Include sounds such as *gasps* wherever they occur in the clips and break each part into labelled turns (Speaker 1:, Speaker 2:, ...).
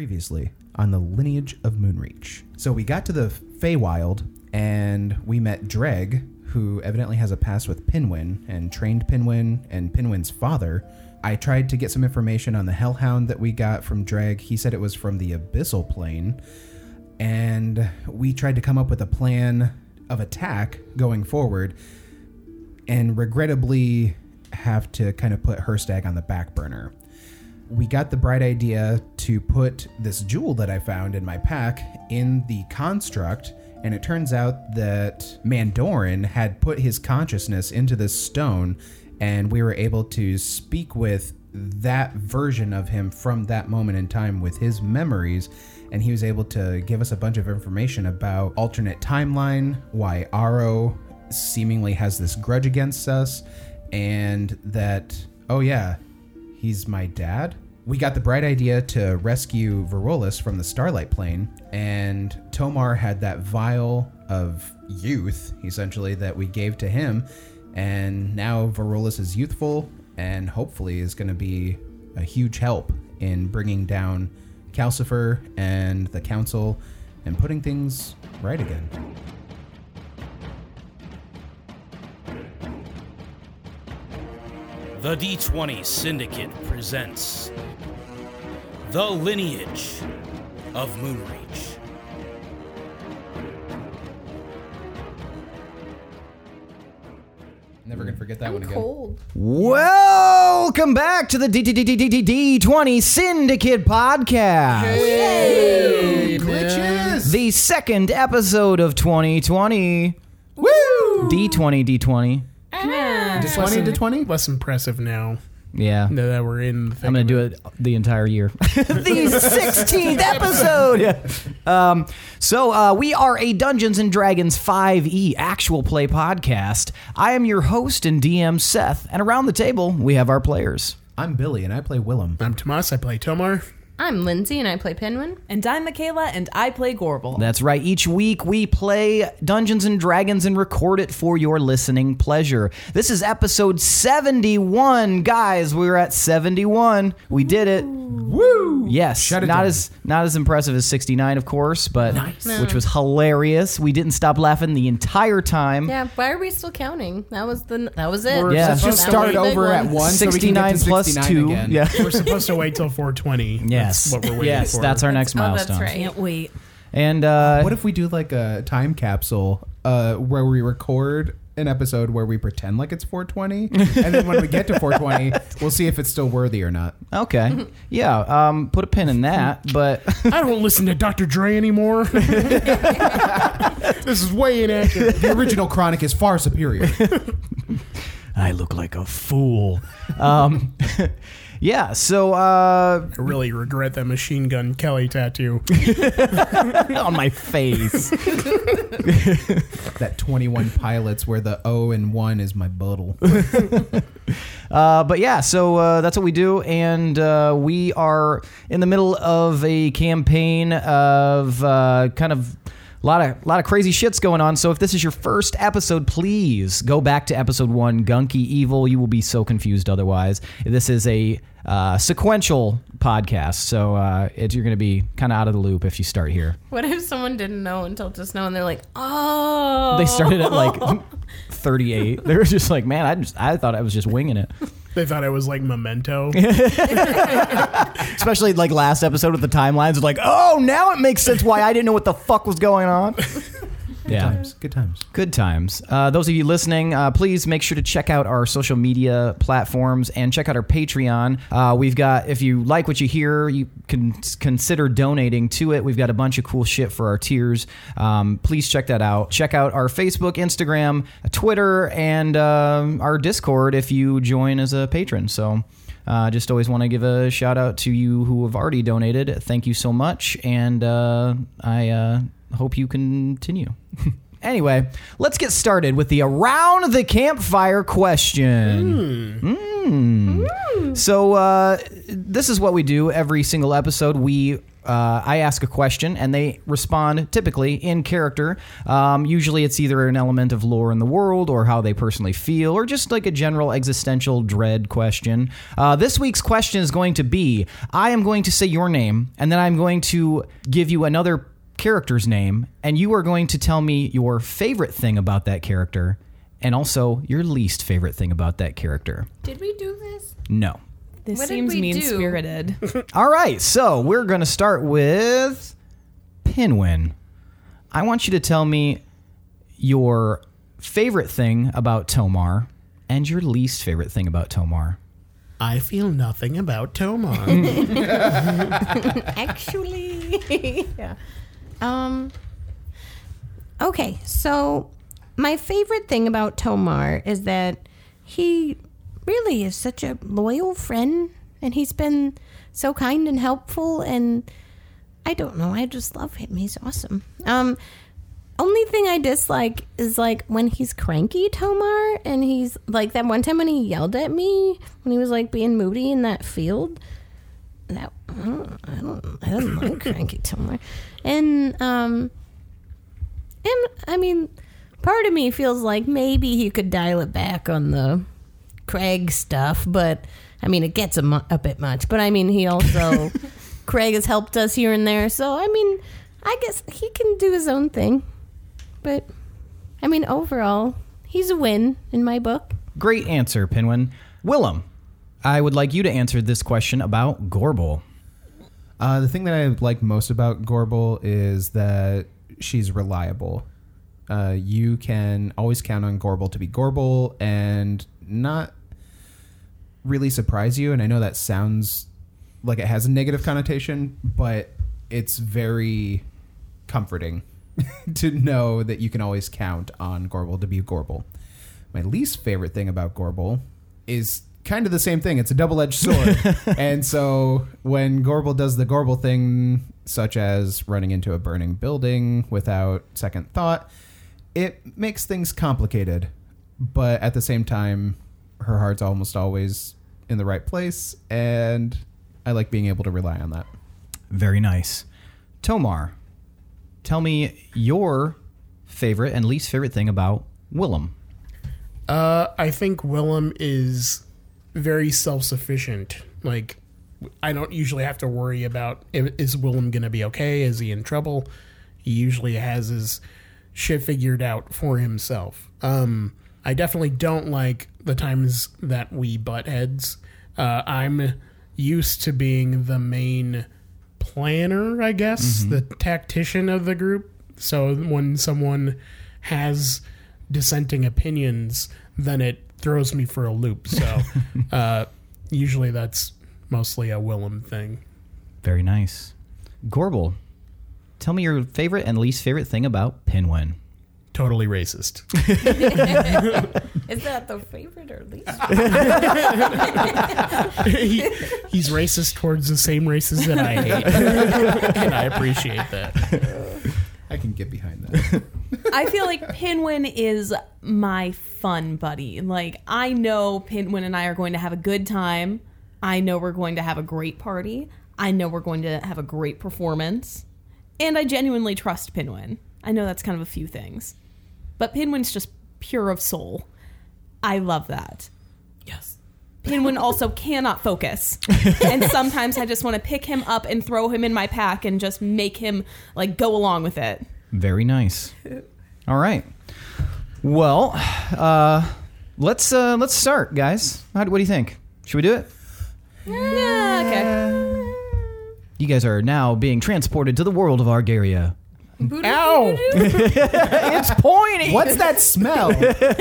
Speaker 1: previously on the lineage of Moonreach. So we got to the Feywild and we met Dreg, who evidently has a past with Pinwin and trained Pinwin and Pinwin's father. I tried to get some information on the Hellhound that we got from Dreg. He said it was from the Abyssal Plane. And we tried to come up with a plan of attack going forward and regrettably have to kind of put Herstag on the back burner. We got the bright idea to put this jewel that I found in my pack in the construct, and it turns out that Mandorin had put his consciousness into this stone, and we were able to speak with that version of him from that moment in time with his memories and he was able to give us a bunch of information about alternate timeline why aro seemingly has this grudge against us and that oh yeah he's my dad we got the bright idea to rescue Varolus from the Starlight Plane, and Tomar had that vial of youth, essentially, that we gave to him. And now Varolus is youthful and hopefully is going to be a huge help in bringing down Calcifer and the Council and putting things right again.
Speaker 2: The D20 Syndicate presents The Lineage of Moonreach.
Speaker 1: Never going to forget that one
Speaker 3: I'm
Speaker 1: again.
Speaker 3: cold.
Speaker 4: Welcome back to the D20 Syndicate Podcast.
Speaker 1: Glitches!
Speaker 4: The second episode of 2020. Woo! D20, D20.
Speaker 1: Just 20 to 20?
Speaker 5: less impressive now
Speaker 4: Yeah.
Speaker 5: that- that we're in. The
Speaker 4: I'm going to do it the entire year. *laughs* the 16th episode. *laughs* Yeah. Um, so, uh, we are a Dungeons and Dragons 5e actual play podcast. I am your host and DM, Seth, and around the table, we have our players.
Speaker 1: I'm Billy and I play Willem.
Speaker 5: I'm Tomas. I play Tomar.
Speaker 3: I'm Lindsay and I play Penguin.
Speaker 6: And I'm Michaela, and I play Gorble.
Speaker 4: That's right. Each week we play Dungeons and Dragons and record it for your listening pleasure. This is episode 71, guys. We were at 71. We did it. Woo! Yes.
Speaker 1: Shut it
Speaker 4: not
Speaker 1: down.
Speaker 4: as not as impressive as 69, of course, but which was hilarious. We didn't stop laughing the entire time.
Speaker 3: Yeah, *laughs* why are we still counting? That was the that was it.
Speaker 4: Yeah.
Speaker 1: Let's just
Speaker 3: That was
Speaker 1: start
Speaker 3: the big
Speaker 1: over at
Speaker 3: one. Oh,
Speaker 1: one. so we can get
Speaker 4: 69
Speaker 1: to
Speaker 4: plus
Speaker 1: 69
Speaker 4: two.
Speaker 1: Again.
Speaker 4: Yeah.
Speaker 5: We're supposed to wait till 420.
Speaker 4: *laughs* Yes.
Speaker 5: That's what we're waiting
Speaker 4: yes,
Speaker 5: for.
Speaker 4: that's our next
Speaker 3: Oh,
Speaker 4: milestone.
Speaker 3: that's right.
Speaker 6: wait.
Speaker 4: And uh,
Speaker 1: What if we do like a time capsule uh, where we record an episode where we pretend like it's 420, and then when we get to
Speaker 4: *laughs*
Speaker 1: 420, we'll see if it's still worthy or not. *laughs*
Speaker 4: okay, yeah. Um, put a pin in that. But *laughs*
Speaker 5: I don't listen to Dr. Dre anymore. *laughs* this is way inaccurate.
Speaker 1: The original chronic is far
Speaker 4: *laughs*
Speaker 1: superior.
Speaker 4: I look like a fool. Um, *laughs* yeah. So uh, *laughs*
Speaker 5: I really regret that machine gun Kelly tattoo.
Speaker 4: on my face.
Speaker 1: that 21 pilots where the O and 1 is my bottle.
Speaker 4: Uh, but yeah, so uh, that's what we do, and uh, we are in the middle of a campaign of uh, kind of. A lot of lot of crazy shits going on. So if this is your first episode, please go back to episode one, Gunky Evil. You will be so confused otherwise. This is a uh, sequential podcast, so uh, it, you're going to be kind of out of the loop if you start here.
Speaker 3: What if someone didn't know until just now and they're like, oh.
Speaker 4: They started at like *laughs* 38. They were just like, man, I just I thought I was just winging it.
Speaker 5: They thought I was like
Speaker 4: *laughs*
Speaker 5: Memento.
Speaker 4: Especially like last episode with the timelines, it's like, oh, now it makes sense why I didn't know what the fuck was going on. yeah.
Speaker 1: times, good times.
Speaker 4: Good times. Uh, those of you listening, uh, please make sure to check out our social media platforms and check out our Patreon. Uh, we've got, if you like what you hear, you can s- consider donating to it. We've got a bunch of cool shit for our tiers. Um, please check that out. Check out our Facebook, Instagram, Twitter, and um, our Discord if you join as a patron. So. Uh, just always want to give a shout out to you who have already donated. Thank you so much, and uh, I uh, hope you continue. *laughs* Anyway, let's get started with the around the campfire question. Mm. So uh, this is what we do every single episode. We uh, I ask a question and they respond typically in character. Um, usually it's either an element of lore in the world or how they personally feel or just like a general existential dread question. Uh, this week's question is going to be I am going to say your name and then I'm going to give you another character's name and you are going to tell me your favorite thing about that character and also your least favorite thing about that character.
Speaker 7: Did we do this?
Speaker 4: No.
Speaker 6: This
Speaker 7: What did
Speaker 6: seems
Speaker 7: we do?
Speaker 6: mean spirited.
Speaker 4: All right, so we're going to start with Pinwin. I want you to tell me your favorite thing about Tomar and your least favorite thing about Tomar.
Speaker 5: I feel nothing about Tomar.
Speaker 3: actually. *laughs* yeah. Um. Okay, so my favorite thing about Tomar is that he really is such a loyal friend, and he's been so kind and helpful, and I don't know, I just love him. He's awesome. Um. Only thing I dislike is like when he's cranky, Tomar, and he's like that one time when he yelled at me when he was like being moody in that field that I don't, I don't, I don't like cranky Tomar, and um, and I mean, part of me feels like maybe he could dial it back on the Craig stuff, but I mean, it gets a, mu- a bit much. But I mean, he also Craig has helped us here and there, so I mean, I guess he can do his own thing. But I mean, overall, he's a win in my book.
Speaker 4: Great answer, Pinwin. Willem, I would like you to answer this question about Gorbel.
Speaker 1: Uh, the thing that I like most about Gorbel is that she's reliable. Uh, you can always count on Gorbel to be Gorbel and not really surprise you. And I know that sounds like it has a negative connotation, but it's very comforting *laughs* to know that you can always count on Gorbel to be Gorbel. My least favorite thing about Gorbel is kind of the same thing. It's a double edged sword. and so when Gorbel does the Gorbel thing, such as running into a burning building without second thought, it makes things complicated. But at the same time, her heart's almost always in the right place. And I like being able to rely on that.
Speaker 4: Very nice. Tomar, tell me your favorite and least favorite thing about Willem.
Speaker 5: uh, I think Willem is very self sufficient. Like, I don't usually have to worry about i- is Willem going to be okay? Is he in trouble? He usually has his shit figured out for himself. Um, I definitely don't like the times that we butt heads. Uh, I'm used to being the main planner, I guess, the tactician of the group. So when someone has dissenting opinions, then it throws me for a loop. *laughs* So uh, usually that's mostly a Willem thing.
Speaker 4: Very nice. Gorbel, tell me your favorite and least favorite thing about Pinwin.
Speaker 5: Totally racist.
Speaker 7: Is that the favorite or least?
Speaker 5: *laughs* he, he's racist towards the same races that I hate, *laughs* and I appreciate that.
Speaker 1: I can get behind that.
Speaker 6: I feel like Pinwin is my fun buddy. Like I know Pinwin and I are going to have a good time. I know we're going to have a great party. I know we're going to have a great performance. And I genuinely trust Pinwin. I know that's kind of a few things. But Pinwin's just pure of soul. I love that.
Speaker 8: Yes.
Speaker 6: Pinwin also cannot focus. And sometimes I just want to pick him up and throw him in my pack and just make him like go along with it.
Speaker 4: Very nice. All right. Well, uh, let's uh, let's start, guys. How, what do you think? Should we do it?
Speaker 6: Yeah, okay.
Speaker 4: You guys are now being transported to the world of Argaria.
Speaker 5: Ow!
Speaker 3: *laughs*
Speaker 4: It's pointy.
Speaker 1: What's that smell?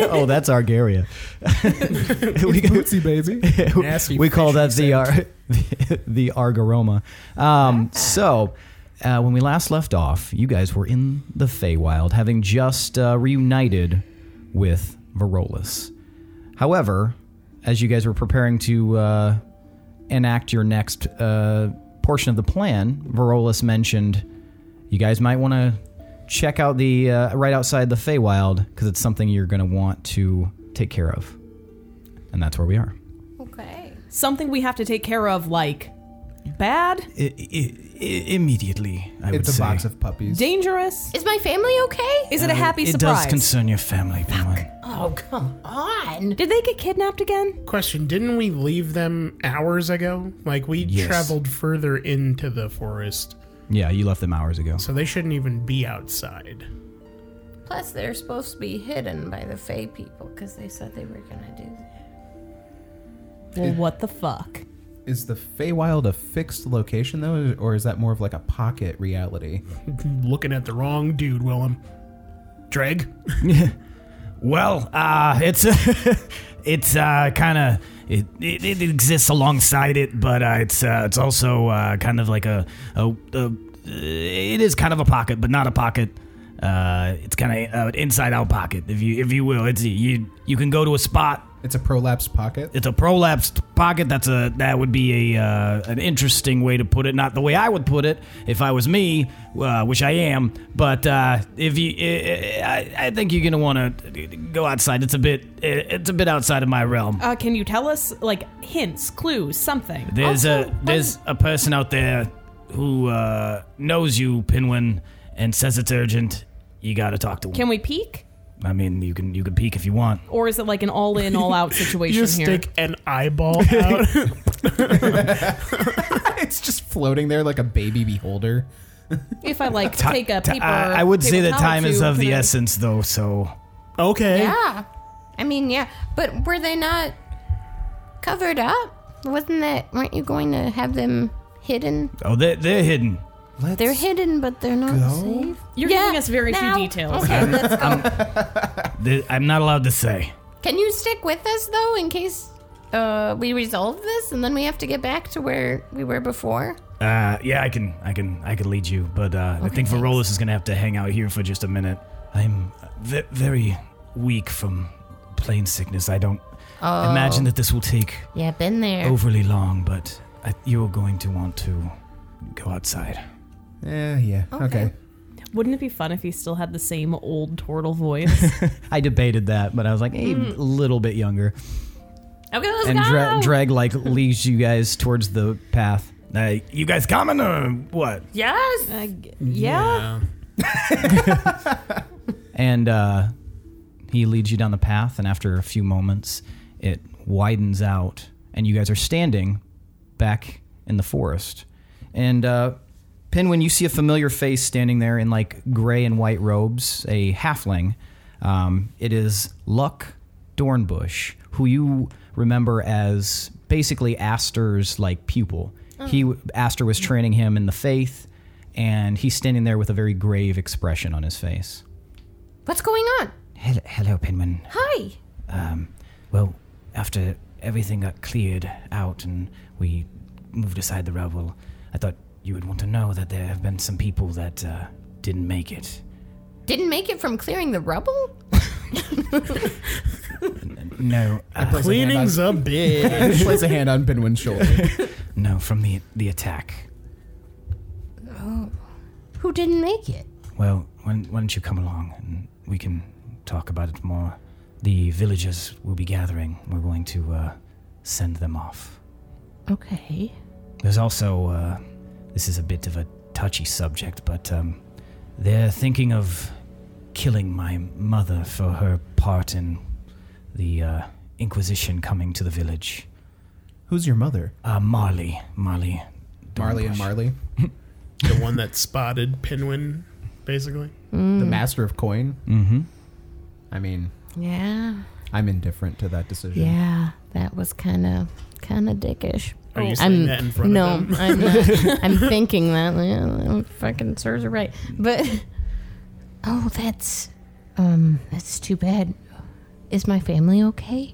Speaker 4: oh, that's Argaria. we,
Speaker 1: Bootsy baby.
Speaker 5: Nasty
Speaker 4: we call
Speaker 5: fish
Speaker 4: that the ar- *laughs* the Argaroma. Um, so. Uh, when we last left off, you guys were in the Feywild, having just uh, reunited with Varolus. However, as you guys were preparing to uh, enact your next uh, portion of the plan, Varolus mentioned you guys might want to check out the uh, right outside the Feywild because it's something you're going to want to take care of, and that's where we are.
Speaker 7: Okay.
Speaker 6: something we have to take care of like bad
Speaker 4: I- I-
Speaker 9: immediately, I would
Speaker 1: It's a
Speaker 9: say.
Speaker 1: box of puppies.
Speaker 6: Dangerous?
Speaker 10: Is my family okay?
Speaker 6: Is it a happy
Speaker 9: Uh, it
Speaker 6: surprise?
Speaker 9: does concern your family, Penguin.
Speaker 10: Oh, come on.
Speaker 6: Did they get kidnapped again?
Speaker 5: Question: Didn't we leave them hours ago? Like we
Speaker 9: Yes.
Speaker 5: traveled further into the forest,
Speaker 9: Yeah, you left them hours ago.
Speaker 5: so they shouldn't even be outside.
Speaker 10: Plus, they're supposed to be hidden by the Fey people because they said they were going to do that.
Speaker 6: Well, what the fuck?
Speaker 1: Is the Feywild a fixed location though, or is that more of like a pocket reality?
Speaker 5: Looking at the wrong dude, Willem. Dreg.
Speaker 9: Well, uh, it's *laughs* it's uh, kind of it, it, it exists alongside it, but uh, it's uh, it's also uh, kind of like a, a, a it is kind of a pocket, but not a pocket. Uh, it's kind of an inside-out pocket, if you if you will. It's you you can go to a spot.
Speaker 1: It's a prolapse pocket. *laughs*
Speaker 9: It's a prolapsed pocket. That's a that would be a uh, an interesting way to put it. Not the way I would put it if I was me, uh, which I am. But uh, if you, I, I- I think you're gonna want to go outside. It's a bit it's a bit outside of my realm.
Speaker 6: Uh, can you tell us like hints, clues, something?
Speaker 9: There's
Speaker 10: Also,
Speaker 9: a there's a person out there who uh, knows you, Pinwin, and says it's urgent. You gotta talk to him.
Speaker 6: Can we peek?
Speaker 9: I mean, you can you can peek if you want.
Speaker 6: Or is it like an all
Speaker 9: *laughs*
Speaker 6: in, all out situation
Speaker 5: You
Speaker 6: here?
Speaker 5: stick an
Speaker 3: *laughs*
Speaker 5: eyeball out.
Speaker 1: It's just floating there like a baby beholder.
Speaker 6: If I like
Speaker 9: Ti-
Speaker 6: take a
Speaker 9: ti-
Speaker 6: paper,
Speaker 9: I I would say
Speaker 6: paper
Speaker 9: that
Speaker 6: towel
Speaker 9: time
Speaker 6: to-
Speaker 9: is of
Speaker 6: can
Speaker 9: the
Speaker 6: I-
Speaker 9: essence, though. So
Speaker 5: okay.
Speaker 3: Yeah. I mean, yeah. But were they not covered up? Wasn't that, weren't you going to have them hidden?
Speaker 9: oh, they're, they're hidden.
Speaker 1: Let's
Speaker 3: They're hidden, but they're not
Speaker 1: go.
Speaker 3: safe.
Speaker 6: You're
Speaker 3: Yeah,
Speaker 6: giving us very
Speaker 3: now-
Speaker 6: few details.
Speaker 3: Okay, let's go.
Speaker 9: Th- I'm not allowed to say.
Speaker 3: Can you stick with us, though, in case uh, we resolve this and then we have to get back to where we were before?
Speaker 9: Uh, yeah, I can, I can, I can lead you, but uh, I think Varolus is gonna have to hang out here for just a minute. I'm ve- very weak from plane sickness. I don't
Speaker 6: Oh.
Speaker 9: imagine that this will take
Speaker 3: Yeah, been there.
Speaker 9: overly long, but I, you're going to want to go outside.
Speaker 1: Eh, yeah. Okay.
Speaker 6: Wouldn't it be fun if he still had the same old
Speaker 3: *laughs*
Speaker 6: turtle voice?
Speaker 9: I debated that, but I was like, a little bit younger.
Speaker 10: Mm. Okay, let's
Speaker 9: and
Speaker 10: go.
Speaker 9: dra- drag like leads you guys towards the path. Uh, you guys coming or what?
Speaker 10: yes.
Speaker 6: yeah.
Speaker 9: And uh, he leads you down the path, and after a few moments, it widens out, and you guys are standing back in the forest. And uh, Pinwin, you see a familiar face standing there in like gray and white robes, a halfling. Um, it is Luck Dornbush, who you remember as basically Aster's like pupil. He Aster was training him in the faith, and he's standing there with a very grave expression on his face.
Speaker 3: What's going on?
Speaker 9: Hello, hello Penguin.
Speaker 3: Hi.
Speaker 9: Um, well, after everything got cleared out and we moved aside the rubble, I thought you would want to know that there have been some people that uh, didn't make it.
Speaker 3: Didn't make it from clearing the rubble?
Speaker 9: No, uh,
Speaker 5: Cleaning's a bitch.
Speaker 1: He plays a hand on Pinwin's *laughs* shoulder.
Speaker 9: no, from the the attack.
Speaker 3: Who didn't make it?
Speaker 9: Well, when, why don't you come along and we can talk about it more? The villagers will be gathering. We're going to uh, send them off.
Speaker 3: Okay.
Speaker 9: There's also, uh, this is a bit of a touchy subject, but um, they're thinking of killing my mother for her part in the uh, Inquisition coming to the village.
Speaker 1: Who's your mother?
Speaker 9: Uh, Marley, Marley.
Speaker 1: Marley and
Speaker 9: Dornbush.
Speaker 1: Marley,
Speaker 5: the one that spotted Pinwin, basically.
Speaker 3: Mm.
Speaker 1: the master of coin.
Speaker 9: Mhm.
Speaker 1: I mean,
Speaker 3: Yeah.
Speaker 1: I'm indifferent to that decision.
Speaker 3: Yeah. That was kind of kind of dickish.
Speaker 5: Are you saying that in front
Speaker 3: Oh, no,
Speaker 5: of them? *laughs*
Speaker 3: I'm not. I'm thinking that. Yeah, that fucking serves her right. But oh, that's um, that's too bad. Is my family okay?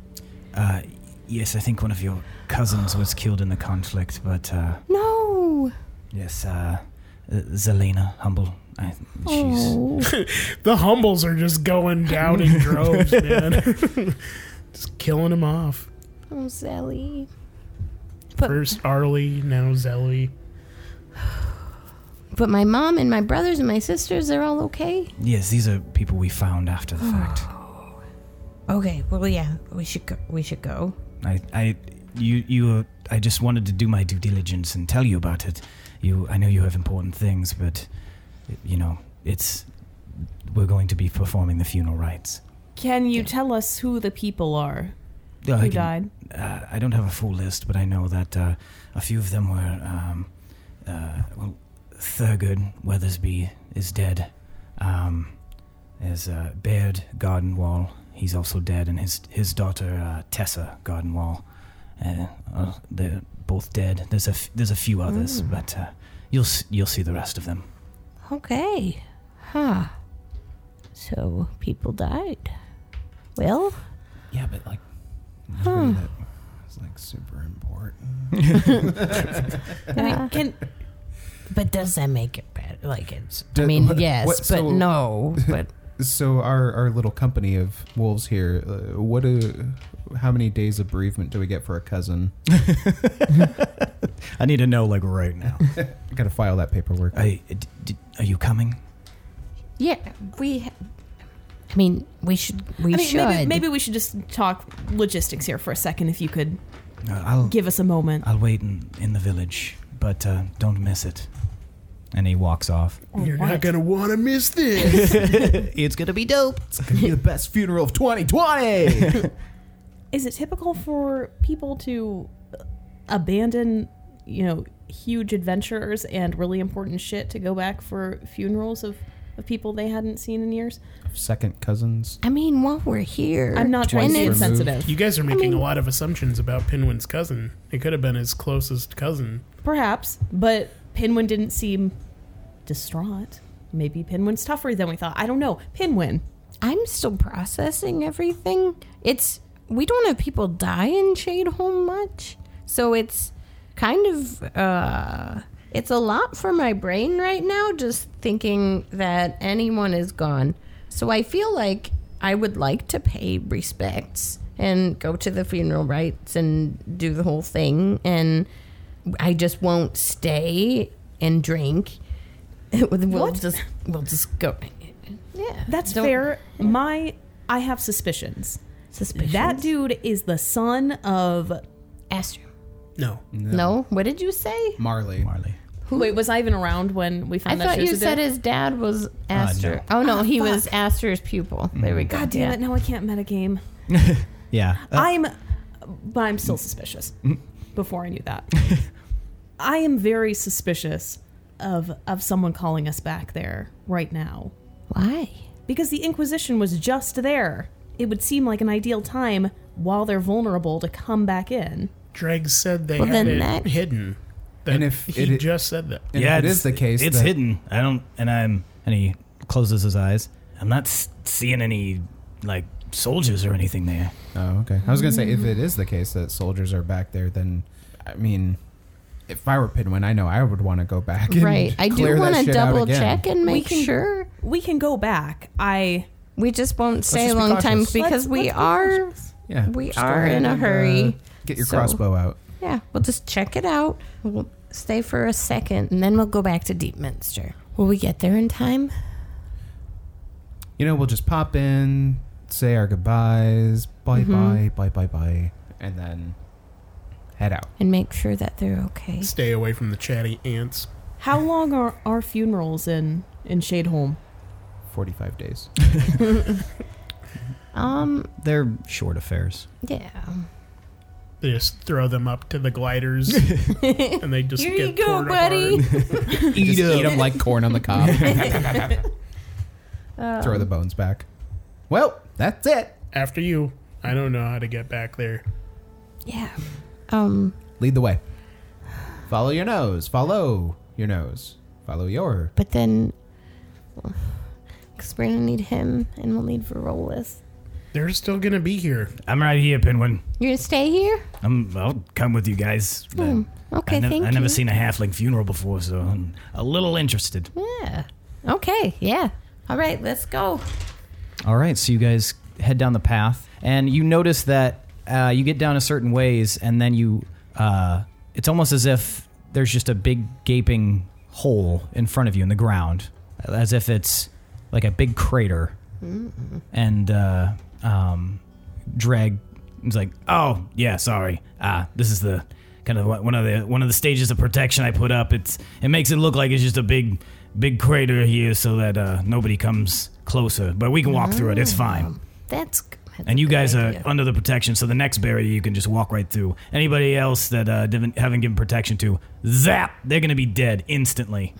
Speaker 9: Uh, yes, I think one of your cousins was killed in the conflict, but uh,
Speaker 3: No.
Speaker 9: yes, uh, Zelena Humble. I, she's.
Speaker 3: Oh.
Speaker 5: The humbles are just going down in
Speaker 3: *laughs*
Speaker 5: droves, man. just killing them off.
Speaker 3: oh, Sally. But
Speaker 5: First Arlie, now Zelly.
Speaker 3: but my mom and my brothers and my sisters, they're all okay.
Speaker 9: Yes, these are people we found after the fact.
Speaker 3: Okay. Well, yeah, we should go. We should go.
Speaker 9: I, I you you. Uh, I just wanted to do my due diligence and tell you about it. You, I know you have important things, but you know it's. We're going to be performing the funeral rites.
Speaker 6: Can you tell us who the people are
Speaker 9: Uh,
Speaker 6: who
Speaker 9: I can-
Speaker 6: died?
Speaker 9: uh, I don't have a full list, but I know that uh, a few of them were. Um, uh, well, Thurgood Weathersby is dead. Um, there's uh, Baird Gardenwall. He's also dead, and his his daughter uh, Tessa Gardenwall. Uh, uh, they're both dead. There's a f- there's a few others, but uh, you'll s- you'll see the rest of them.
Speaker 3: Okay. Huh. So people died. Well,
Speaker 1: Yeah, but like nobody that was like super important.
Speaker 6: I mean, can
Speaker 3: but does that make it better? Like it's.
Speaker 1: Do-
Speaker 3: I mean,
Speaker 1: what-
Speaker 3: yes,
Speaker 1: what-
Speaker 3: but
Speaker 1: so- *laughs*
Speaker 3: no. But
Speaker 1: So our our little company of wolves here. Uh, what do? How many days of bereavement do we get for a cousin?
Speaker 9: I need to know like right *laughs* now.
Speaker 1: I gotta file that paperwork.
Speaker 9: I, d- d- are you coming?
Speaker 3: yeah, we. I mean, we should. We
Speaker 6: I mean,
Speaker 3: should.
Speaker 6: maybe, maybe we should just talk logistics here for a second, if you could
Speaker 9: Uh, I'll
Speaker 6: give us a moment.
Speaker 9: I'll wait in, in the village, but uh, don't miss it. And he walks off.
Speaker 5: Oh, You're not gonna want to miss this.
Speaker 4: It's gonna be dope.
Speaker 1: It's gonna be the best funeral of
Speaker 3: *laughs*
Speaker 1: 2020.
Speaker 6: Is it typical for people to uh, abandon, you know, huge adventures and really important shit to go back for funerals of, of people they hadn't seen in years?
Speaker 1: Second cousins.
Speaker 3: I mean, while we're here,
Speaker 6: I'm not trying
Speaker 3: and
Speaker 6: to be
Speaker 3: it's-
Speaker 1: remove-
Speaker 6: insensitive.
Speaker 5: you guys are making a lot of assumptions about Pinwin's cousin. It could have been his closest cousin.
Speaker 6: Perhaps, but Pinwin didn't seem distraught. Maybe Pinwin's tougher than we thought. I don't know. Pinwin.
Speaker 3: I'm still processing everything. It's we don't have people die in Shadeholm much, so it's kind of uh, it's a lot for my brain right now. Just thinking that anyone is gone, so I feel like I would like to pay respects and go to the funeral rites and do the whole thing, and I just won't stay and drink. *laughs* we'll just we'll just go. Yeah,
Speaker 6: That's
Speaker 3: don't-
Speaker 6: fair. My I have suspicions.
Speaker 3: Suspicious.
Speaker 6: That dude is the son of
Speaker 3: Astro.
Speaker 5: No.
Speaker 3: No, what did you say?
Speaker 1: Marley.
Speaker 9: Marley.
Speaker 6: Wait, was I even around when we
Speaker 3: I
Speaker 6: found that
Speaker 3: thought
Speaker 6: she
Speaker 3: you
Speaker 6: was a
Speaker 3: said
Speaker 6: dude?
Speaker 3: his dad was Aster. Oh no, he was Aster's pupil. There we go.
Speaker 6: God damn it! Now I can't metagame.
Speaker 4: Yeah.
Speaker 9: Uh,
Speaker 6: I'm, but I'm still suspicious. Before I knew that, I am very suspicious of of someone calling us back there right now
Speaker 3: Why?
Speaker 6: because the Inquisition was just there. It would seem like an ideal time while they're vulnerable to come back in.
Speaker 5: Dreg said they
Speaker 3: Well,
Speaker 5: had
Speaker 3: then
Speaker 5: it
Speaker 3: that-
Speaker 5: hidden. That
Speaker 1: And if
Speaker 5: he
Speaker 1: it-
Speaker 5: just said that.
Speaker 1: And if it is the case.
Speaker 9: It's
Speaker 1: that-
Speaker 9: hidden. I don't, and I'm, and he closes his eyes. I'm not s- seeing any like soldiers or anything there.
Speaker 1: Oh, okay. I was gonna say if it is the case that soldiers are back there, then I mean, if I were Pinwin, I know I would want to go back. And
Speaker 3: Right. I do
Speaker 1: want to
Speaker 3: double check and make
Speaker 6: can-
Speaker 3: sure.
Speaker 6: We can go back. I
Speaker 3: We just won't stay
Speaker 1: just
Speaker 3: a
Speaker 1: be
Speaker 3: long time
Speaker 1: cautious.
Speaker 3: because
Speaker 6: Let's-
Speaker 3: we
Speaker 6: let's be
Speaker 3: are.
Speaker 6: cautious.
Speaker 1: Yeah.
Speaker 3: We
Speaker 1: just go
Speaker 3: are
Speaker 1: ahead
Speaker 3: in a
Speaker 1: and, uh,
Speaker 3: hurry,
Speaker 1: get your
Speaker 3: so-
Speaker 1: crossbow out.
Speaker 3: Yeah, we'll just check it out. We'll stay for a second, and then we'll go back to Deepminster. Will we get there in time?
Speaker 1: You know, we'll just pop in, say our goodbyes, bye
Speaker 3: Mm-hmm.
Speaker 1: bye, bye bye bye, and then head out.
Speaker 3: And make sure that they're okay.
Speaker 5: Stay away from the chatty ants.
Speaker 6: How long are our funerals in in Shadeholm?
Speaker 1: Forty-five
Speaker 3: *laughs*
Speaker 1: days.
Speaker 3: Um.
Speaker 4: They're short affairs.
Speaker 3: Yeah.
Speaker 5: They just throw them up to the
Speaker 3: *laughs*
Speaker 5: gliders, and they just
Speaker 3: Here
Speaker 5: get
Speaker 3: you go,
Speaker 5: torn
Speaker 3: buddy.
Speaker 5: apart.
Speaker 1: Eat them. like corn on the cob.
Speaker 3: *laughs*
Speaker 1: Throw the bones back. Well, that's it.
Speaker 5: After you, I don't know how to get back there.
Speaker 3: Yeah. Um.
Speaker 1: Lead the way. Follow your nose. Follow your nose. Follow your.
Speaker 3: But then, *sighs* because we're gonna need him, and we'll need Verolis.
Speaker 5: They're still gonna be here.
Speaker 9: I'm right here, Pinwin.
Speaker 3: You're gonna stay here?
Speaker 9: I'm, I'll come with you guys. but
Speaker 3: Hmm. Okay,
Speaker 9: I nev-
Speaker 3: thank
Speaker 9: I never
Speaker 3: you.
Speaker 9: seen a halfling funeral before, so I'm a little interested.
Speaker 3: Yeah. Okay. Yeah. All right. Let's go.
Speaker 4: All right, so you guys head down the path, and you notice that uh, you get down a certain ways, and then you. Uh, it's almost as if there's just a big gaping hole in front of you in the ground, as if it's like a big crater. And uh, um, Dreg
Speaker 9: He's like, "Oh yeah, sorry. Ah, this is the kind of one of the one of the stages of protection I put up. It's it makes it look like it's just a big big crater here, so that uh, nobody comes closer. But we can walk through it. It's fine.
Speaker 3: Ah, That's. that's
Speaker 9: And
Speaker 3: a
Speaker 9: you
Speaker 3: good
Speaker 9: guys
Speaker 3: idea.
Speaker 9: are under the protection, so the next barrier you can just walk right through. Anybody else that uh, didn't, haven't given protection to, zap! They're gonna be dead instantly.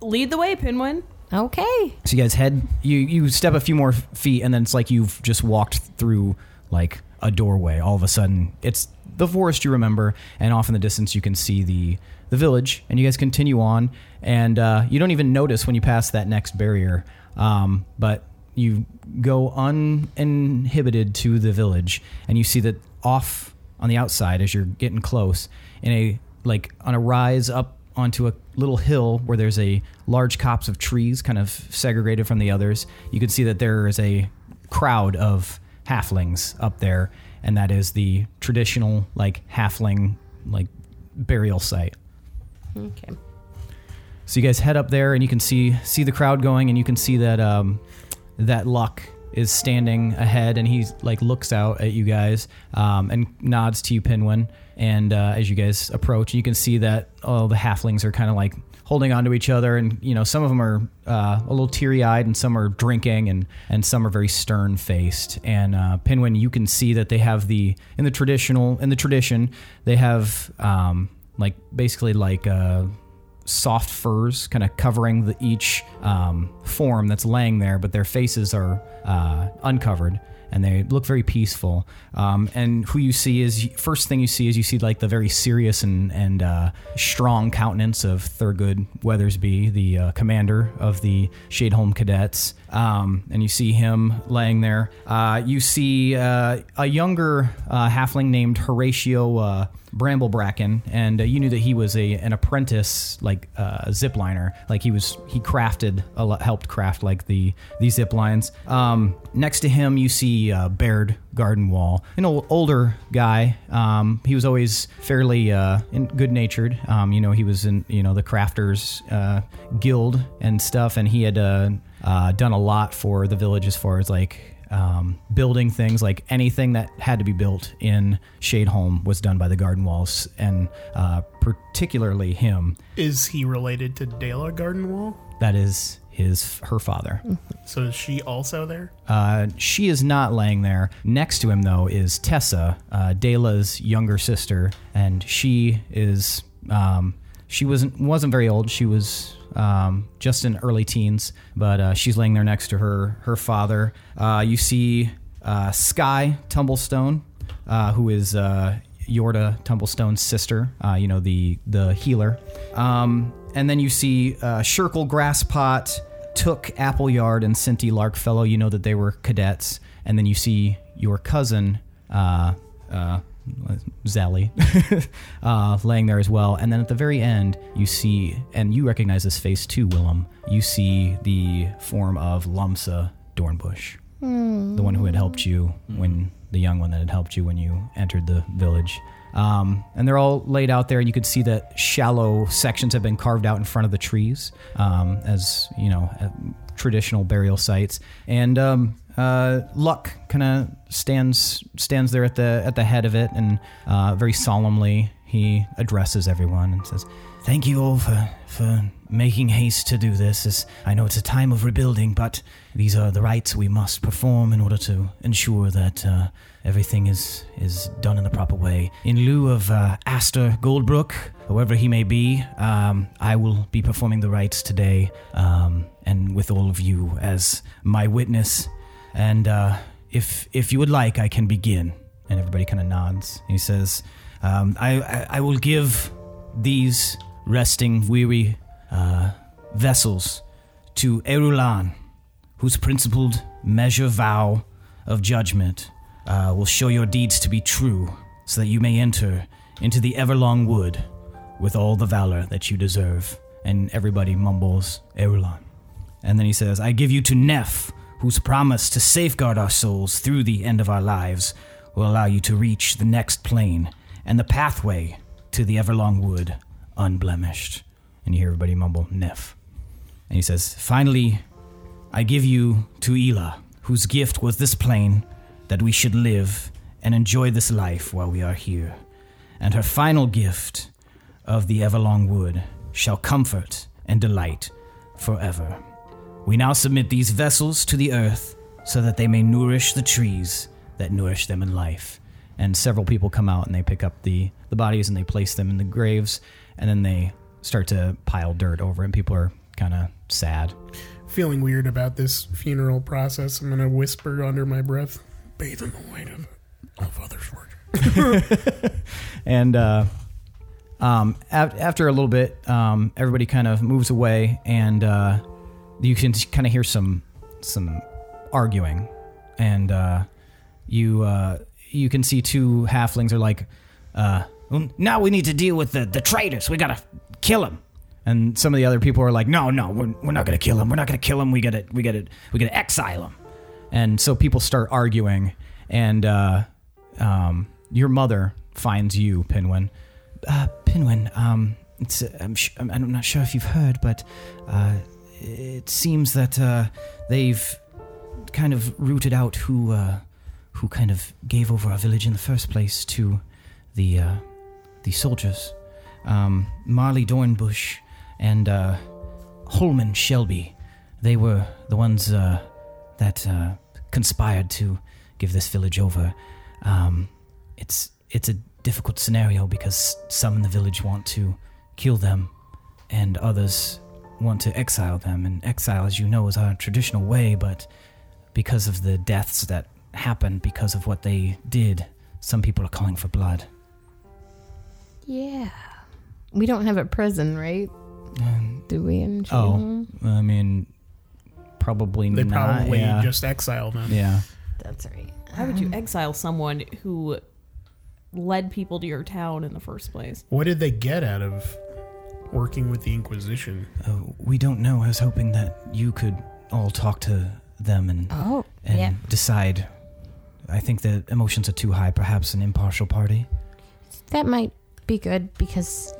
Speaker 6: Lead the way, Pinwin.
Speaker 3: okay.
Speaker 4: So you guys head, you you step a few more f- feet, and then it's like you've just walked through like a doorway. All of a sudden, it's the forest you remember, and off in the distance you can see the the village. And you guys continue on, and uh, you don't even notice when you pass that next barrier. Um, but you go uninhibited to the village, and you see that off on the outside as you're getting close in a like on a rise up onto a little hill where there's a large copse of trees kind of segregated from the others. You can see that there is a crowd of halflings up there, and that is the traditional like halfling like burial site.
Speaker 3: Okay.
Speaker 4: So you guys head up there, and you can see see the crowd going, and you can see that um, that luck is standing ahead, and he like looks out at you guys um, and nods to you, Pinwin. And uh, as you guys approach, you can see that all the halflings are kind of like holding onto each other, and you know some of them are uh, a little teary eyed, and some are drinking, and and some are very stern faced. And uh, Pinwin, you can see that they have the in the traditional in the tradition they have um, like basically like. Uh, soft furs kind of covering the, each um, form that's laying there, but their faces are uh, uncovered and they look very peaceful. Um, and who you see is first thing you see is you see like the very serious and, and uh, strong countenance of Thurgood Weathersby, the uh, commander of the Shadeholm Cadets. Um, and you see him laying there. Uh, you see uh, a younger uh, halfling named Horatio uh, Bramblebracken, and uh, you knew that he was a an apprentice, like uh, a zip liner. Like he was, he crafted, a lot, helped craft like the these zip lines. Um, next to him, you see uh, Baird Gardenwall, an ol older guy. Um, he was always fairly uh, good natured. Um, you know, he was in you know the crafters uh, guild and stuff, and he had uh, uh, done a lot for the village as far as like um, building things like anything that had to be built in Shadeholm was done by the Garden Walls, and uh, particularly him.
Speaker 5: Is he related to Dela Gardenwall?
Speaker 4: That is his her father.
Speaker 5: So is she also there?
Speaker 4: Uh, she is not laying there. Next to him, though, is Tessa, uh, Dela's younger sister, and she is um, she wasn't wasn't very old. She was um, just in early teens, but uh, she's laying there next to her her father. Uh, you see uh, Sky Tumblestone, uh, who is uh, Yorda Tumblestone's sister, uh, you know the the healer, um, and then you see uh, Shirkle Grasspot took Appleyard and Cinti Larkfellow, you know that they were cadets, and then you see your cousin, uh, uh, Zally, *laughs* uh, laying there as well. And then at the very end, you see, and you recognize this face too, Willem, you see the form of Lamsa Dornbush, the one who had helped you when the young one that had helped you when you entered the village. Um, and they're all laid out there, and you can see that shallow sections have been carved out in front of the trees, um, as you know, uh, traditional burial sites. And um, uh, Luck kind of stands stands there at the at the head of it, and uh, very solemnly he addresses everyone and says,
Speaker 9: Thank you all for, for making haste to do this. As I know it's a time of rebuilding, but these are the rites we must perform in order to ensure that uh, everything is, is done in the proper way. In lieu of uh, Aster Goldbrook, whoever he may be, um, I will be performing the rites today um, and with all of you as my witness. And uh, if, if you would like, I can begin.
Speaker 4: and everybody kind of nods.
Speaker 9: He says, um, I, I, I will give these resting, weary uh, vessels to Erulan, whose principled measure vow of judgment uh, will show your deeds to be true, so that you may enter into the everlong wood with all the valor that you deserve. And everybody mumbles, Erulan. And then he says, I give you to Neph, whose promise to safeguard our souls through the end of our lives will allow you to reach the next plane and the pathway to the Everlong Wood unblemished. And you hear everybody mumble, Neph. And he says, Finally, I give you to Elah, whose gift was this plane that we should live
Speaker 4: and enjoy this life while we are here. And her final gift of the Everlong Wood shall comfort and delight forever. We now submit these vessels to the earth so that they may nourish the trees that nourish them in life.
Speaker 9: and several people come out and they pick up the the bodies and they place them in the graves and then they start to pile dirt over it and people are kind of sad
Speaker 5: Feeling weird about this funeral process, I'm gonna whisper under my breath, "Bathe in the light of, of others' work."
Speaker 9: and uh, um, af- after a little bit um, everybody kind of moves away and uh, you can kind of hear some some arguing and uh, you uh, you can see two halflings are like uh,
Speaker 4: Well, now we need to deal with the, the traitors. We gotta kill them.
Speaker 9: and some of the other people are like no
Speaker 4: No, no, we're, we're not gonna kill him. We're not gonna kill him. We gotta we gotta we gotta exile him.
Speaker 9: And so people start arguing, and uh, um, your mother finds you, Pinwin.
Speaker 4: Uh, Pinwin, um, it's, uh, I'm, sh- I'm, I'm not sure if you've heard, but uh, it seems that uh, they've kind of rooted out who uh, who kind of gave over our village in the first place to the uh, the soldiers. Um, Marley Dornbush and uh, Holman Shelby, they were the ones uh, that uh, conspired to give this village over. Um, it's it's a difficult scenario because some in the village want to kill them, and others want to exile them. And exile, as you know, is our traditional way, but because of the deaths that happened because of what they did, some people are calling for blood.
Speaker 3: Yeah. We don't have a prison, right? Do we? In
Speaker 9: Oh, I mean, probably
Speaker 5: They
Speaker 9: not.
Speaker 5: probably
Speaker 9: yeah.
Speaker 5: just exile them.
Speaker 9: yeah.
Speaker 3: That's right. Um,
Speaker 6: Why would you exile someone who led people to your town in the first place?
Speaker 5: What did they get out of working with the Inquisition?
Speaker 4: Uh, we don't know. I was hoping that you could all talk to them and
Speaker 3: Oh,
Speaker 4: and
Speaker 3: yeah.
Speaker 4: decide. I think the emotions are too high. Perhaps an impartial party.
Speaker 3: That might be good because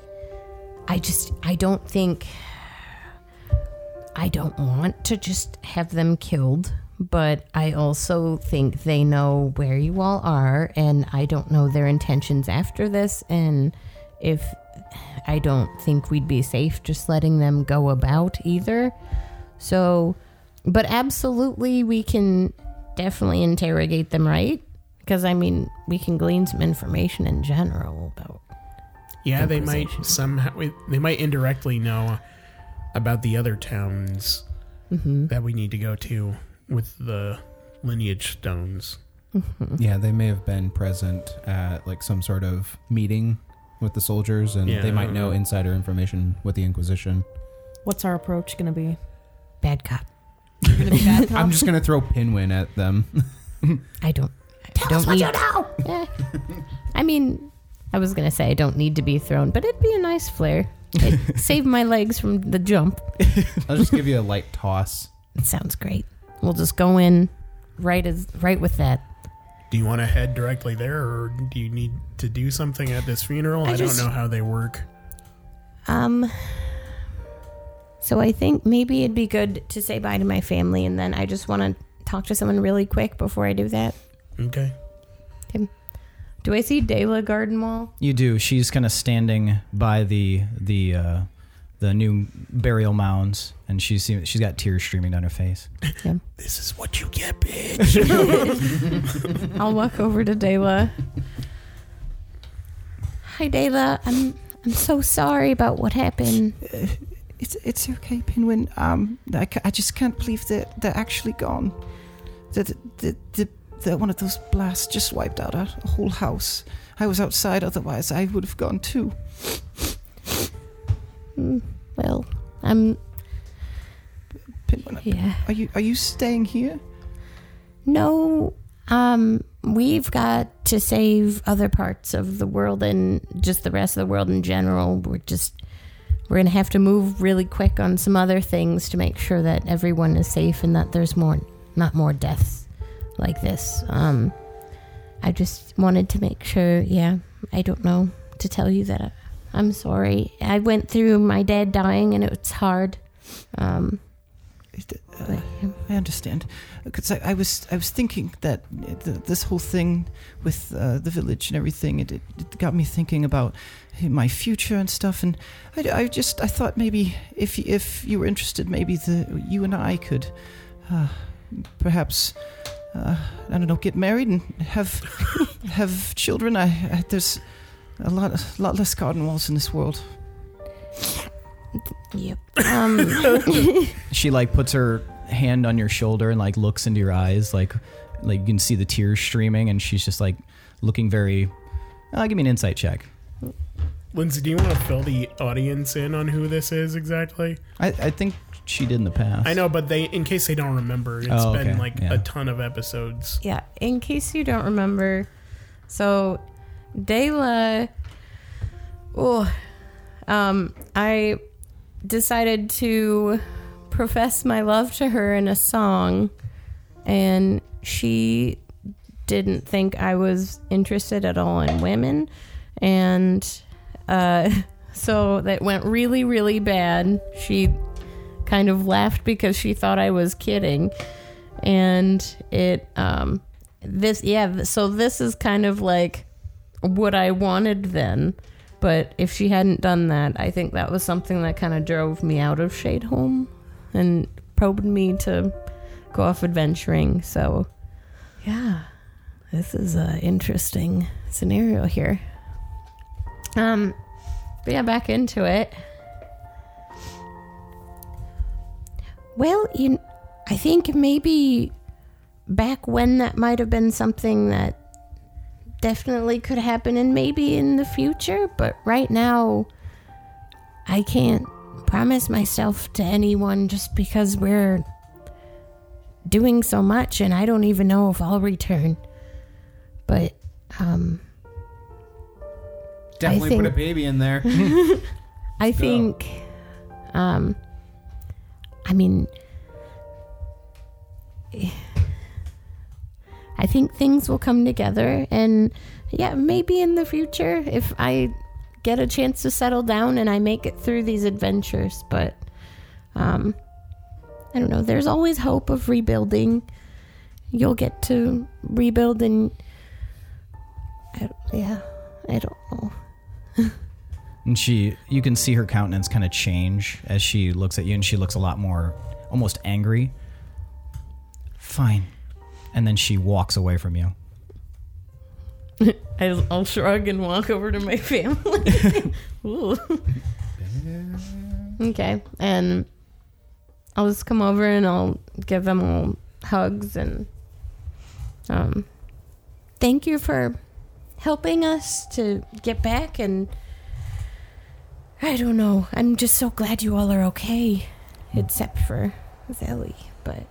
Speaker 3: I just, I don't think, I don't want to just have them killed, but I also think they know where you all are and I don't know their intentions after this. And if I don't think we'd be safe just letting them go about either. So, but absolutely, we can definitely interrogate them, right? Because I mean, we can glean some information in general about.
Speaker 5: Yeah, they might
Speaker 3: Inquisition.
Speaker 5: somehow they might indirectly know about the other towns
Speaker 3: Mm-hmm.
Speaker 5: that we need to go to with the lineage stones.
Speaker 1: Yeah, they may have been present at like some sort of meeting with the soldiers, and
Speaker 5: Yeah,
Speaker 1: they
Speaker 5: I
Speaker 1: might
Speaker 5: don't
Speaker 1: know
Speaker 5: know.
Speaker 1: insider information with the Inquisition.
Speaker 6: What's our approach going to be?
Speaker 3: Bad cop.
Speaker 6: Gonna be bad
Speaker 1: I'm *laughs*
Speaker 6: cop?
Speaker 1: just gonna throw Pinwin at them. *laughs*
Speaker 3: I don't. Tell don't us what you know. I mean, I was gonna say I don't need to be thrown, but it'd be a nice flare. *laughs* It'd save my legs from the jump.
Speaker 1: I'll just give you a light toss.
Speaker 3: It sounds great. We'll just go in right as right with that.
Speaker 5: Do you want to head directly there, or do you need to do something at this funeral? I,
Speaker 3: just-
Speaker 5: don't know how they work.
Speaker 3: Um. So I think maybe it'd be good to say bye to my family, and then I just want to talk to someone really quick before I do that.
Speaker 5: Okay.
Speaker 3: Do I see Dayla Garden Wall?
Speaker 9: You do. She's kind of standing by the the uh, the new burial mounds, and she's she's got tears streaming down her face.
Speaker 5: This is what you get,
Speaker 3: *laughs*
Speaker 5: bitch.
Speaker 3: I'll walk over to Dayla. Hi, Dayla. I'm I'm so sorry about what happened.
Speaker 11: It's it's okay, Pinwin. Um, I, ca- I just can't believe they're, they're actually gone. That the, the, the one of those blasts just wiped out our whole house. I was outside, otherwise I would have gone too.
Speaker 3: Mm, Well, I'm
Speaker 11: Pinwin,
Speaker 3: yeah.
Speaker 11: are you are you staying here?
Speaker 3: No, um, we've got to save other parts of the world and just the rest of the world in general. We're just we're gonna have to move really quick on some other things to make sure that everyone is safe and that there's more not more deaths like this. Um, I just wanted to make sure. Yeah, I don't know to tell you that. I'm sorry. I went through my dad dying and it was hard. Um,
Speaker 11: It, uh,
Speaker 3: but
Speaker 11: I understand. Because I, I was, I was thinking that th- this whole thing with uh, the village and everything, it, it, it got me thinking about my future and stuff. And I, I just, I thought maybe if, y- if you were interested, maybe the you and I could, uh, perhaps, uh, I don't know, get married and have, *laughs* have children. I, I there's a lot, a lot less garden walls in this world.
Speaker 3: Yep. Um, *laughs*
Speaker 4: She like puts her hand on your shoulder and like looks into your eyes, like like you can see the tears streaming, and she's just like looking very. Uh, give me an insight check.
Speaker 5: Lindsay, do you want to fill the audience in on who this is exactly?
Speaker 4: I, I think she did in the past.
Speaker 5: I know, but they in case they don't remember, it's
Speaker 4: Oh,
Speaker 5: been
Speaker 4: okay,
Speaker 5: like
Speaker 4: yeah.
Speaker 5: a ton of episodes.
Speaker 3: yeah. In case you don't remember, so Dayla, oh, um, I decided to profess my love to her in a song, and she didn't think I was interested at all in women, and uh, *laughs* so that went really, really bad. She kind of laughed because she thought I was kidding, and it um this yeah th- so this is kind of like what I wanted then. But if she hadn't done that, I think that was something that kind of drove me out of Shade Home and probed me to go off adventuring. So, yeah, this is a interesting scenario here. Um, but yeah, back into it. Well, you, I think maybe back when that might have been something that definitely could happen and maybe in the future, but right now I can't promise myself to anyone just because we're doing so much and I don't even know if I'll return. But um
Speaker 1: Definitely put a
Speaker 3: think-
Speaker 1: baby in there.
Speaker 3: I think um I mean I think things will come together and yeah, maybe in the future if I get a chance to settle down and I make it through these adventures, but um I don't know, there's always hope of rebuilding. You'll get to rebuild and I, don't- yeah, I don't know.
Speaker 4: And she, you can see her countenance kind of change as she looks at you, and she looks a lot more, almost angry. Fine. And then she walks away from you.
Speaker 3: I- I'll shrug and walk over to my *laughs* family.
Speaker 9: *laughs*
Speaker 3: Ooh. okay, and I'll just come over and I'll give them all hugs and um, thank you for helping us to get back and I don't know. I'm just so glad you all are okay, except for Zelly. But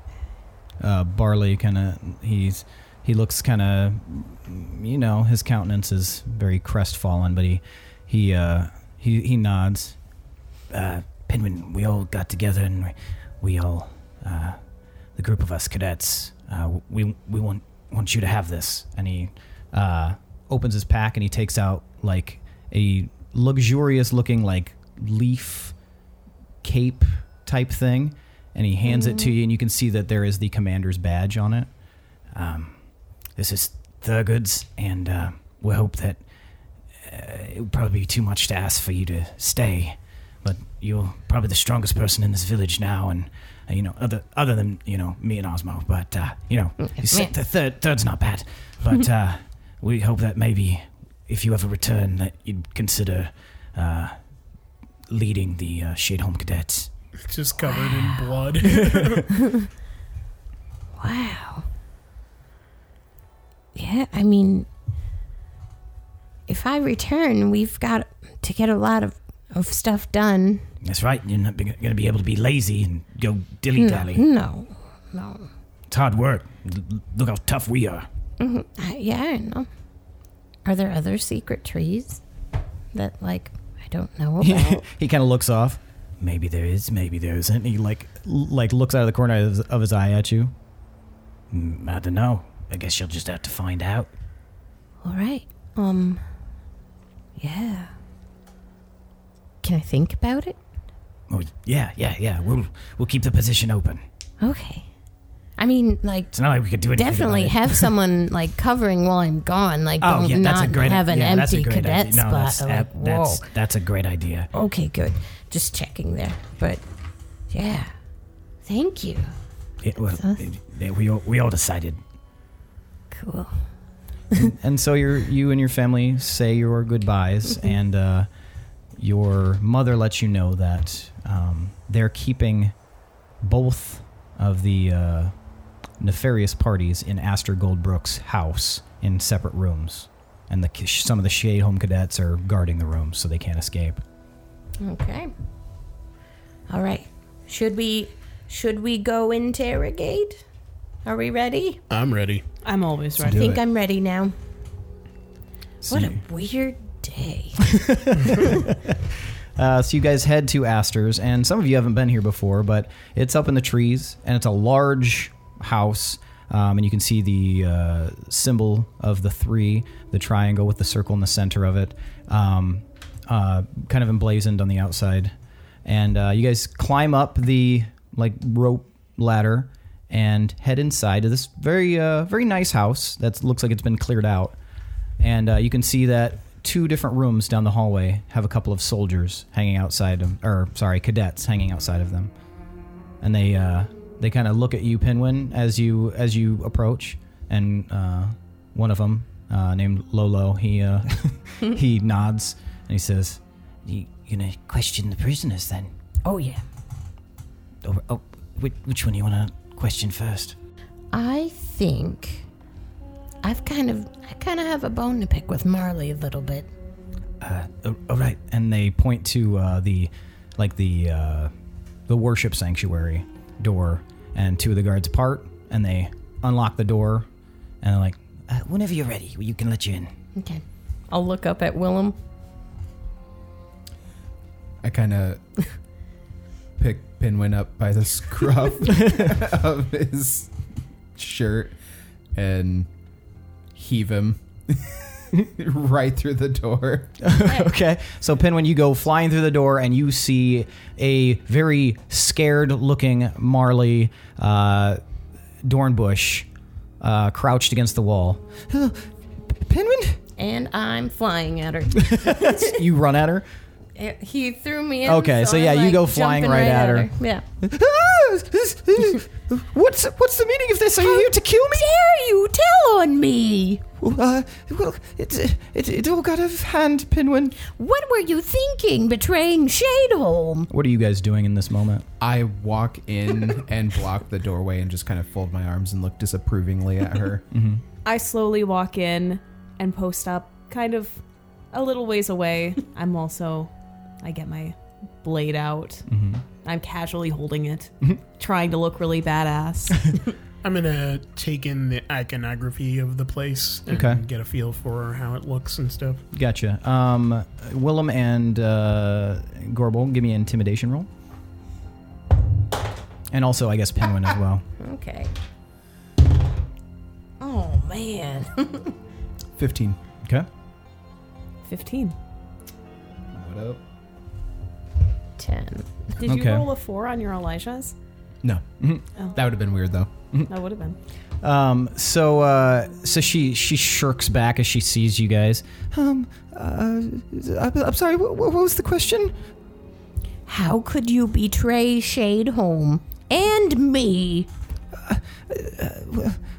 Speaker 4: uh, Barley kind of he's he looks kind of you know his countenance is very crestfallen, but he he uh, he he nods.
Speaker 9: uh, Penguin, we all got together and we, we all, uh, the group of us cadets, uh, we we want want you to have this.
Speaker 4: and he uh, opens his pack and he takes out like a luxurious looking like leaf cape type thing and he hands it to you and you can see that there is the commander's badge on it
Speaker 9: Um, this is Thurgood's, and uh, we hope that uh, it would probably be too much to ask for you to stay. But you're probably the strongest person in this village now, and uh, you know, other other than you know me and Osmo. But uh, you know, you said the third third's not bad. But uh, we hope that maybe if you ever return, that you'd consider uh, leading the uh, Shadeholm cadets.
Speaker 5: It's just covered in *laughs* blood.
Speaker 3: Wow. Yeah, I mean, if I return, we've got to get a lot of, of stuff done.
Speaker 9: That's right. You're not going to be able to be lazy and go dilly dally.
Speaker 3: No, no.
Speaker 9: It's hard work. L- look how tough we are.
Speaker 3: Mhm. I- Yeah, I know. Are there other secret trees that, like, I don't know
Speaker 9: *laughs*
Speaker 3: about?
Speaker 4: he kind of looks off
Speaker 9: Maybe there is, maybe there isn't. He like,
Speaker 4: like looks out of the corner of his, of his eye at you
Speaker 9: "Mm, I don't know. I guess you'll just have to find out.
Speaker 3: All right. Um, yeah. Can I think about it?
Speaker 9: Oh, yeah, yeah, yeah. We'll we'll keep the position open.
Speaker 3: Okay. I mean, like,
Speaker 4: It's not like we could do anything.
Speaker 3: definitely
Speaker 4: about it. *laughs*
Speaker 3: have someone like covering while I'm gone. Like,
Speaker 4: Oh
Speaker 3: don't
Speaker 4: yeah, that's
Speaker 3: not
Speaker 4: a great.
Speaker 3: have an
Speaker 4: yeah, that's a
Speaker 3: empty
Speaker 4: great
Speaker 3: cadet
Speaker 4: idea. No,
Speaker 3: spot.
Speaker 4: that's,
Speaker 3: I'm like,
Speaker 4: that-
Speaker 3: whoa.
Speaker 4: that's that's a great idea.
Speaker 3: Okay, good. Just checking there. But yeah, thank you.
Speaker 4: It, well,
Speaker 3: That's us.
Speaker 4: it- it- we all, we all decided.
Speaker 3: Cool.
Speaker 9: And so you you and your family say your goodbyes, *laughs* and uh, your mother lets you know that um, they're keeping both of the uh, nefarious parties in Astor Goldbrook's house in separate rooms, and the some of the Shade Home cadets are guarding the rooms so they can't escape.
Speaker 3: Okay. All right. Should we should we go interrogate? Are we ready?
Speaker 5: I'm ready.
Speaker 6: I'm always
Speaker 3: I
Speaker 6: ready.
Speaker 3: think I'm ready now. What a weird day.
Speaker 9: Uh, so you guys head to Astor's, and some of you haven't been here before, but it's up in the trees, and it's a large house, um, and you can see the uh, symbol of the three, the triangle with the circle in the center of it, um, uh, kind of emblazoned on the outside. And uh, you guys climb up the like rope ladder and head inside to this very uh, very nice house that looks like it's been cleared out and uh, you can see that two different rooms down the hallway have a couple of soldiers hanging outside of, or sorry, cadets hanging outside of them, and they uh, they kind of look at you, Penguin, as you as you approach, and uh, one of them uh, named Lolo, he uh, *laughs* he nods and he says,
Speaker 4: You you gonna question the prisoners then?
Speaker 3: Oh yeah.
Speaker 4: Or, oh, which, which one do you wanna question first?
Speaker 3: I think I've kind of I kind of have a bone to pick with Marley a little bit.
Speaker 4: Uh, oh, oh, right.
Speaker 9: and they point to uh, the like the uh, the worship sanctuary door, and two of the guards part, and they unlock the door, and they're like,
Speaker 4: Uh, whenever you're ready, you can let you
Speaker 9: *laughs*
Speaker 4: in.
Speaker 3: Okay.
Speaker 10: I'll look up at Willem.
Speaker 1: I kind of pick Pinwin up by the scruff of his shirt and heave him *laughs* right through the door.
Speaker 9: Okay. So, Penguin, you go flying through the door and you see a very scared looking Marley uh, Dornbush uh, crouched against the wall. *gasps* Penguin?
Speaker 3: And I'm flying *laughs* at her.
Speaker 9: *laughs* You run at her.
Speaker 3: It- he threw me in.
Speaker 9: Okay, so yeah,
Speaker 3: I'm,
Speaker 9: you
Speaker 3: like,
Speaker 9: go flying
Speaker 3: jumping
Speaker 9: right at her.
Speaker 3: Yeah.
Speaker 9: *laughs* what's, what's the meaning of this? Are you here to kill me?
Speaker 3: Dare you tell on me?
Speaker 11: Uh, well, it, it, it all got out of hand, Pinwin.
Speaker 3: What were you thinking betraying Shadeholm?
Speaker 9: What are you guys doing in this moment?
Speaker 1: I walk in and block the doorway and just kind of fold my arms and look disapprovingly at her.
Speaker 6: I slowly walk in and post up, kind of a little ways *laughs* away. I'm also, I get my blade out. I'm casually holding it, trying to look really badass.
Speaker 5: I'm gonna take in the iconography of the place and
Speaker 9: Okay.
Speaker 5: get a feel for how it looks and stuff.
Speaker 9: Gotcha. Um, Willem and uh, Gorbel, give me an intimidation roll. And also, I guess, Penguin as well.
Speaker 3: Okay. Oh man.
Speaker 1: 15.
Speaker 9: Okay.
Speaker 6: 15.
Speaker 1: What up?
Speaker 3: *laughs* Ten.
Speaker 6: Did
Speaker 9: Okay.
Speaker 6: you roll a four on your Elijah's?
Speaker 1: No. That would have been weird though.
Speaker 6: That would have been.
Speaker 9: Um, so uh, so she she shirks back as she sees you guys.
Speaker 11: Um, uh, I'm, I'm sorry, what, what was the question?
Speaker 3: How could you betray Shadeholm and me?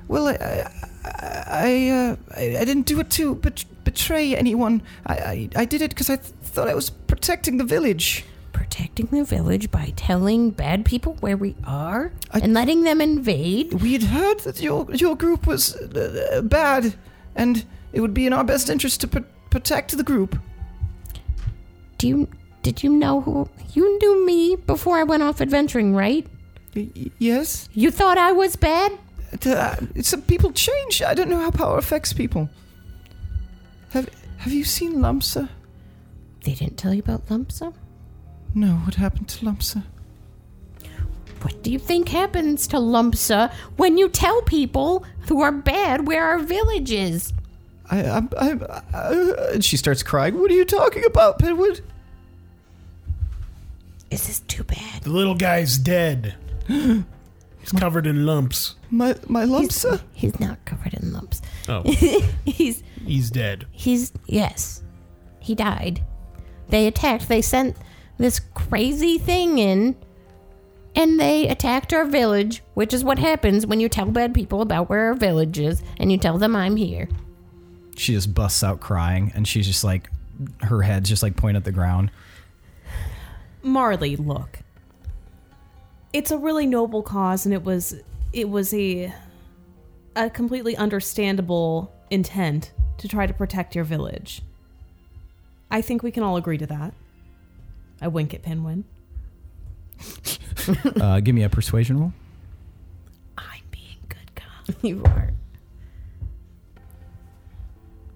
Speaker 11: Well, I, I, I, uh, I, I didn't do it to bet- betray anyone. I, I, I did it because I th- thought I was protecting the village.
Speaker 3: Protecting the village by telling bad people where we are
Speaker 11: I-
Speaker 3: and letting them invade?
Speaker 11: We had heard that your your group was uh, uh, bad, and it would be in our best interest to pr- protect the group.
Speaker 3: Do you did you know who you knew me before I went off adventuring, right?
Speaker 11: Y- y- yes,
Speaker 3: You thought I was bad?
Speaker 11: Uh, some people change. I don't know how power affects people. Have Have you seen Lumpsa?
Speaker 3: They didn't tell you about Lumpsa?
Speaker 11: No, what happened to Lumpsa?
Speaker 3: What do you think happens to Lumpsa when you tell people who are bad where our village is?
Speaker 11: I, I'm, I'm, uh, and she starts crying. What are you talking about, Pinwood?
Speaker 3: Is this too bad?
Speaker 5: The little guy's dead. It's covered in lumps.
Speaker 11: My my lump,
Speaker 3: He's,
Speaker 11: sir.
Speaker 3: he's not covered in lumps. *laughs*
Speaker 5: Oh,
Speaker 3: He's
Speaker 5: *laughs* he's dead.
Speaker 3: He's yes. He died. They attacked. They sent this crazy thing in and they attacked our village, which is what happens when you tell bad people about where our village is and you tell them I'm here.
Speaker 9: She just busts out crying, and she's just like, her head's just like point at the ground.
Speaker 6: Marley, look. It's a really noble cause and it was it was a a completely understandable intent to try to protect your village. I think we can all agree to that. I wink at Pinwin.
Speaker 9: Uh, give me a persuasion roll.
Speaker 10: I'm being good cop.
Speaker 3: *laughs* You are.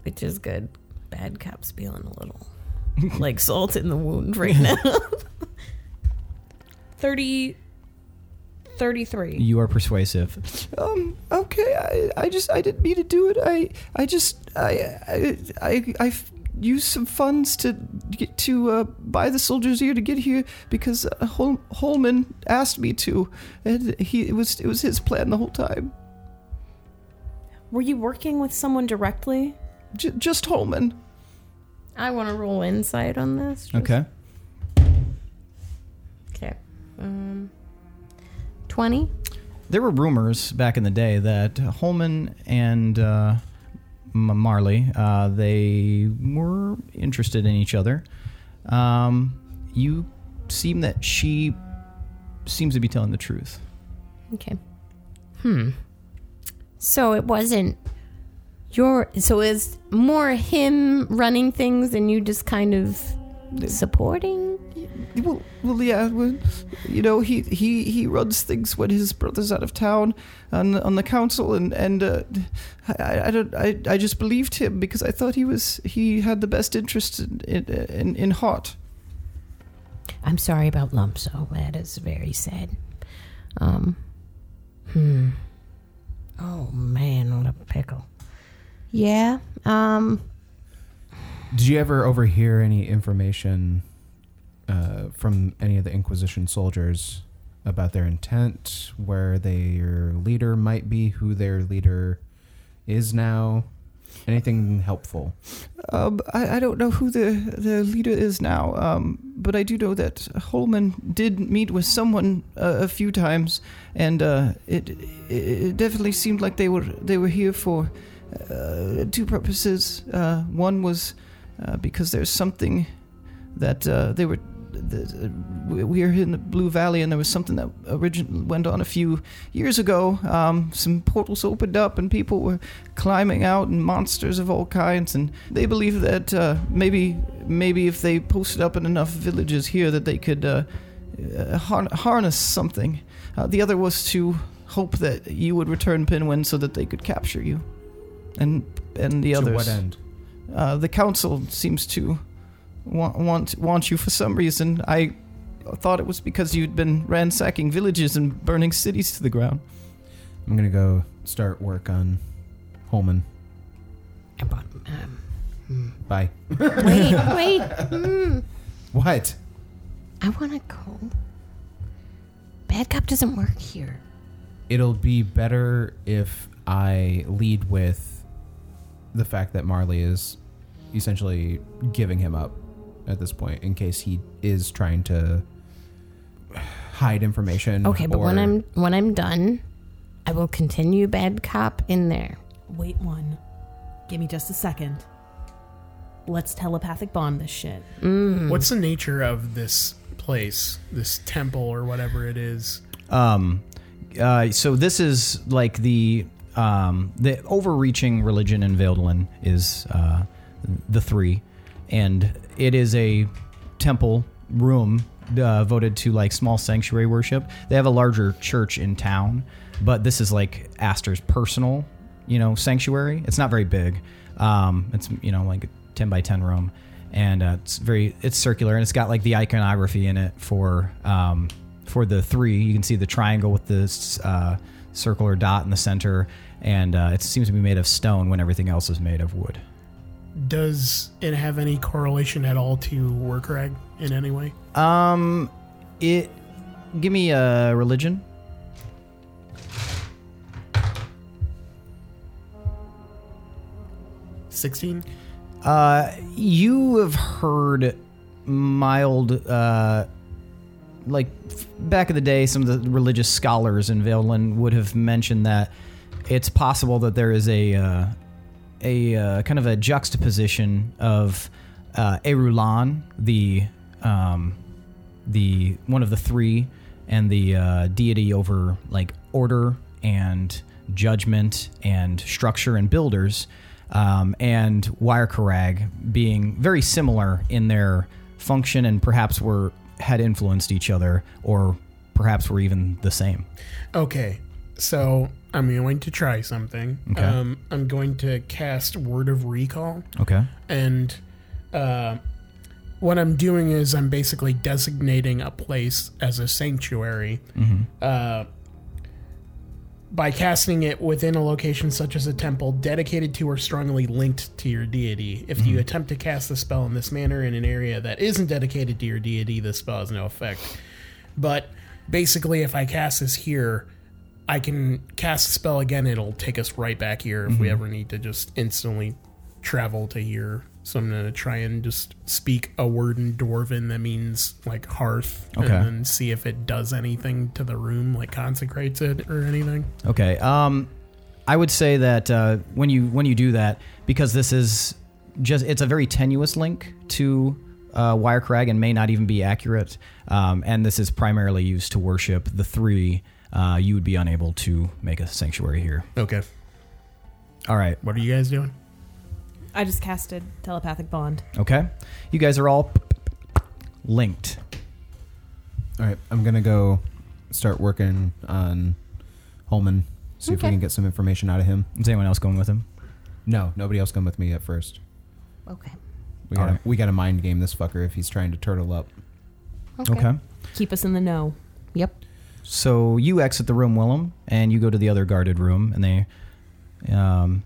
Speaker 10: Which is good. Bad cop's feeling a little like salt in the wound right
Speaker 6: *laughs*
Speaker 10: now.
Speaker 6: 30 33.
Speaker 9: You are persuasive.
Speaker 11: Um. Okay. I, I just I didn't mean to do it. I I just I I I I've used some funds to get to uh, buy the soldier's ear to get here because uh, Hol- Holman asked me to, and he it was it was his plan the whole time.
Speaker 6: Were you working with someone directly?
Speaker 11: J- just Holman.
Speaker 10: I want to roll insight on this.
Speaker 9: Okay.
Speaker 10: Okay. Um,
Speaker 3: 20?
Speaker 9: There were rumors back in the day that Holman and uh, M- Marley uh, they were interested in each other. Um, you seem that she seems to be telling the truth.
Speaker 3: Okay. Hmm. So it wasn't your so it's more him running things than you just kind of supporting?
Speaker 11: Well, well, yeah. Well, you know, he, he, he runs things when his brother's out of town on on the council, and and uh, I, I don't I, I just believed him because I thought he was he had the best interest in in, in, in heart.
Speaker 3: I'm sorry about Lumso. That is very sad. Um, hmm. Oh man, what a pickle. Yeah. Um.
Speaker 1: Did you ever overhear any information uh, from any of the Inquisition soldiers about their intent, where their leader might be, who their leader is now? Anything helpful?
Speaker 11: Um, I, I don't know who the, the leader is now, um, but I do know that Holman did meet with someone uh, a few times, and uh, it, it it definitely seemed like they were they were here for uh, two purposes. Uh, one was uh, because there's something that uh, they were. The, we we are in the Blue Valley, and there was something that origin went on a few years ago. Um, some portals opened up, and people were climbing out and monsters of all kinds and they believe that uh, maybe maybe if they posted up in enough villages here that they could uh, uh, har- harness something uh, the other was to hope that you would return pinwin so that they could capture you and and the
Speaker 1: to
Speaker 11: others
Speaker 1: what end?
Speaker 11: Uh, the council seems to want, want want you for some reason i thought it was because you'd been ransacking villages and burning cities to the ground
Speaker 1: I'm gonna go start work on Holman.
Speaker 3: About, um
Speaker 1: Bye.
Speaker 3: *laughs* wait, wait. Mm,
Speaker 1: What?
Speaker 3: I want to go. Bad cop doesn't work here.
Speaker 1: It'll be better if I lead with the fact that Marley is essentially giving him up at this point in case he is trying to hide information.
Speaker 3: Okay, but when
Speaker 1: Mm, or-
Speaker 3: I'm when I'm done, I will continue bad cop in there.
Speaker 6: Wait one. Give me just a second. Let's telepathic bond this shit.
Speaker 3: Hmm.
Speaker 5: What's the nature of this place, this temple or whatever it is?
Speaker 9: Um, uh, so this is like the um, the overreaching religion in Veldlin is uh, the three, and it is a temple room uh, voted to like small sanctuary worship. They have a larger church in town, but this is like Aster's personal, you know, sanctuary. It's not very big. Um, it's you know like a ten by ten room. And uh, it's very it's circular and it's got like the iconography in it for um, for the three. You can see the triangle with this uh, circle or dot in the center, and uh, it seems to be made of stone when everything else is made of wood.
Speaker 5: Does it have any correlation at all to Warcrag in any way?
Speaker 9: Um, it. Give me a religion.
Speaker 5: 16?
Speaker 9: Uh, you have heard mild, uh, like f- back in the day, some of the religious scholars in Valen would have mentioned that it's possible that there is a uh, a uh, kind of a juxtaposition of uh, Erulan, the um, the one of the three, and the uh, deity over like order and judgment and structure and builders, um, and Wirekarag being very similar in their function and perhaps were had influenced each other or perhaps were even the same.
Speaker 5: Okay, so I'm going to try something.
Speaker 9: Okay.
Speaker 5: Um, I'm going to cast Word of Recall.
Speaker 9: Okay.
Speaker 5: and uh, what I'm doing is I'm basically designating a place as a sanctuary. Uh, by casting it within a location such as a temple dedicated to or strongly linked to your deity, if you attempt to cast the spell in this manner in an area that isn't dedicated to your deity, the spell has no effect. But basically, if I cast this here, I can cast the spell again. It'll take us right back here if we ever need to just instantly travel to here. So I'm gonna try and just speak a word in Dwarven that means like hearth,
Speaker 9: Okay.
Speaker 5: and then see if it does anything to the room, like consecrates it or anything.
Speaker 9: Okay. Um, I would say that uh, when you when you do that, because this is just it's a very tenuous link to uh, Wirecrag and may not even be accurate. Um, and this is primarily used to worship the three. Uh, you would be unable to make a sanctuary here.
Speaker 5: Okay.
Speaker 9: All right.
Speaker 5: What are you guys doing?
Speaker 6: I just casted telepathic bond.
Speaker 9: Okay. You guys are all linked.
Speaker 1: All right, I'm gonna go start working on Holman. See if we
Speaker 3: Okay.
Speaker 1: can get some information out of him.
Speaker 9: Is anyone else going with him?
Speaker 1: No, nobody else come with me at first.
Speaker 3: Okay.
Speaker 1: We got to
Speaker 9: Alright.
Speaker 1: we got to mind game this fucker if he's trying to turtle up.
Speaker 9: okay.
Speaker 6: Keep us in the know.
Speaker 3: Yep.
Speaker 9: So you exit the room, Willem, and you go to the other guarded room, and they um,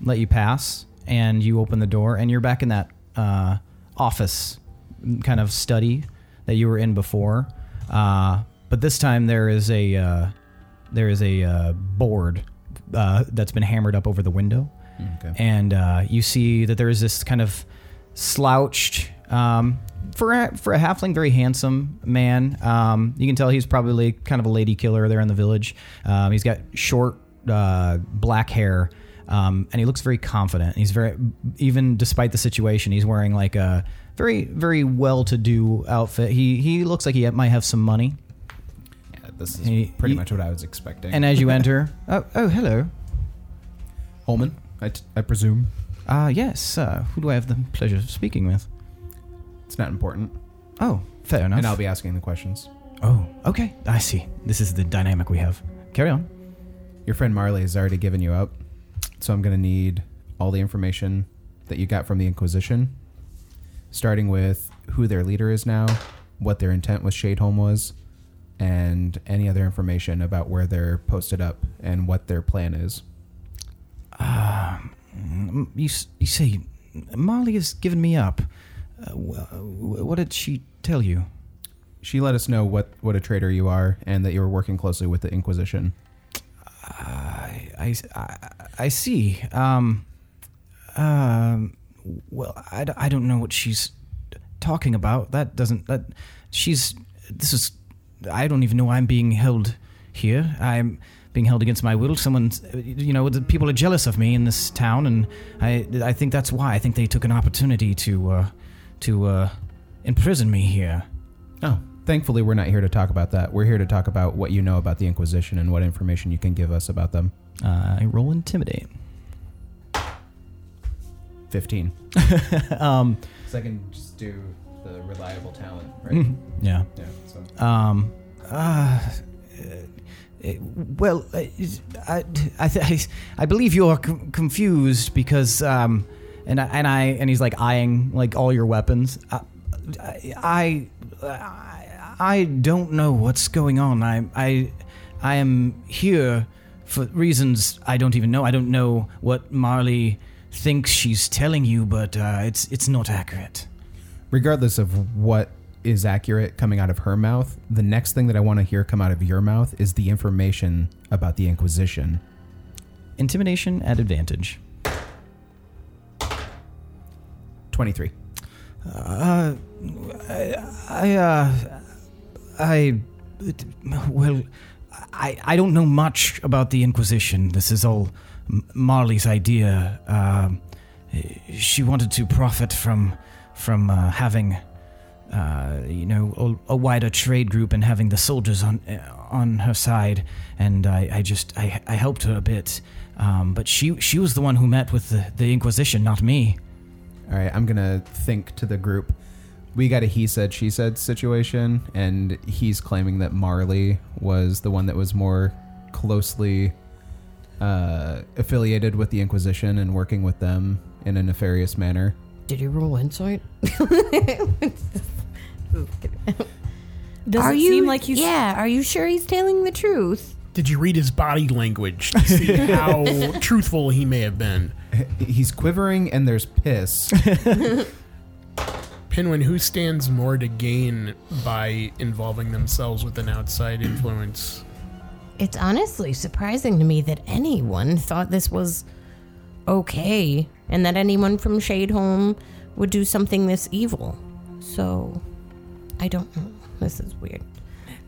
Speaker 9: let you pass, and you open the door, and you're back in that uh, office kind of study that you were in before. Uh, but this time there is a uh, there is a uh, board uh, that's been hammered up over the window,
Speaker 1: Okay.
Speaker 9: and uh, you see that there is this kind of slouched um, for a, for a halfling, very handsome man. Um, you can tell he's probably kind of a lady killer there in the village. Um, he's got short uh, black hair. Um, and he looks very confident. He's very, even despite the situation, he's wearing like a very, very well-to-do outfit. He he looks like he might have some money.
Speaker 1: Yeah, this is
Speaker 9: He-
Speaker 1: pretty
Speaker 9: he-
Speaker 1: much what I was expecting.
Speaker 9: And as
Speaker 1: *laughs*
Speaker 9: you enter, oh, oh, hello.
Speaker 1: Holman, I, t- I presume
Speaker 9: Uh, yes. Uh, who do I have the pleasure of speaking with?
Speaker 1: it's not important,
Speaker 9: Oh, fair enough.
Speaker 1: and I'll be asking the questions.
Speaker 9: Oh, okay. I see. This is the dynamic we have. Carry on.
Speaker 1: Your friend Marley has already given you up, so I'm gonna need all the information that you got from the Inquisition, starting with who their leader is now, what their intent with Shadeholm was, and any other information about where they're posted up and what their plan is.
Speaker 4: Mm, You, s- you say, Molly has given me up. Uh, wh- wh- what did she tell you?
Speaker 1: She let us know what what a traitor you are and that you were working closely with the Inquisition.
Speaker 4: I, I, I see. Um, um, well, I, d- I don't know what she's talking about. That doesn't. That she's. This is. I don't even know why I'm being held here. I'm being held against my will. Someone's. You know, the people are jealous of me in this town, and I. I think that's why. I think they took an opportunity to, uh, to uh, imprison me here.
Speaker 1: Oh, thankfully we're not here to talk about that. We're here to talk about what you know about the Inquisition and what information you can give us about them.
Speaker 9: Uh, I roll intimidate.
Speaker 1: 15. um, so I can just do the reliable talent, right?
Speaker 4: Mm-hmm.
Speaker 9: Yeah.
Speaker 1: Yeah, so.
Speaker 9: Um,
Speaker 4: Well, I, I, I, I believe you're com- confused because, um, and I, and I,
Speaker 9: and he's like eyeing like all your weapons. Uh,
Speaker 4: I, I, I don't know what's going on. I, I, I am here for reasons I don't even know. I don't know what Marley thinks she's telling you, but uh, it's it's not accurate.
Speaker 1: Regardless of what is accurate coming out of her mouth, the next thing that I want to hear come out of your mouth is the information about the Inquisition.
Speaker 9: intimidation at advantage.
Speaker 1: 23.
Speaker 4: Uh, I, I, uh, I, it- well, I, I don't know much about the Inquisition. This is all M- Marley's idea. Um, she wanted to profit from, from uh, having, uh, you know, a, a wider trade group and having the soldiers on, on her side. And I, I just, I, I helped her a bit. Um, but she, she was the one who met with the, the Inquisition, not me.
Speaker 1: All right, I'm going to think to the group. We got a he said, she said situation, and he's claiming that Marley was the one that was more closely uh, affiliated with the Inquisition and working with them in a nefarious manner.
Speaker 3: Did you roll insight?
Speaker 6: Does
Speaker 3: are
Speaker 6: it
Speaker 3: you
Speaker 6: seem like he's
Speaker 3: Yeah, are you sure he's telling the truth?
Speaker 5: Did you read his body language to *laughs* see how truthful he may have been?
Speaker 1: He's quivering and there's piss.
Speaker 5: Pinwin, who stands more to gain by involving themselves with an outside influence?
Speaker 3: It's honestly surprising to me that anyone thought this was okay and that anyone from Shadeholm would do something this evil. So, I don't know. This is weird.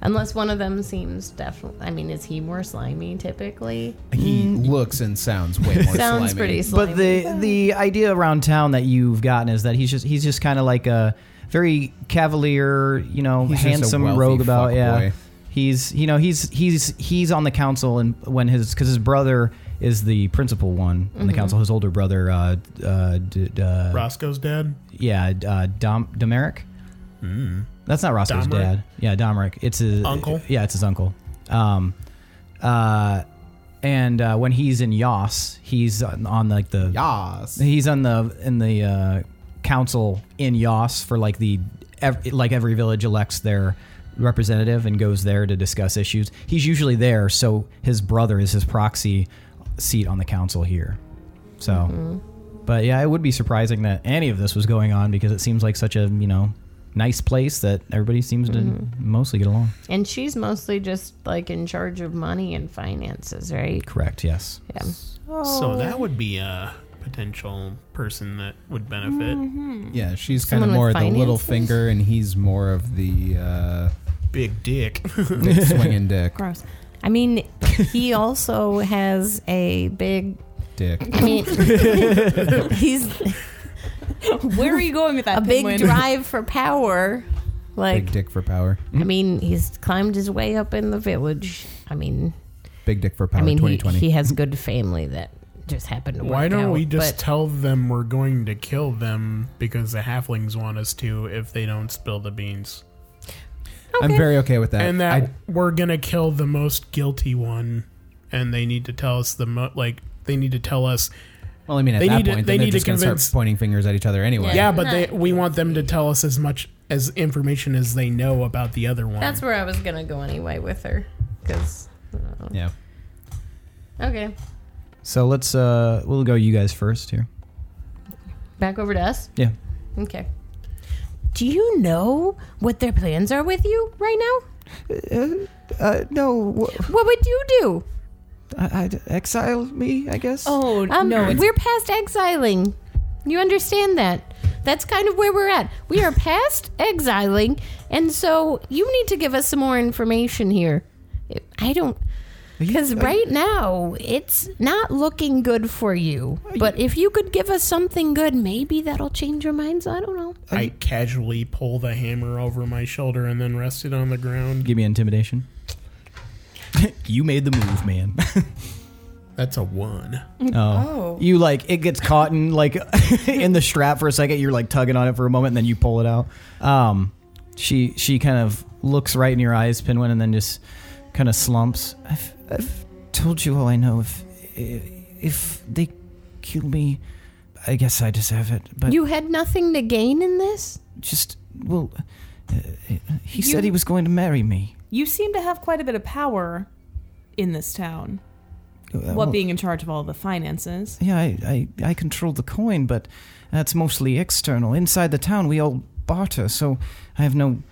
Speaker 3: Unless one of them seems definitely. I mean, is he more slimy typically?
Speaker 1: he looks and sounds way more
Speaker 3: Mm. Sounds
Speaker 1: slimy.
Speaker 3: pretty slimy.
Speaker 9: But the the idea around town that you've gotten is that he's just he's just kind of like a very cavalier, you know,
Speaker 1: He's just a
Speaker 9: handsome
Speaker 1: wealthy
Speaker 9: rogue about yeah.
Speaker 1: fuckboy.
Speaker 9: He's you know he's he's he's on the council and when his because his brother is the principal one on the council. His older brother, uh, uh, d- d- uh,
Speaker 5: Roscoe's dad?
Speaker 9: yeah, uh, Dom Domeric. That's not Roscoe's
Speaker 5: Domeric?
Speaker 9: dad. Yeah, Domeric. It's his
Speaker 5: Uncle?
Speaker 9: Yeah, it's his uncle. Um, uh, and uh, when he's in Yos, he's on, on like the
Speaker 1: Yas.
Speaker 9: He's on the in the uh, council in Yos for like the ev- like every village elects their representative and goes there to discuss issues. He's usually there, so his brother is his proxy seat on the council here. So, but yeah, it would be surprising that any of this was going on because it seems like such a you know nice place that everybody seems to mostly get along.
Speaker 3: and she's mostly just like in charge of money and finances, right?
Speaker 9: Correct. Yes.
Speaker 3: Yeah.
Speaker 5: So that would be a potential person that would benefit.
Speaker 3: Mm-hmm.
Speaker 1: Yeah, she's kind of
Speaker 3: Someone
Speaker 1: more
Speaker 3: with
Speaker 1: of the little
Speaker 3: finances?
Speaker 1: finger, and he's more of the uh,
Speaker 5: Big dick.
Speaker 3: *laughs*
Speaker 1: big swinging dick.
Speaker 6: gross?
Speaker 3: I mean, he also has a big.
Speaker 1: Dick.
Speaker 3: I *laughs* mean, he's
Speaker 6: Where are you going with
Speaker 3: *laughs*
Speaker 6: that?
Speaker 3: a big
Speaker 6: Penguin?
Speaker 3: drive for power. Like,
Speaker 1: Big dick for power.
Speaker 3: I mean, he's climbed his way up in the village. I mean,
Speaker 1: Big dick for power.
Speaker 3: I mean, he,
Speaker 1: 2020.
Speaker 3: he has good family that just happened to work
Speaker 5: Why don't
Speaker 3: out,
Speaker 5: we just
Speaker 3: but- *laughs*
Speaker 5: tell them we're going to kill them because the halflings want us to if they don't spill the beans?
Speaker 1: I'm very okay with that.
Speaker 5: and that
Speaker 1: I-
Speaker 5: we're gonna kill the most guilty one, and they need to tell us the mo- like they need to tell us.
Speaker 1: well, I mean, at
Speaker 5: they
Speaker 1: that
Speaker 5: need to-
Speaker 1: point,
Speaker 5: they
Speaker 1: then they're
Speaker 5: need to
Speaker 1: just going to
Speaker 5: convince-
Speaker 1: start pointing fingers at each other anyway.
Speaker 5: Yeah, but
Speaker 10: not
Speaker 5: they we want them to tell us as much as information as they know about the other one.
Speaker 10: That's where I was gonna go anyway with her, because
Speaker 3: uh,
Speaker 1: Yeah.
Speaker 10: okay,
Speaker 9: So let's uh we'll go you guys first here.
Speaker 3: back over to us.
Speaker 9: Yeah.
Speaker 10: okay.
Speaker 3: Do you know what their plans are with you right
Speaker 11: Uh, no, wh-
Speaker 3: now? What would you do?
Speaker 11: I, would exile me, I guess.
Speaker 6: Oh
Speaker 3: Um,
Speaker 6: no! It's,
Speaker 3: we're past exiling. You understand that? That's kind of where we're at. We are past exiling, and so you need to give us some more information here. I don't. Because right now, it's not looking good for you. But if you could give us something good, maybe that'll change your minds. I don't know.
Speaker 5: I casually pull the hammer over my shoulder and then rest it on the ground.
Speaker 9: Give me intimidation. *laughs* you made the move, man.
Speaker 5: That's a one.
Speaker 9: Oh. You like it gets caught in like *laughs* in the strap for a second. You're like tugging on it for a moment, and then you pull it out. Um, she she kind of looks right in your eyes, Pinwin, and then just kind of slumps.
Speaker 4: I've, I've told you all I know. If if they kill me, I guess I deserve it. But
Speaker 3: You had nothing to gain in this?
Speaker 4: just well, uh, he said he was going to marry me.
Speaker 6: you seem to have quite a bit of power in this town.
Speaker 4: Uh,
Speaker 6: What
Speaker 4: well,
Speaker 6: being in charge of all the finances?
Speaker 4: Yeah, I, I I control the coin, but that's mostly external. Inside the town, we
Speaker 9: *laughs*
Speaker 4: all barter, so I have no.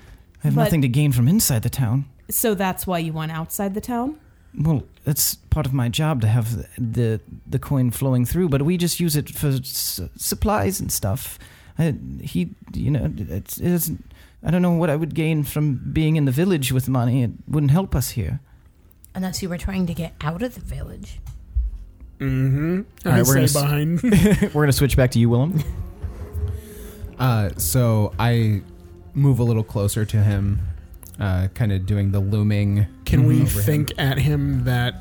Speaker 4: I have
Speaker 6: But-
Speaker 4: nothing to gain from inside the town.
Speaker 6: So that's why you want outside the town.
Speaker 4: Well, it's part of my job to have the the coin flowing through, but we just use it for s- supplies and stuff.
Speaker 11: I, Uh, he, you know, it's, it's, I don't know what I would gain from being in the village with money. It wouldn't help us here.
Speaker 3: Unless you were trying to get out of the village.
Speaker 5: Mm-hmm.
Speaker 4: All right,
Speaker 5: I
Speaker 4: we're gonna s-
Speaker 5: stay behind.
Speaker 4: *laughs*
Speaker 5: *laughs*
Speaker 4: We're gonna switch back to you, Willem.
Speaker 1: Uh, so I move a little closer to him, uh, kind of doing the looming.
Speaker 5: Can we
Speaker 1: over him.
Speaker 5: think at him that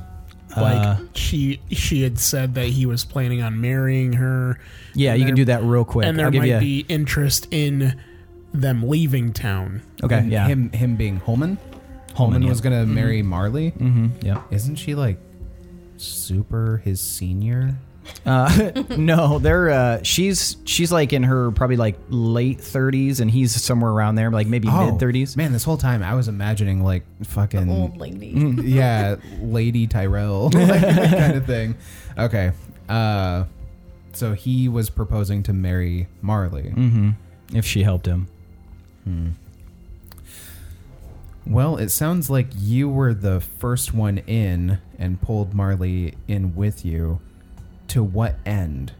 Speaker 5: like
Speaker 4: Uh,
Speaker 5: she she had said that he was planning on marrying her
Speaker 4: *laughs* Yeah,
Speaker 5: And
Speaker 4: you can
Speaker 5: there-
Speaker 4: do that real quick.
Speaker 5: and there
Speaker 4: I'll give
Speaker 5: might
Speaker 4: you. a-
Speaker 5: be interest in them leaving town.
Speaker 4: okay, yeah.
Speaker 9: *laughs*
Speaker 1: Him, him being Holman.
Speaker 4: Holman,
Speaker 1: Holman
Speaker 4: yeah. Mm-hmm.
Speaker 1: was gonna marry Marley.
Speaker 4: hmm yeah.
Speaker 1: Isn't she like super his senior?
Speaker 4: Uh, no, they're uh, she's she's like in her probably like late thirties, and he's somewhere around there, like maybe
Speaker 1: Oh,
Speaker 4: mid thirties.
Speaker 1: Man, this whole time I was imagining like fucking
Speaker 6: Old lady.
Speaker 1: *laughs* yeah, Lady Tyrell *laughs* like, that kind of
Speaker 4: *laughs*
Speaker 1: thing. Okay. Uh, so he was proposing to marry Marley.
Speaker 4: Mm-hmm. If she helped him,
Speaker 1: Well, it sounds like you were the first one in and pulled Marley in with you. To what end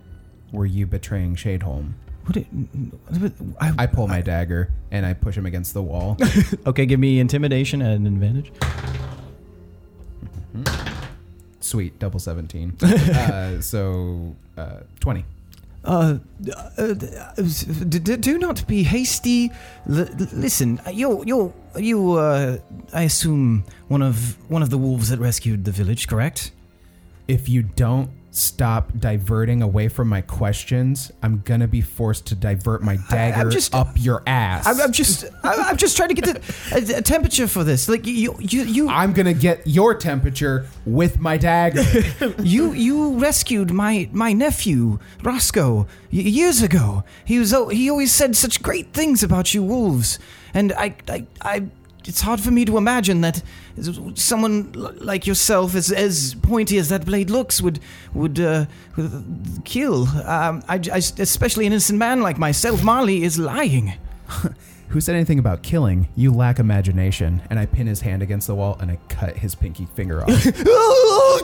Speaker 1: were you betraying Shadeholm?
Speaker 11: What it, what- I,
Speaker 1: I pull my dagger and I push him against the
Speaker 11: *laughs*
Speaker 1: wall.
Speaker 4: okay, give me intimidation at an advantage.
Speaker 1: Sweet, double
Speaker 11: *laughs*
Speaker 1: 17. uh, so uh, 20.
Speaker 11: uh, uh, d- d- do not be hasty. L- l- listen, you, you, you. Uh, I assume one of one of the wolves that rescued the village, correct?
Speaker 1: If you don't stop diverting away from my questions, I'm going to be forced to divert my dagger
Speaker 11: just-
Speaker 1: up your ass.
Speaker 11: I'm, I'm just, I'm, I'm just trying to get the, a, a temperature for this. Like you, you, you,
Speaker 1: I'm gonna get your temperature with my
Speaker 11: *laughs*
Speaker 1: dagger.
Speaker 11: you, you rescued my my nephew Roscoe y- years ago. He was, al- he always said such great things about you wolves, and I, I, I. It's hard for me to imagine that someone l- like yourself, as as pointy as that blade looks, would would uh, kill. Um, I, I, especially an innocent man like myself. Marley is lying.
Speaker 1: Who said anything about killing? You lack imagination. And I pin his hand against the wall and I cut his pinky finger off.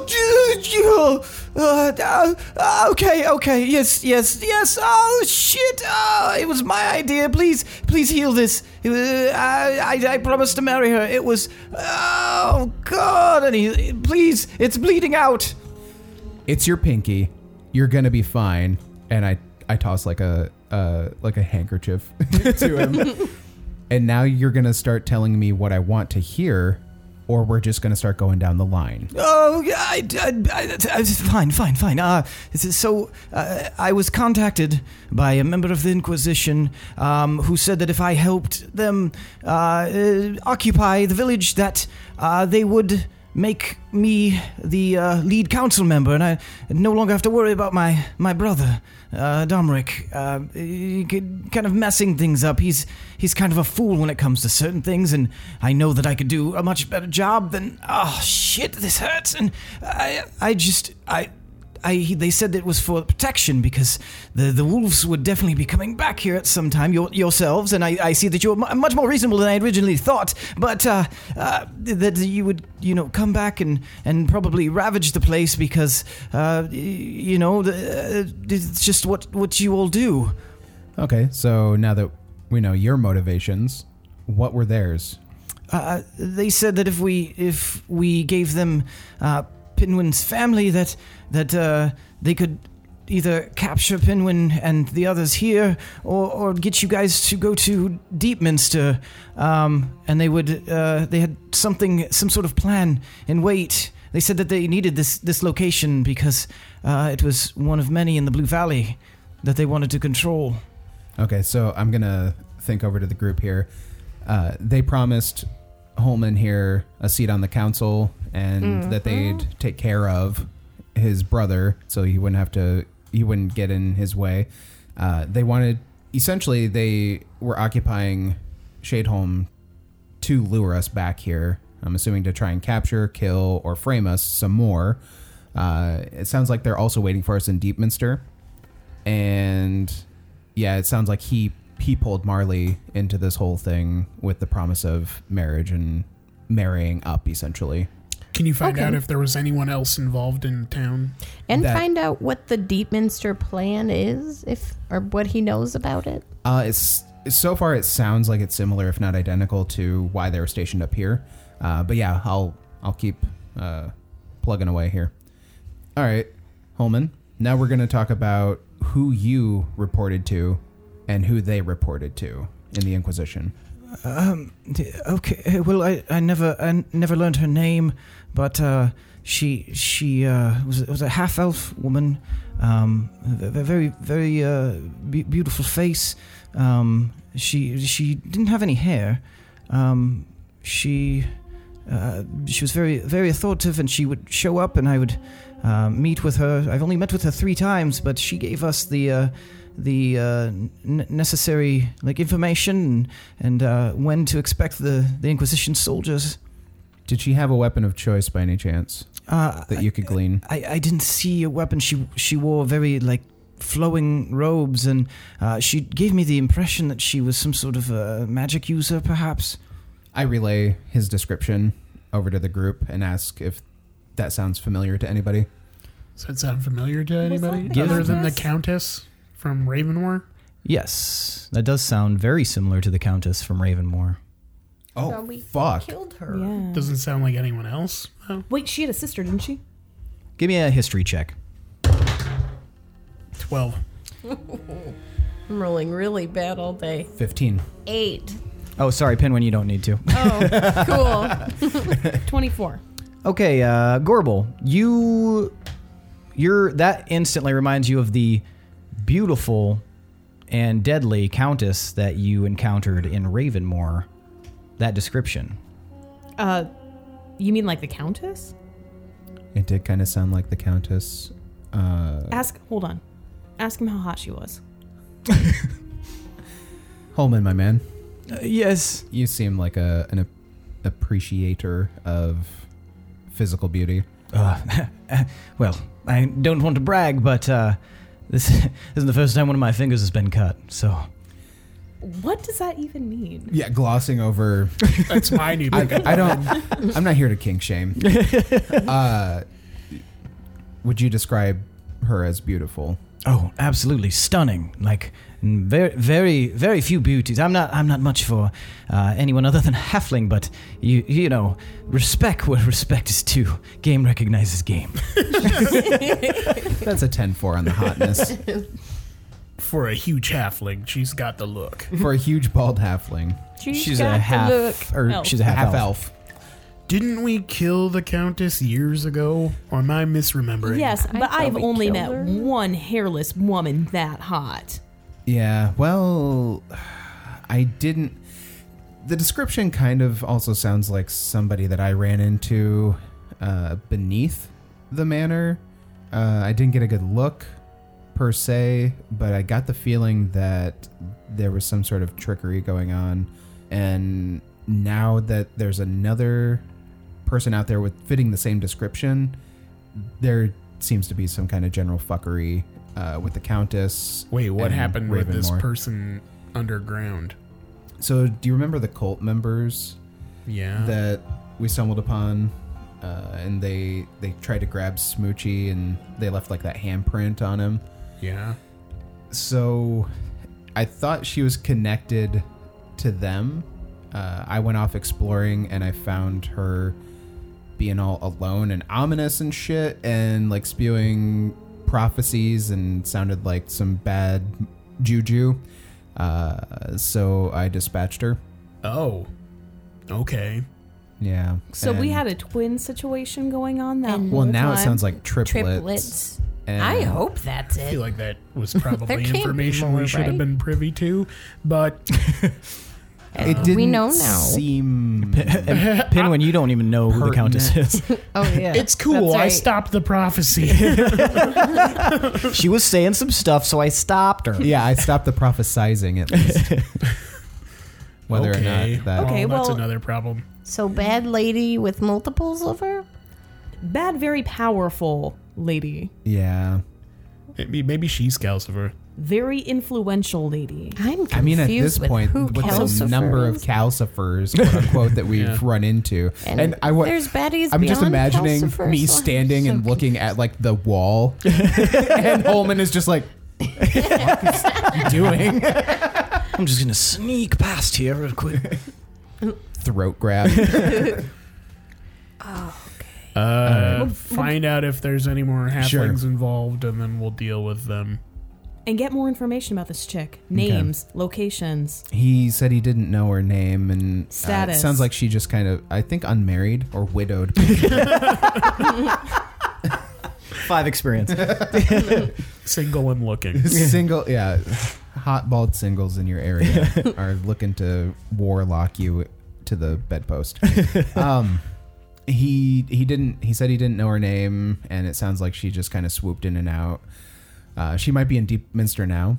Speaker 11: Oh, uh, uh, uh, okay, okay, yes, yes, yes. Oh shit! Uh, it was my idea. Please, please heal this. It was, uh, I, I, I promised to marry her. It was. Oh God! And he, please, it's bleeding out.
Speaker 1: it's your pinky. You're gonna be fine. And I I toss like a uh, like a handkerchief *laughs* to him. and now you're gonna start telling me what I want to hear, or we're just gonna start going down the line.
Speaker 11: Oh, yeah, I, I, I, I- fine, fine, fine. Uh, this is- so uh, I was contacted by a member of the Inquisition um, who said that if I helped them uh, uh, occupy the village, that uh, they would make me the uh, lead council member, and I no longer have to worry about my my brother, uh, Domric, uh, he could- kind of messing things up. He's he's kind of a fool when it comes to certain things, and I know that I could do a much better job than. Oh shit, this hurts, and I I just I. I, they said that it was for protection because the, the wolves would definitely be coming back here at some time your, yourselves, and I, I see that you're mu- much more reasonable than I originally thought. But uh, uh, that you would you know come back and, and probably ravage the place because uh, y- you know the, uh, it's just what what you all do.
Speaker 1: Okay, so now that we know your motivations, what were theirs?
Speaker 11: Uh, they said that if we if we gave them uh, Pinwin's family, that that uh, they could either capture Pinwin and the others here, or, or get you guys to go to Deepminster, um, and they would uh, they had something some sort of plan in wait. They said that they needed this this location because uh, it was one of many in the Blue Valley that they wanted to control.
Speaker 1: Okay, so I'm gonna think over to the group here. Uh, they promised Holman here a seat on the council and that they'd take care of his brother, so he wouldn't have to, he wouldn't get in his way. Uh, they wanted, essentially, they were occupying Shadeholm to lure us back here. I'm assuming to try and capture, kill, or frame us some more. Uh, it sounds like they're also waiting for us in Deepminster and yeah, it sounds like he he pulled Marley into this whole thing with the promise of marriage and marrying up essentially.
Speaker 5: Can you find
Speaker 3: Okay.
Speaker 5: out if there was anyone else involved in town?
Speaker 3: and
Speaker 1: That-
Speaker 3: find out what the Deepminster plan is, if or what he knows about it.
Speaker 1: Uh, it's so far it sounds like it's similar, if not identical, to why they were stationed up here. Uh, but yeah, I'll I'll keep uh, plugging away here. All right, Holman. Now we're going to talk about who you reported to and who they reported to in the Inquisition.
Speaker 4: Um, D- Okay. uh, Well, I, I never I n- never learned her name, but uh, she she uh, was was a half elf woman, um, a v- very very uh, be- beautiful face. Um, she she didn't have any hair. Um, she uh, she was very very authoritative, and she would show up, and I would uh, meet with her. I've only met with her three times, but she gave us the. Uh, the uh, n- necessary like information and and uh, when to expect the, the Inquisition soldiers.
Speaker 1: Did she have a weapon of choice by any chance
Speaker 4: Uh,
Speaker 1: that you could glean?
Speaker 4: I, I didn't see a weapon. She she wore very like flowing robes, and uh, she gave me the impression that she was some sort of a magic user, perhaps.
Speaker 1: I relay his description over to the group and ask if that sounds familiar to anybody.
Speaker 5: Does that sound familiar to
Speaker 6: Was that
Speaker 5: anybody
Speaker 6: the
Speaker 5: other than the
Speaker 6: Countess?
Speaker 5: Countess from Ravenwar?
Speaker 9: Yes, that does sound very similar to the Countess from Ravenmore.
Speaker 1: Oh,
Speaker 10: So we
Speaker 1: fuck.
Speaker 10: killed her.
Speaker 6: Yeah.
Speaker 5: Doesn't sound like anyone else. though.
Speaker 6: Wait, she had a sister, didn't she?
Speaker 9: Give me a history check.
Speaker 5: Twelve.
Speaker 10: I'm rolling really bad all day.
Speaker 1: 15.
Speaker 10: Eight.
Speaker 9: Oh, sorry, Pinwin, you don't need to.
Speaker 10: Oh, cool.
Speaker 6: 24.
Speaker 9: Okay, uh, Gorbel, you, you're that instantly reminds you of the beautiful and deadly countess that you encountered in Ravenmore. That description.
Speaker 6: Uh, you mean like the Countess?
Speaker 1: It did kind of sound like the Countess. Uh,
Speaker 6: Ask, hold on. Ask him how hot she was.
Speaker 1: Holman, my man,
Speaker 4: Uh, yes.
Speaker 1: you seem like a an ap- appreciator of physical beauty.
Speaker 4: Uh, *laughs* well, I don't want to brag, but uh, this *laughs* isn't the first time one of my fingers has been cut. So
Speaker 6: What does that even mean?
Speaker 1: Yeah,
Speaker 10: *laughs*
Speaker 1: glossing over.
Speaker 6: *laughs*
Speaker 5: That's my new.
Speaker 1: I,
Speaker 5: pickup.
Speaker 1: I don't. I'm not here to
Speaker 10: *laughs*
Speaker 1: kink shame. Uh, would you describe her as beautiful?
Speaker 4: Oh, absolutely stunning! Like very, very, very few beauties. I'm not, I'm not much for uh, anyone other than halfling, but you, you know, respect where respect is due. Game recognizes game.
Speaker 1: That's a 10-4 on
Speaker 10: *laughs*
Speaker 1: the hotness
Speaker 5: For a huge halfling, she's got the look.
Speaker 1: for a huge bald halfling,
Speaker 9: she's a half, or
Speaker 6: elf.
Speaker 9: she's a half,
Speaker 1: half
Speaker 9: elf.
Speaker 1: elf.
Speaker 5: Didn't we kill the Countess years ago? Or am I misremembering?
Speaker 6: Yes, but
Speaker 10: thought
Speaker 6: I've
Speaker 10: we
Speaker 6: only
Speaker 10: killed
Speaker 6: met
Speaker 10: her.
Speaker 6: one hairless woman that hot.
Speaker 1: Yeah, well, I didn't. The description kind of also sounds like somebody that I ran into uh, beneath the manor. Uh, I didn't get a good look per se, but I got the feeling that there was some sort of trickery going on. And now that there's another person out there with fitting the same description, there seems to be some kind of general fuckery uh, with the countess.
Speaker 5: Wait, what
Speaker 1: and
Speaker 5: happened with this
Speaker 1: Ravenmore.
Speaker 5: person underground?
Speaker 1: So, do you remember the cult members
Speaker 5: Yeah.
Speaker 6: Uh-huh.
Speaker 1: that we stumbled upon? Uh, and they they tried to grab Smoochie, and they left like that handprint on him.
Speaker 5: yeah.
Speaker 1: So, I thought she was connected to them. Uh, I went off exploring, and I found her being all alone and ominous and shit, and like spewing prophecies, and sounded like some bad juju. Uh, so I dispatched her.
Speaker 5: Oh. Okay.
Speaker 1: Yeah.
Speaker 6: So we
Speaker 1: and-
Speaker 6: had a twin situation going on that
Speaker 10: And-
Speaker 6: whole
Speaker 1: Well, now it
Speaker 6: time.
Speaker 1: sounds like triplets.
Speaker 10: Triplets.
Speaker 1: and-
Speaker 10: I hope that's
Speaker 5: I feel
Speaker 10: it.
Speaker 5: like that
Speaker 1: *laughs*
Speaker 5: was
Speaker 10: There
Speaker 5: probably
Speaker 10: can't be
Speaker 5: information
Speaker 10: more,
Speaker 5: we should
Speaker 10: right?
Speaker 5: have been privy to, but
Speaker 1: *laughs* it didn't
Speaker 3: we know now.
Speaker 4: *laughs*
Speaker 1: Seem
Speaker 9: Pinwin, you don't even know who the countess is. *laughs*
Speaker 3: Oh yeah,
Speaker 5: it's cool.
Speaker 3: That's
Speaker 5: I
Speaker 3: right.
Speaker 5: stopped
Speaker 1: *laughs*
Speaker 5: the prophecy.
Speaker 9: she was saying some stuff, so I stopped her.
Speaker 1: yeah, I stopped the prophesizing at
Speaker 4: *laughs*
Speaker 1: least. Whether or
Speaker 5: okay.
Speaker 1: not that.
Speaker 6: Okay,
Speaker 5: well, that's
Speaker 6: well-
Speaker 5: another problem.
Speaker 3: So bad lady with multiples of her.
Speaker 6: Bad, very powerful lady.
Speaker 1: Yeah.
Speaker 5: Maybe, maybe she's Calcifer.
Speaker 6: very influential lady.
Speaker 3: I'm confused
Speaker 1: I mean, at this
Speaker 3: with
Speaker 1: point,
Speaker 3: who
Speaker 1: with the
Speaker 3: Calcifer
Speaker 1: number
Speaker 3: is.
Speaker 1: of calcifers, quote unquote, that
Speaker 4: *laughs*
Speaker 1: we've run into, and,
Speaker 3: And
Speaker 1: I wa-
Speaker 3: there's baddies
Speaker 1: I'm just
Speaker 3: beyond
Speaker 1: imagining
Speaker 3: calcifers,
Speaker 1: me
Speaker 3: so I'm
Speaker 1: standing
Speaker 3: so
Speaker 1: and looking at like the
Speaker 4: *laughs*
Speaker 1: wall, and Holman is just like, "What the fuck is he doing?"
Speaker 4: *laughs* I'm just gonna sneak past here real quick.
Speaker 1: Throat grab.
Speaker 5: Uh, find out if there's any more halflings
Speaker 1: Sure.
Speaker 5: involved, and then we'll deal with them.
Speaker 6: And get more information about this chick. Names, locations.
Speaker 1: He said he didn't know her name and uh, it
Speaker 6: Status.
Speaker 1: sounds like she just kind of, I think, unmarried or widowed.
Speaker 9: Five experience.
Speaker 5: Single and
Speaker 1: *laughs*
Speaker 5: looking.
Speaker 1: Single, yeah, hot bald singles in your area are looking to warlock you to the bedpost. Um, he he didn't. He said he didn't know her name, and it sounds like she just kind of swooped in and out. Uh, she might be in Deepminster now,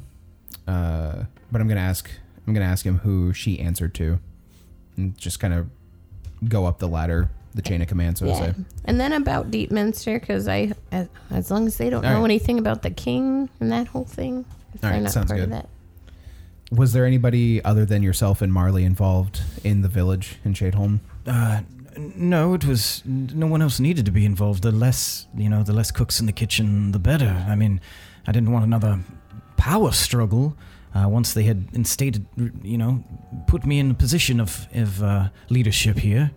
Speaker 1: uh, but I'm gonna ask. I'm gonna ask him who she answered to, and just kind of go up the ladder, the chain of command, so
Speaker 3: Yeah.
Speaker 1: to say.
Speaker 3: And then about Deepminster, because I, as, as long as they don't
Speaker 1: All
Speaker 3: know
Speaker 1: right.
Speaker 3: anything about the king and that whole thing, if
Speaker 1: All
Speaker 3: they're
Speaker 1: right,
Speaker 3: not
Speaker 1: sounds
Speaker 3: part of
Speaker 1: good.
Speaker 3: that.
Speaker 1: Was there anybody other than yourself and Marley involved in the village in Shadeholm?
Speaker 4: Uh, n- no, it was n- no one else needed to be involved. The less you know, the less cooks in the kitchen, the better. I mean, I didn't want another power struggle. Uh, once they had instated, you know, put me in a position of of uh, leadership here.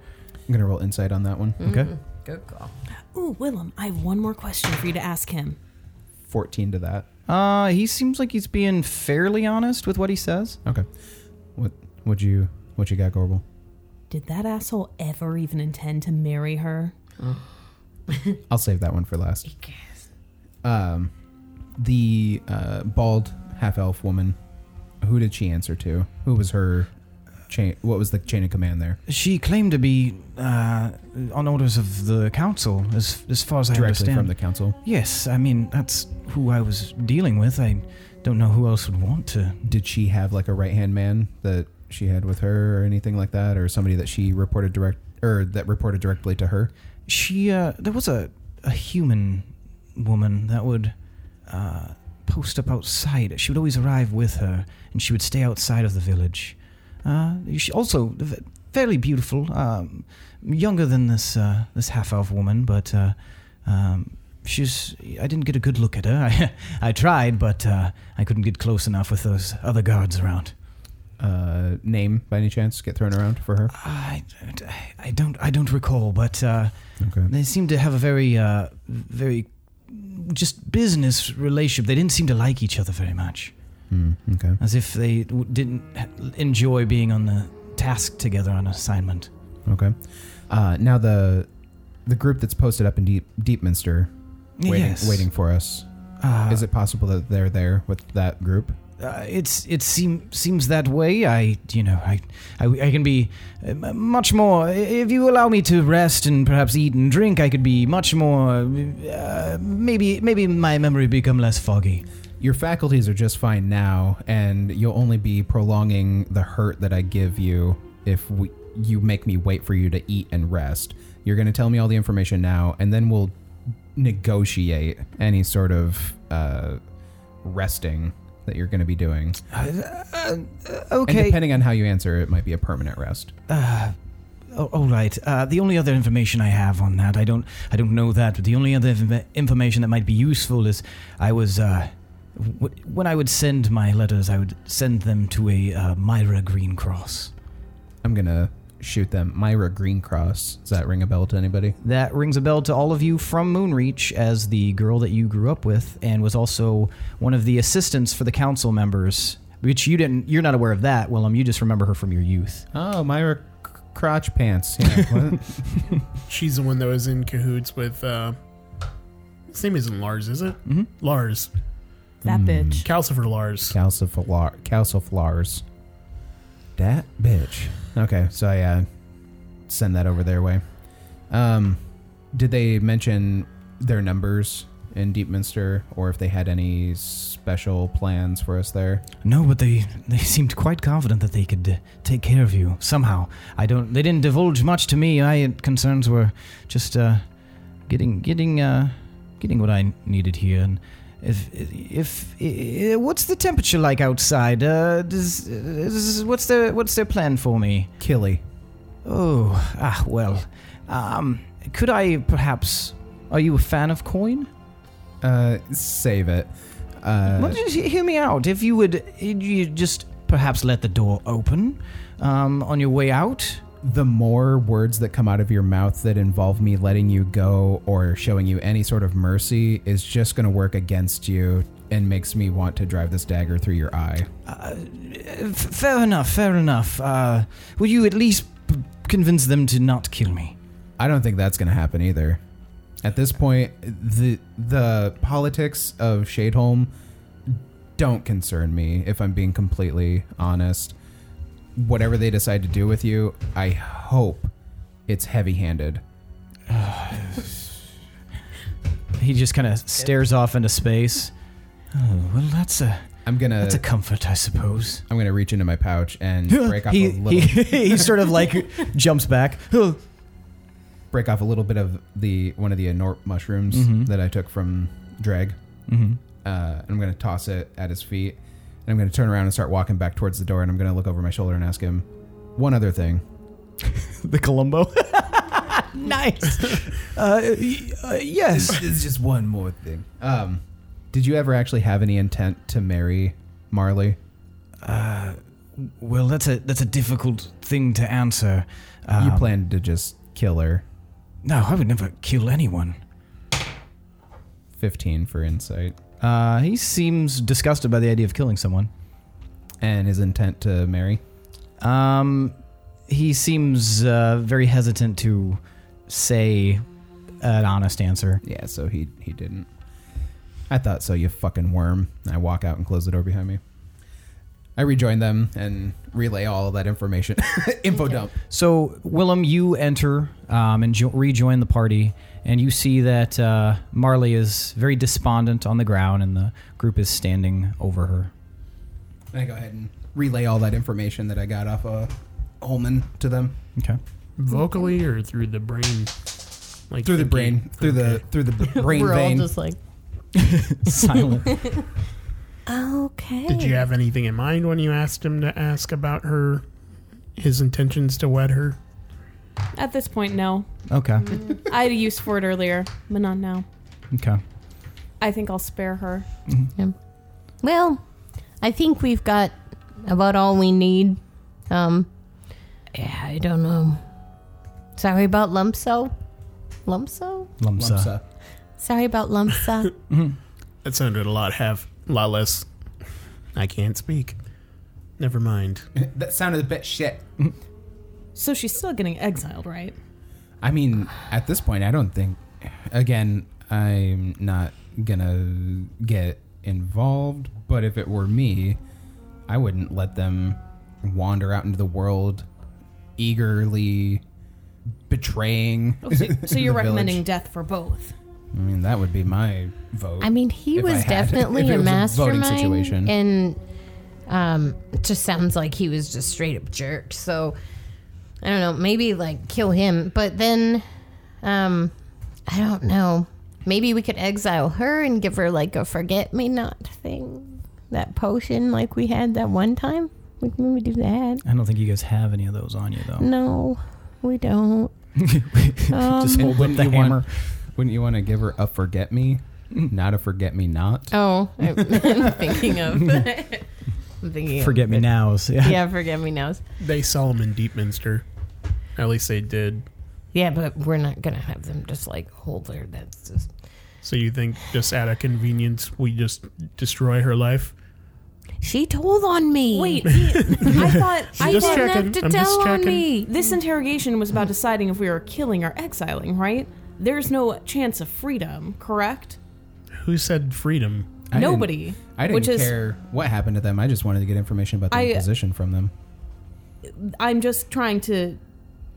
Speaker 1: I'm gonna roll insight on that one.
Speaker 4: Okay.
Speaker 10: Good call.
Speaker 6: Ooh, Willem, I have one more question for you to ask him.
Speaker 1: 14 to that.
Speaker 9: Uh, he seems like he's being fairly honest with what he says.
Speaker 1: Okay. What would you what you got, Gorbel?
Speaker 6: Did that asshole ever even intend to marry her?
Speaker 1: I'll save that one for last. Um the uh, bald half elf woman, who did she answer to? Who was her chain what was the chain of command there?
Speaker 4: She claimed to be uh, on orders of the council, as as far as I
Speaker 1: Directly
Speaker 4: understand.
Speaker 1: from the council.
Speaker 4: yes, I mean that's who I was dealing with. I don't know who else would want to.
Speaker 1: Did she have like a right hand man that she had with her or anything like that? Or somebody that she reported direct or that reported directly to her?
Speaker 4: She uh, there was a a human woman that would uh, post up outside. She would always arrive with her, and she would stay outside of the village. Uh, she also v- fairly beautiful, um, younger than this uh, this half elf woman, but uh, um, she's. I didn't get a good look at her. *laughs* I I tried, but uh, I couldn't get close enough with those other guards around.
Speaker 1: Uh, name by any chance get thrown around for her?
Speaker 4: I, I- I don't I don't recall, but. Uh,
Speaker 1: Okay.
Speaker 4: they seemed to have a very, uh, very just business relationship. They didn't seem to like each other very much,
Speaker 1: Hmm, okay.
Speaker 4: as if they w- didn't enjoy being on the task together on assignment.
Speaker 1: Okay. Uh, now the the group that's posted up in Deep Deepminster, waiting,
Speaker 4: yes.
Speaker 1: waiting for us.
Speaker 4: Uh,
Speaker 1: Is it possible that they're there with that group?
Speaker 4: uh, it's it seem, seems that way. I you know I I, I can be uh, m- much more. i- If you allow me to rest and perhaps eat and drink, I could be much more. Uh, maybe maybe my memory become less foggy.
Speaker 1: Your faculties are just fine now, and you'll only be prolonging the hurt that I give you if we, you make me wait for you to eat and rest. You're going to tell me all the information now, and then we'll negotiate any sort of uh, resting that you're going to be doing. And
Speaker 4: Okay.
Speaker 1: depending on how you answer, it might be a permanent rest.
Speaker 4: Oh, all right. Uh, the only other information I have on that, I don't, I don't know that, but the only other inf- information that might be useful is, I was, uh, w- when I would send my letters, I would send them to a uh, Myra Green Cross.
Speaker 1: I'm gonna shoot them. Myra Greencross. Does that ring a bell to anybody?
Speaker 9: That rings a bell to all of you from Moonreach as the girl that you grew up with and was also one of the assistants for the council members. Which you didn't. You're not aware of that, Willem. You just remember her from your youth.
Speaker 1: Oh, Myra C- Crotch Pants. *laughs* Yeah. what?
Speaker 5: She's the one that was in cahoots with. Uh, his name isn't Lars, is it? Mm-hmm. Lars.
Speaker 6: That
Speaker 9: Hmm.
Speaker 6: bitch.
Speaker 5: Calcifer Lars.
Speaker 1: Calciflar- Calciflars. That bitch. Okay, so I uh, send that over their way. Um, did they mention their numbers in Deepminster, or if they had any special plans for us there?
Speaker 4: No, but they, they seemed quite confident that they could uh, take care of you somehow. I don't, they didn't divulge much to me. My concerns were just uh, getting, getting, uh, getting what I needed here, and If if, i i what's the temperature like outside? Uh, does, is, what's their what's their plan for me?
Speaker 1: Killy.
Speaker 4: Oh, ah, well. Um, could I perhaps? Are you a fan of coin?
Speaker 1: Uh, save it. Uh,
Speaker 4: well, just hear me out. If you would, you just perhaps let the door open um, on your way out.
Speaker 1: the more words that come out of your mouth that involve me letting you go or showing you any sort of mercy is just going to work against you and makes me want to drive this dagger through your eye.
Speaker 4: uh, F- fair enough. Fair enough. Uh, will you at least p- convince them to not kill me?
Speaker 1: I don't think that's going to happen either. At this point, the the politics of Shadeholm don't concern me if I'm being completely honest. Whatever they decide to do with you, I hope it's heavy-handed.
Speaker 4: He just kind of stares off into space. Oh, well, that's a
Speaker 1: I'm going
Speaker 4: that's a
Speaker 1: to
Speaker 4: comfort, I suppose.
Speaker 1: I'm going to reach into my pouch
Speaker 4: *laughs*
Speaker 1: and break off a little
Speaker 4: he *laughs* sort of *laughs* like jumps back. Oh,
Speaker 1: break off a little bit of the one of the enort mushrooms that I took from Dreg.
Speaker 4: Mhm.
Speaker 1: Uh, and I'm going to toss it at his feet. And I'm going to turn around and start walking back towards the door. And I'm going to look over my shoulder and ask him one other thing.
Speaker 4: the Columbo. nice. uh, y- uh, yes.
Speaker 1: It's just one more thing. Um, did you ever actually have any intent to marry Marley?
Speaker 4: *laughs* Well, that's a that's a difficult thing to answer.
Speaker 1: you planned to just kill her.
Speaker 4: No, I would never kill anyone.
Speaker 1: 15 for insight.
Speaker 9: Uh, he seems disgusted by the idea of killing someone.
Speaker 1: And his intent to marry?
Speaker 9: Um, he seems uh, very hesitant to say an honest answer.
Speaker 1: Yeah, so he, he didn't. I thought so, you fucking worm. And I walk out and close the door behind me. I rejoin them and relay all of that information. *laughs* Info dump.
Speaker 9: So, Willem, you enter um, and jo- rejoin the party, and you see that uh, Marley is very despondent on the ground, and the group is standing over her.
Speaker 1: And I go ahead and relay all that information that I got off of Holman to them.
Speaker 9: Okay.
Speaker 5: Vocally or through the brain? Like
Speaker 1: Through the
Speaker 5: thinking?
Speaker 1: brain, through the
Speaker 5: Okay.
Speaker 1: through the b- brain
Speaker 6: We're
Speaker 1: vein.
Speaker 6: all just like,
Speaker 9: Silent.
Speaker 3: Okay.
Speaker 5: Did you have anything in mind when you asked him to ask about her, his intentions to wed her?
Speaker 6: at this point, no.
Speaker 9: Okay.
Speaker 6: *laughs* I had a use for it earlier, but not now.
Speaker 9: Okay.
Speaker 6: I think I'll spare her.
Speaker 3: Well, I think we've got about all we need. Um, yeah, I don't know. Sorry about Lumpso. Lumpso?
Speaker 9: Lumsa.
Speaker 1: Lumps up.
Speaker 3: Sorry about
Speaker 5: *laughs*
Speaker 3: Lumpsa.
Speaker 5: That sounded a lot half, a lot less. I can't speak. Never mind.
Speaker 1: That sounded a bit shit.
Speaker 6: So she's still getting
Speaker 1: *laughs*
Speaker 6: exiled, right?
Speaker 1: I mean, at this point, I don't think. Again, I'm not gonna get involved, but if it were me, I wouldn't let them wander out into the world eagerly betraying.
Speaker 6: Oh, so, so you're
Speaker 1: the village.
Speaker 6: recommending death for both.
Speaker 1: I mean, that would be my vote.
Speaker 3: I mean, he
Speaker 1: If I
Speaker 3: was
Speaker 1: had- *laughs*
Speaker 3: definitely
Speaker 1: if it
Speaker 3: a
Speaker 1: was a voting
Speaker 3: mastermind.
Speaker 1: situation.
Speaker 3: And um, it just sounds like he was just straight up jerked. So I don't know. Maybe like kill him, but then um, I don't know. Maybe we could exile her and give her like a forget me not thing, that potion like we had that one time. We can maybe do that.
Speaker 9: I don't think you guys have any of those on you, though.
Speaker 3: No, we don't.
Speaker 9: Just hold up
Speaker 1: wouldn't
Speaker 9: the
Speaker 1: you
Speaker 9: hammer.
Speaker 1: want? Wouldn't you want to give her a forget *laughs* me, not a forget me not?
Speaker 3: Oh, I'm *laughs*
Speaker 1: *laughs*
Speaker 3: thinking of. *laughs* I'm thinking.
Speaker 9: Forget me nows. Yeah.
Speaker 3: Of, yeah, forget me nows.
Speaker 5: They sell them in Deepminster. At least they did.
Speaker 3: Yeah, but we're not gonna have them just like hold her. That's just
Speaker 5: So you think just out of convenience we just destroy her life?
Speaker 3: she told on me. *laughs*
Speaker 6: Wait, he- I thought I
Speaker 5: Just
Speaker 6: thought
Speaker 5: checking.
Speaker 3: have to
Speaker 5: I'm just
Speaker 3: tell on
Speaker 5: checking.
Speaker 3: me.
Speaker 6: this interrogation was about deciding if we were killing or exiling, right? There's no chance of freedom, correct?
Speaker 5: Who said freedom?
Speaker 1: I didn't-
Speaker 6: Nobody.
Speaker 1: I didn't
Speaker 6: which is-
Speaker 1: care what happened to them. I just wanted to get information about
Speaker 6: I-
Speaker 1: their position from them.
Speaker 6: I'm just trying to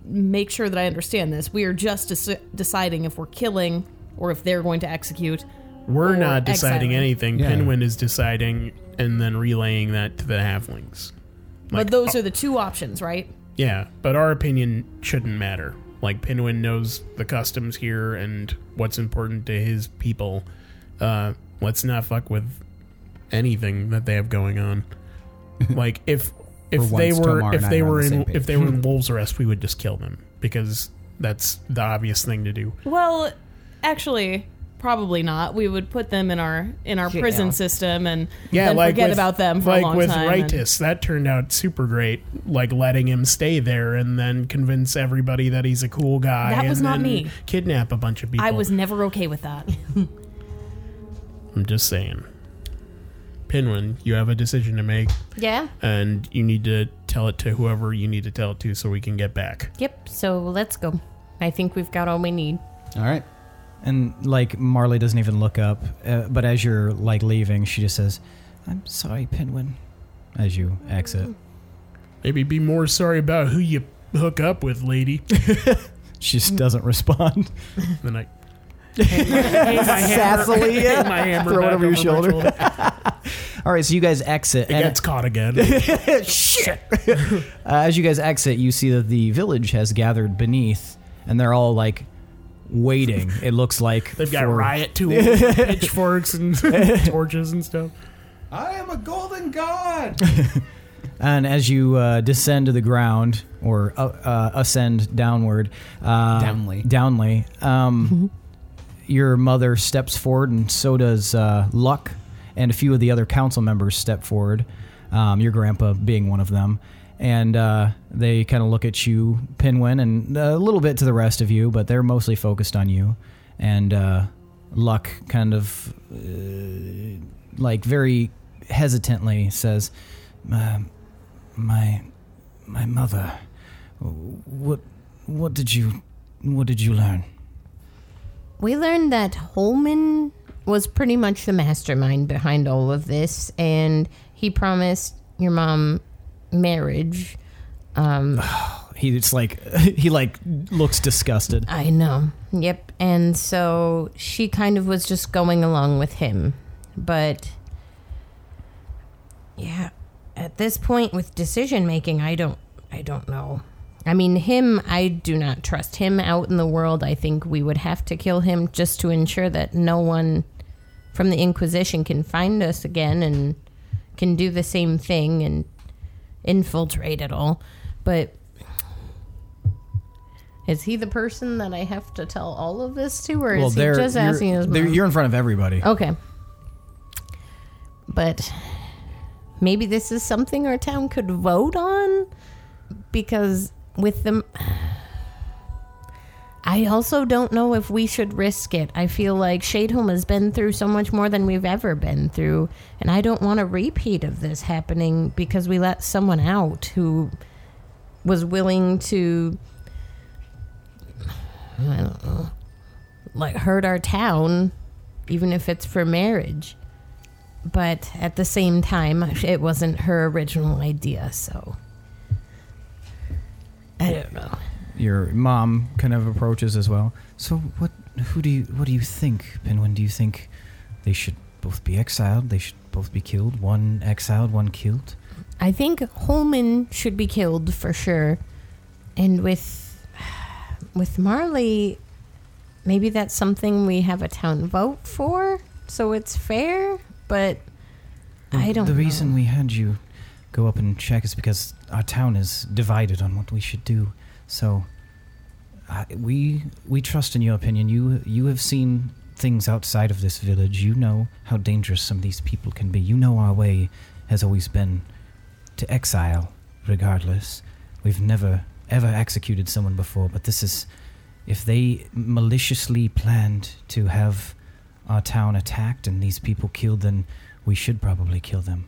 Speaker 6: make sure that I understand this. We are just deci- deciding if we're killing or if they're going to execute.
Speaker 5: We're
Speaker 6: Or
Speaker 5: not deciding
Speaker 6: exiling.
Speaker 5: anything.
Speaker 1: Yeah.
Speaker 5: Pinwin is deciding and then relaying that to the halflings. Like,
Speaker 6: but
Speaker 1: oh.
Speaker 6: those are the two options, right?
Speaker 5: Yeah, but our opinion shouldn't matter. Like Pinwin knows the customs here and what's important to his people. Uh, let's not fuck with anything that they have
Speaker 1: *laughs*
Speaker 5: going on. Like if if
Speaker 1: For
Speaker 5: they
Speaker 1: once,
Speaker 5: were
Speaker 1: Tomar
Speaker 5: if
Speaker 1: and I
Speaker 5: they
Speaker 1: are on
Speaker 5: were
Speaker 1: the
Speaker 5: in
Speaker 1: same page.
Speaker 5: if they were
Speaker 1: *laughs*
Speaker 5: in Wolves Arrest, we would just kill them because that's the obvious thing to do.
Speaker 6: Well, actually, probably not. We would put them in our in our prison system and
Speaker 5: Yeah,
Speaker 6: then
Speaker 5: like
Speaker 6: forget
Speaker 5: with,
Speaker 6: about them for
Speaker 5: like
Speaker 6: a long
Speaker 5: with
Speaker 6: time. and-
Speaker 5: Ritus, that turned out super great. Like letting him stay there and then convince everybody that he's a cool guy.
Speaker 6: That
Speaker 5: and
Speaker 6: was not
Speaker 5: then
Speaker 6: me.
Speaker 5: Kidnap a bunch of people.
Speaker 6: I was never okay with that.
Speaker 5: I'm just saying. Pinwin, you have a decision to make,
Speaker 10: Yeah.
Speaker 5: and you need to tell it to whoever you need to tell it to, so we can get back.
Speaker 10: Yep. So let's go. I think we've got all we need.
Speaker 1: All right.
Speaker 9: And like Marley doesn't even look up, uh, but as you're like leaving, she just says,
Speaker 11: I'm sorry, Penguin.
Speaker 9: as you exit.
Speaker 5: Maybe be more sorry about who you hook up with, lady.
Speaker 9: *laughs* She just doesn't respond.
Speaker 5: then I
Speaker 9: *laughs*
Speaker 5: *laughs*
Speaker 9: Sassily, yeah.
Speaker 5: my hammer
Speaker 9: Throw it
Speaker 5: back
Speaker 9: over
Speaker 5: over
Speaker 9: your
Speaker 5: my
Speaker 9: shoulder.
Speaker 5: shoulder.
Speaker 9: *laughs* All right, so you guys exit.
Speaker 5: It
Speaker 9: and-
Speaker 5: gets caught
Speaker 9: *laughs*
Speaker 5: again.
Speaker 9: Shit. uh, as you guys exit, you see that the village has gathered beneath, and they're all like *laughs* waiting. It looks like
Speaker 5: They've got
Speaker 9: for-
Speaker 5: riot tools,
Speaker 9: *laughs*
Speaker 5: and pitchforks, and *laughs* torches and stuff.
Speaker 1: I am a golden god.
Speaker 9: And as you uh, descend to the ground or uh, uh, ascend downward, uh,
Speaker 1: Downly.
Speaker 9: downly, um, your mother steps forward, and so does uh, Luck, and a few of the other council members step forward. Um, your grandpa being one of them, and uh, they kind of look at you, Pinwin, and a little bit to the rest of you, but they're mostly focused on you. And uh, Luck kind of uh, like very hesitantly says. Um,
Speaker 4: My my mother. What what did you what did you learn?
Speaker 3: We learned that Holman was pretty much the mastermind behind all of this, and he promised your mom marriage. Um,
Speaker 9: He's like *laughs* he like looks disgusted.
Speaker 3: I know. Yep. And so she kind of was just going along with him. But yeah, at this point with decision making, I don't I don't know. I mean, him, I do not trust him out in the world. I think we would have to kill him just to ensure that no one from the Inquisition can find us again and can do the same thing and infiltrate it all. But is he the person that I have to tell all of this to, or is he
Speaker 9: they're-
Speaker 3: just
Speaker 9: you're-
Speaker 3: asking his
Speaker 9: they're-
Speaker 3: mom?
Speaker 9: You're in front of everybody.
Speaker 3: Okay. But maybe this is something our town could vote on because with them I also don't know if we should risk it. I feel like Shadeholm has been through so much more than we've ever been through, and I don't want a repeat of this happening because we let someone out who was willing to I don't know, like hurt our town even if it's for marriage. But at the same time, it wasn't her original idea, so. I don't know.
Speaker 9: Your mom kind of approaches as well.
Speaker 4: So what who do you what do you think, Penguin? Do you think they should both be exiled? They should both be killed? One exiled, one killed?
Speaker 3: I think Holman should be killed for sure. And with with Marley, maybe that's something we have a town vote for, so it's fair, but I don't
Speaker 4: The reason
Speaker 3: know.
Speaker 4: we had you go up and check is because our town is divided on what we should do. So I, we we trust in your opinion. You you have seen things outside of this village. You know how dangerous some of these people can be. You know our way has always been to exile, regardless. We've never ever executed someone before, but this is if they maliciously planned to have our town attacked and these people killed, then we should probably kill them.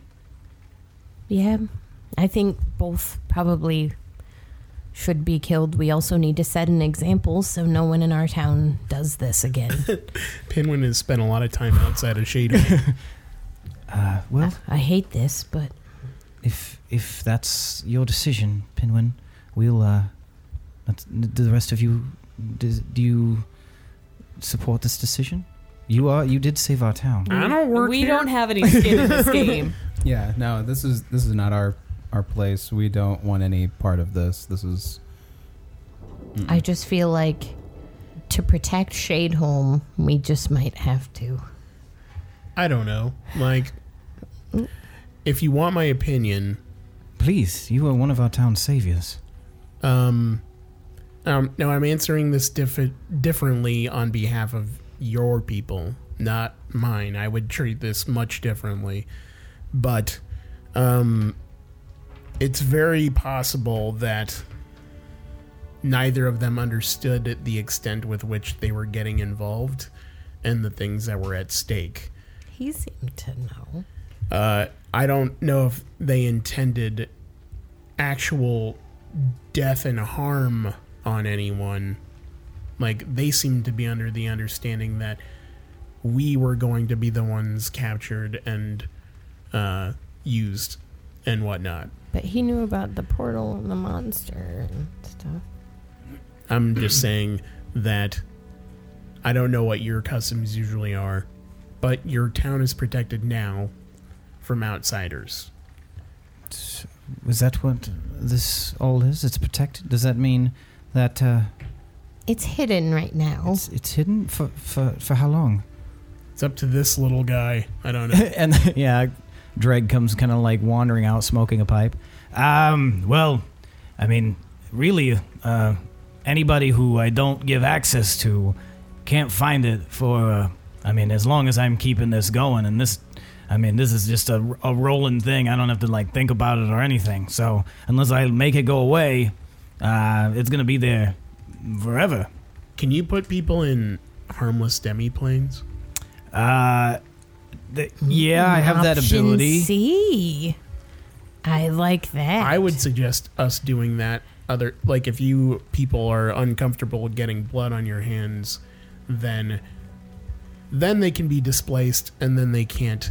Speaker 3: Yeah, I think both probably should be killed. We also need to set an example so no one in our town does this
Speaker 5: *laughs*
Speaker 3: again.
Speaker 5: Pinwin has spent a lot of time outside of Shady.
Speaker 4: Uh, well,
Speaker 3: I, I hate this, but
Speaker 4: if if that's your decision, Pinwin, we'll. Uh, that's- do the rest of you do, do you support this decision? You are you did save our town.
Speaker 5: I don't work
Speaker 6: we
Speaker 5: here.
Speaker 6: don't have any skin
Speaker 5: *laughs*
Speaker 6: in this game.
Speaker 1: Yeah, no, this is this is not our our place. We don't want any part of this. This is
Speaker 3: I just feel like to protect Shadeholm, we just might have to.
Speaker 5: I don't know. Like, if you want my opinion,
Speaker 4: Please, you are one of our town's saviors.
Speaker 5: um, um, now I'm answering this diffi- differently on behalf of your people, not mine. I would treat this much differently, but, um, it's very possible that neither of them understood the extent with which they were getting involved and the things that were at stake.
Speaker 10: He seemed to know.
Speaker 5: Uh, I don't know if they intended actual death and harm on anyone. Like, they seemed to be under the understanding that we were going to be the ones captured and uh, used and whatnot.
Speaker 10: But he knew about the portal and the monster and stuff.
Speaker 5: I'm just saying that I don't know what your customs usually are, but your town is protected now from outsiders.
Speaker 4: Is that what this all is? It's protected? Does that mean that uh,
Speaker 3: It's hidden right now.
Speaker 4: it's, it's hidden? For, for, for how long?
Speaker 5: It's up to this little guy. I don't know.
Speaker 9: and
Speaker 4: yeah, Dreg comes kind of like wandering out, smoking a pipe. Um, well, I mean, really, uh, anybody who I don't give access to can't find it for. Uh, I mean, as long as I'm keeping this going, and this, I mean, this is just a, a rolling thing. I don't have to like think about it or anything. So unless I make it go away, uh, it's gonna be there forever.
Speaker 5: Can you put people in harmless demi planes?
Speaker 4: Uh, th- yeah, I have that
Speaker 3: Option
Speaker 4: ability.
Speaker 3: C. I like that.
Speaker 5: I would suggest us doing that. Other like if you people are uncomfortable getting blood on your hands, then then they can be displaced and then they can't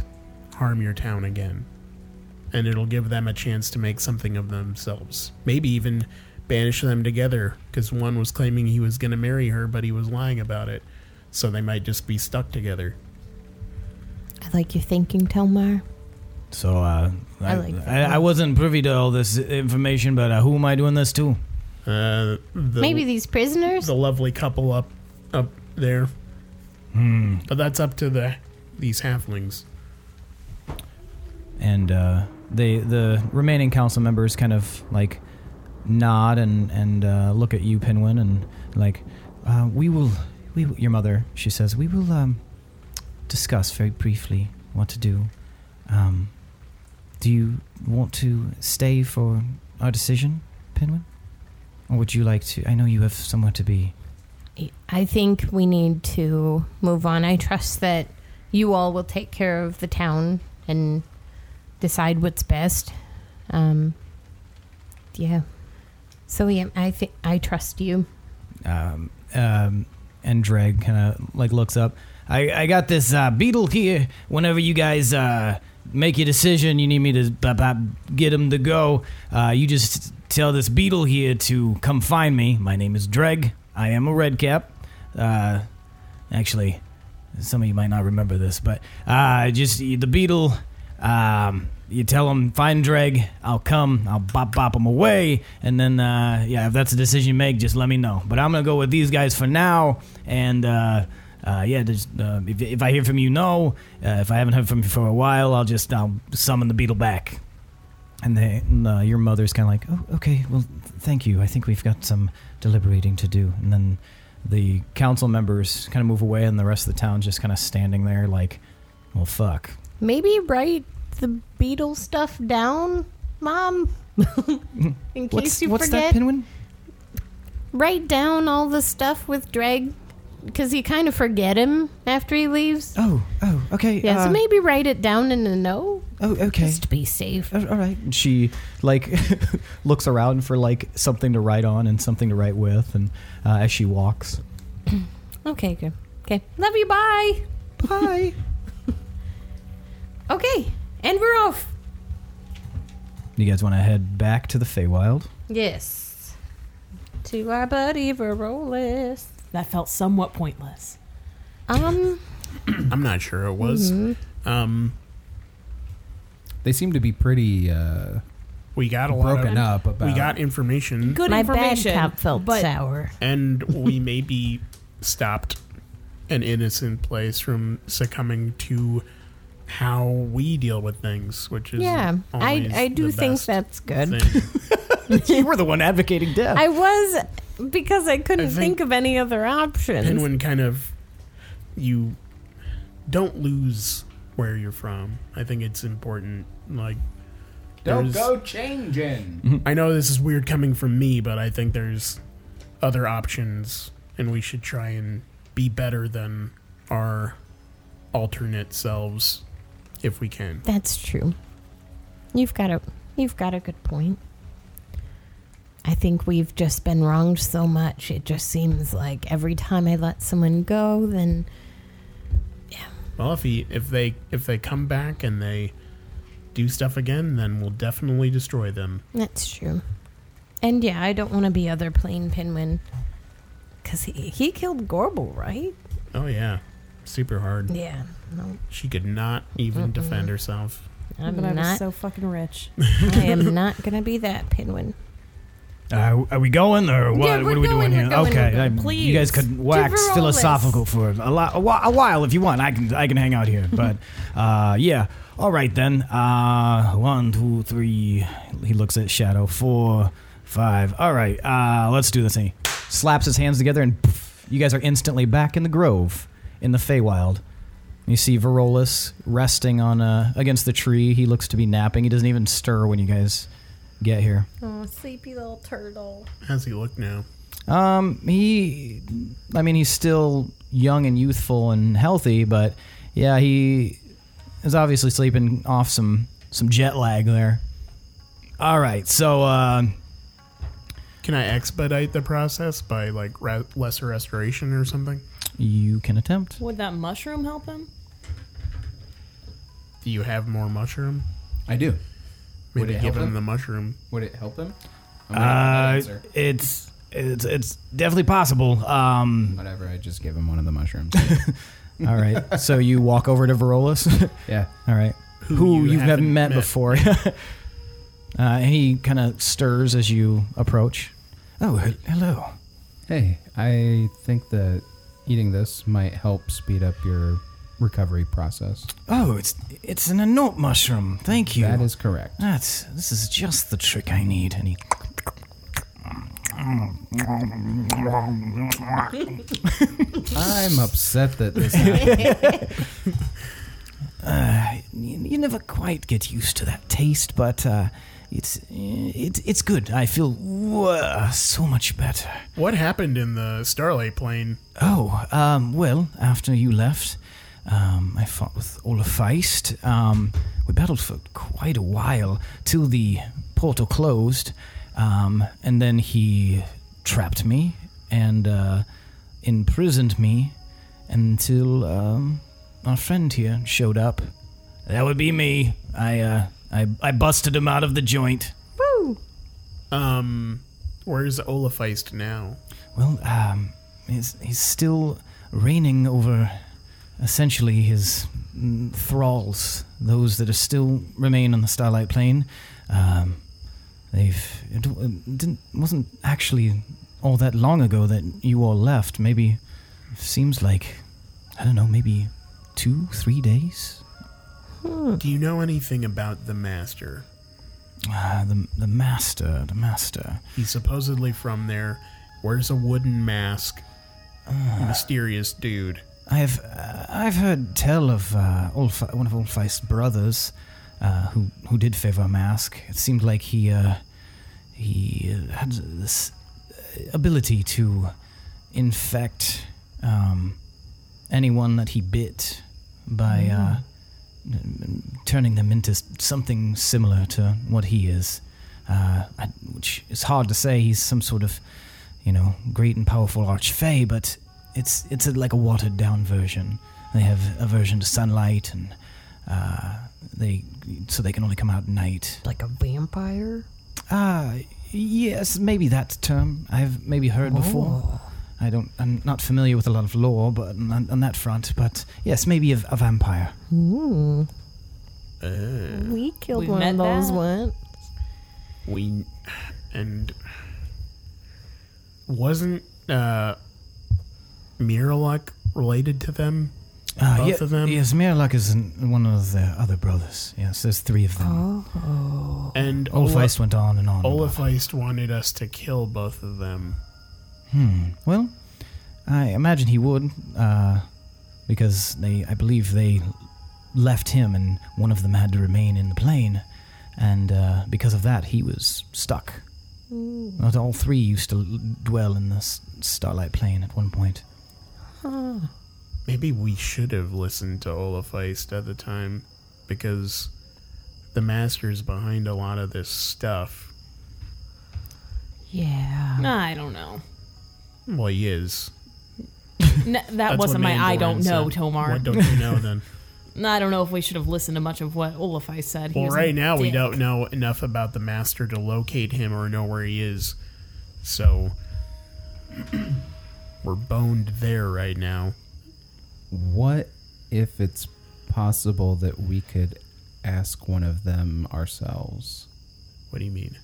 Speaker 5: harm your town again. And it'll give them a chance to make something of themselves. Maybe even banish them together because one was claiming he was going to marry her, but he was lying about it. So they might just be stuck together.
Speaker 3: I like your thinking, Tomar.
Speaker 4: So uh, I, I,
Speaker 3: I like that.
Speaker 4: I, wasn't privy to all this information, but uh, who am I doing this to?
Speaker 5: Uh, the,
Speaker 3: Maybe these prisoners?
Speaker 5: the lovely couple up up there.
Speaker 1: Hmm.
Speaker 5: But that's up to the these halflings. *clears throat*
Speaker 4: And uh, they the remaining council members kind of like nod and and uh, look at you, Pinwin, and like uh, we will. We will- your mother, she says, we will um, discuss very briefly what to do. Um, do you want to stay for our decision, Pinwin, or would you like to? I know you have somewhere to be.
Speaker 3: I think we need to move on. I trust that you all will take care of the town and decide what's best. Um, yeah. So yeah, I think I trust you.
Speaker 4: um, um, and Dreg kind of like looks up. I, I got this uh, beetle here. Whenever you guys uh, make your decision, you need me to b- b- get him to go. Uh, you just tell this beetle here to come find me. My name is Dreg. I am a red cap. Uh, actually, some of you might not remember this, but uh, just the beetle. Um, you tell him find Dreg. I'll come. I'll bop bop him away, and then uh, yeah, if that's a decision you make, just let me know. But I'm gonna go with these guys for now, and uh, uh, yeah, just, uh, if, if I hear from you, no. Uh, if I haven't heard from you for a while, I'll just I'll summon the beetle back.
Speaker 9: and they
Speaker 4: And uh, your mother's kind of like, oh, okay, well, th- thank you. I think we've got some deliberating to do. And then the council members kind of move away, and the rest of the town's just kind of standing there, like, well, fuck.
Speaker 3: Maybe write the beetle stuff down, Mom. *laughs* In case
Speaker 4: What's
Speaker 3: you
Speaker 4: what's
Speaker 3: forget,
Speaker 4: that, Pinwin?
Speaker 3: write down all the stuff with Dreg, because you kind of forget him after he leaves.
Speaker 11: Oh, oh, okay.
Speaker 3: Yeah,
Speaker 4: Uh-huh.
Speaker 11: uh,
Speaker 3: so maybe write it down in a note,
Speaker 11: Oh, okay.
Speaker 3: just to be safe.
Speaker 11: All all right.
Speaker 9: And she
Speaker 4: *laughs*
Speaker 9: like looks around for like something to write on and something to write with, and uh, as she walks,
Speaker 3: Okay, good. Okay. Love you. Bye.
Speaker 11: Bye.
Speaker 3: *laughs* Okay. And we're off.
Speaker 9: you guys want to head back to the Feywild.
Speaker 3: Yes. To our buddy Verolis.
Speaker 6: That felt somewhat pointless.
Speaker 3: Um,
Speaker 5: I'm not sure it was.
Speaker 3: Mm-hmm.
Speaker 5: Um,
Speaker 1: They seem to be pretty uh,
Speaker 5: we got a lot
Speaker 1: broken
Speaker 5: of,
Speaker 1: up uh, about.
Speaker 5: We got information,
Speaker 6: Good
Speaker 3: my
Speaker 6: information.
Speaker 3: bathtub felt
Speaker 6: but
Speaker 3: sour. *laughs*
Speaker 5: and we maybe stopped an innocent place from succumbing to how we deal with things, which is
Speaker 3: Yeah, I,
Speaker 5: always
Speaker 3: I do
Speaker 5: the
Speaker 3: think
Speaker 5: best
Speaker 3: that's good.
Speaker 5: thing.
Speaker 9: you were the one advocating death.
Speaker 3: I was because I couldn't
Speaker 5: I
Speaker 3: think,
Speaker 5: think
Speaker 3: of any other options.
Speaker 5: Penguin kind of you don't lose where you're from. I think it's important. Like there's-
Speaker 1: changing.
Speaker 5: I know this is weird coming from me, but I think there's other options, and we should try and be better than our alternate selves if we can.
Speaker 3: That's true. You've got a you've got a good point. I think we've just been wronged so much. It just seems like every time I let someone go, then
Speaker 5: Well, if he, if they if they come back and they do stuff again, then we'll definitely destroy them.
Speaker 3: that's true. And yeah, I don't want to be other plain Penguin because he he killed Gorble, right?
Speaker 5: Oh yeah, super hard.
Speaker 3: Yeah. No,
Speaker 5: She could not even defend herself.
Speaker 3: I'm
Speaker 6: but I was
Speaker 3: not.
Speaker 6: so fucking rich.
Speaker 3: *laughs* I am not gonna be that Penguin.
Speaker 4: Uh, are we going or what?
Speaker 3: Yeah, we're
Speaker 4: what are we
Speaker 3: going,
Speaker 4: doing
Speaker 3: we're
Speaker 4: here?
Speaker 3: going,
Speaker 4: okay,
Speaker 3: we're going.
Speaker 4: I- you guys could wax
Speaker 3: Verola's.
Speaker 4: philosophical for a, lot, a, whi- a while if you want. I can I can hang out here,
Speaker 3: *laughs*
Speaker 4: but uh, yeah. All right then. Uh, one, two, three. He looks at Shadow. Four, five. All right. Uh, let's do this thing.
Speaker 9: Slaps his hands together, and poof, you guys are instantly back in the grove in the Feywild. You see Varolus resting on uh, against the tree. He looks to be napping. He doesn't even stir when you guys get here.
Speaker 3: Oh, sleepy little turtle.
Speaker 5: How's he look now?
Speaker 9: Um, he, I mean, he's still young and youthful and healthy, but yeah, he is obviously sleeping off some some jet lag there.
Speaker 4: All right. So uh,
Speaker 5: Can I expedite the process by like ra- lesser restoration or something?
Speaker 9: You can attempt.
Speaker 6: Would that mushroom help him?
Speaker 5: Do you have more mushroom?
Speaker 1: I do. Would
Speaker 5: Maybe
Speaker 1: it
Speaker 5: give
Speaker 1: help
Speaker 5: him
Speaker 1: him?
Speaker 5: the mushroom.
Speaker 1: Would it help them?
Speaker 4: uh, it's it's it's definitely possible. Um,
Speaker 1: Whatever. I just gave him one of the mushrooms.
Speaker 5: *laughs*
Speaker 3: *laughs*
Speaker 9: All right, so you walk over to Varolus.
Speaker 4: *laughs*
Speaker 1: yeah.
Speaker 9: All right, who,
Speaker 5: you
Speaker 9: you've never
Speaker 5: haven't
Speaker 9: met,
Speaker 5: met.
Speaker 9: before. uh, and uh, he kind of stirs as you approach.
Speaker 4: oh, he- hello.
Speaker 1: Hey, I think that eating this might help speed up your recovery process.
Speaker 4: Oh, it's it's an anort mushroom. Thank you.
Speaker 1: That is correct.
Speaker 4: That's this is just the trick I need. And he
Speaker 1: I'm upset that
Speaker 4: *laughs*
Speaker 1: this happened.
Speaker 4: uh, you, you never quite get used to that taste, but uh, it's it's it's good. I feel whoa, so much better.
Speaker 5: What happened in the Starlight Plane?
Speaker 4: Oh, um, well, after you left, um, I fought with Olaf Feist. Um, we battled for quite a while till the portal closed, um, and then he trapped me and uh, imprisoned me until um, our friend here showed up. That would be me. I, uh, I, I busted him out of the joint.
Speaker 5: Um, where's Olafeist now?
Speaker 4: Well, um, he's, he's still reigning over essentially his mm, thralls, those that are still remain on the Starlight Plane. Um, they've it, w- it didn't wasn't actually all that long ago that you all left. Maybe seems like I don't know, maybe two, three days.
Speaker 5: Do you know anything about the Master?
Speaker 4: Uh, the the master, the master.
Speaker 5: He's supposedly from there. Wears a wooden mask. Mysterious dude.
Speaker 4: I've uh, I've heard tell of uh, Ulf- one of Ulfheist's brothers, uh, who who did favor a mask. It seemed like he uh, he uh, had this ability to infect um, anyone that he bit by uh, n- turning them into s- something similar to what he is. Uh, I, which is hard to say. He's some sort of, you know, great and powerful archfey, but it's it's a, like a watered down version. They have aversion to sunlight, and uh, they so they can only come out at night.
Speaker 3: Like a vampire.
Speaker 4: Ah, yes, maybe that term I've maybe heard before. I don't. I'm not familiar with a lot of lore, but on, on that front, but yes, maybe a, a vampire.
Speaker 3: Ooh. we killed
Speaker 6: We've
Speaker 3: one of
Speaker 6: met
Speaker 3: those
Speaker 6: that.
Speaker 3: once.
Speaker 5: We and wasn't uh Miraluk related to them?
Speaker 4: Uh,
Speaker 5: Both
Speaker 4: ye-
Speaker 5: of them?
Speaker 4: Yes, Mirlock is an- one of the other brothers. Yes, there's three of them.
Speaker 5: And
Speaker 4: Olafeist went on and on. about it.
Speaker 5: Olafeist wanted us to kill both of them.
Speaker 4: Hmm. Well, I imagine he would, uh, because they, I believe they left him, and one of them had to remain in the plane, and uh, because of that, he was stuck. Not all three used to l- dwell in the s- starlight plane at one point.
Speaker 5: Maybe we should have listened to Olafeist at the time because the master's behind a lot of this stuff.
Speaker 3: Yeah.
Speaker 6: I don't know.
Speaker 5: Well, he is.
Speaker 6: N that
Speaker 5: That's
Speaker 6: wasn't
Speaker 5: what
Speaker 6: my I
Speaker 5: Mandorin
Speaker 6: don't know,
Speaker 5: said.
Speaker 6: Tomar.
Speaker 5: What don't you know
Speaker 6: *laughs*
Speaker 5: then?
Speaker 6: I don't know if we should have listened to much of what Olafai said. He
Speaker 5: well,
Speaker 6: was a
Speaker 5: right now we
Speaker 6: dick.
Speaker 5: don't know enough about the master to locate him or know where he is. So *clears throat* we're boned there right now.
Speaker 1: What if it's possible that we could ask one of them ourselves?
Speaker 5: What do you mean?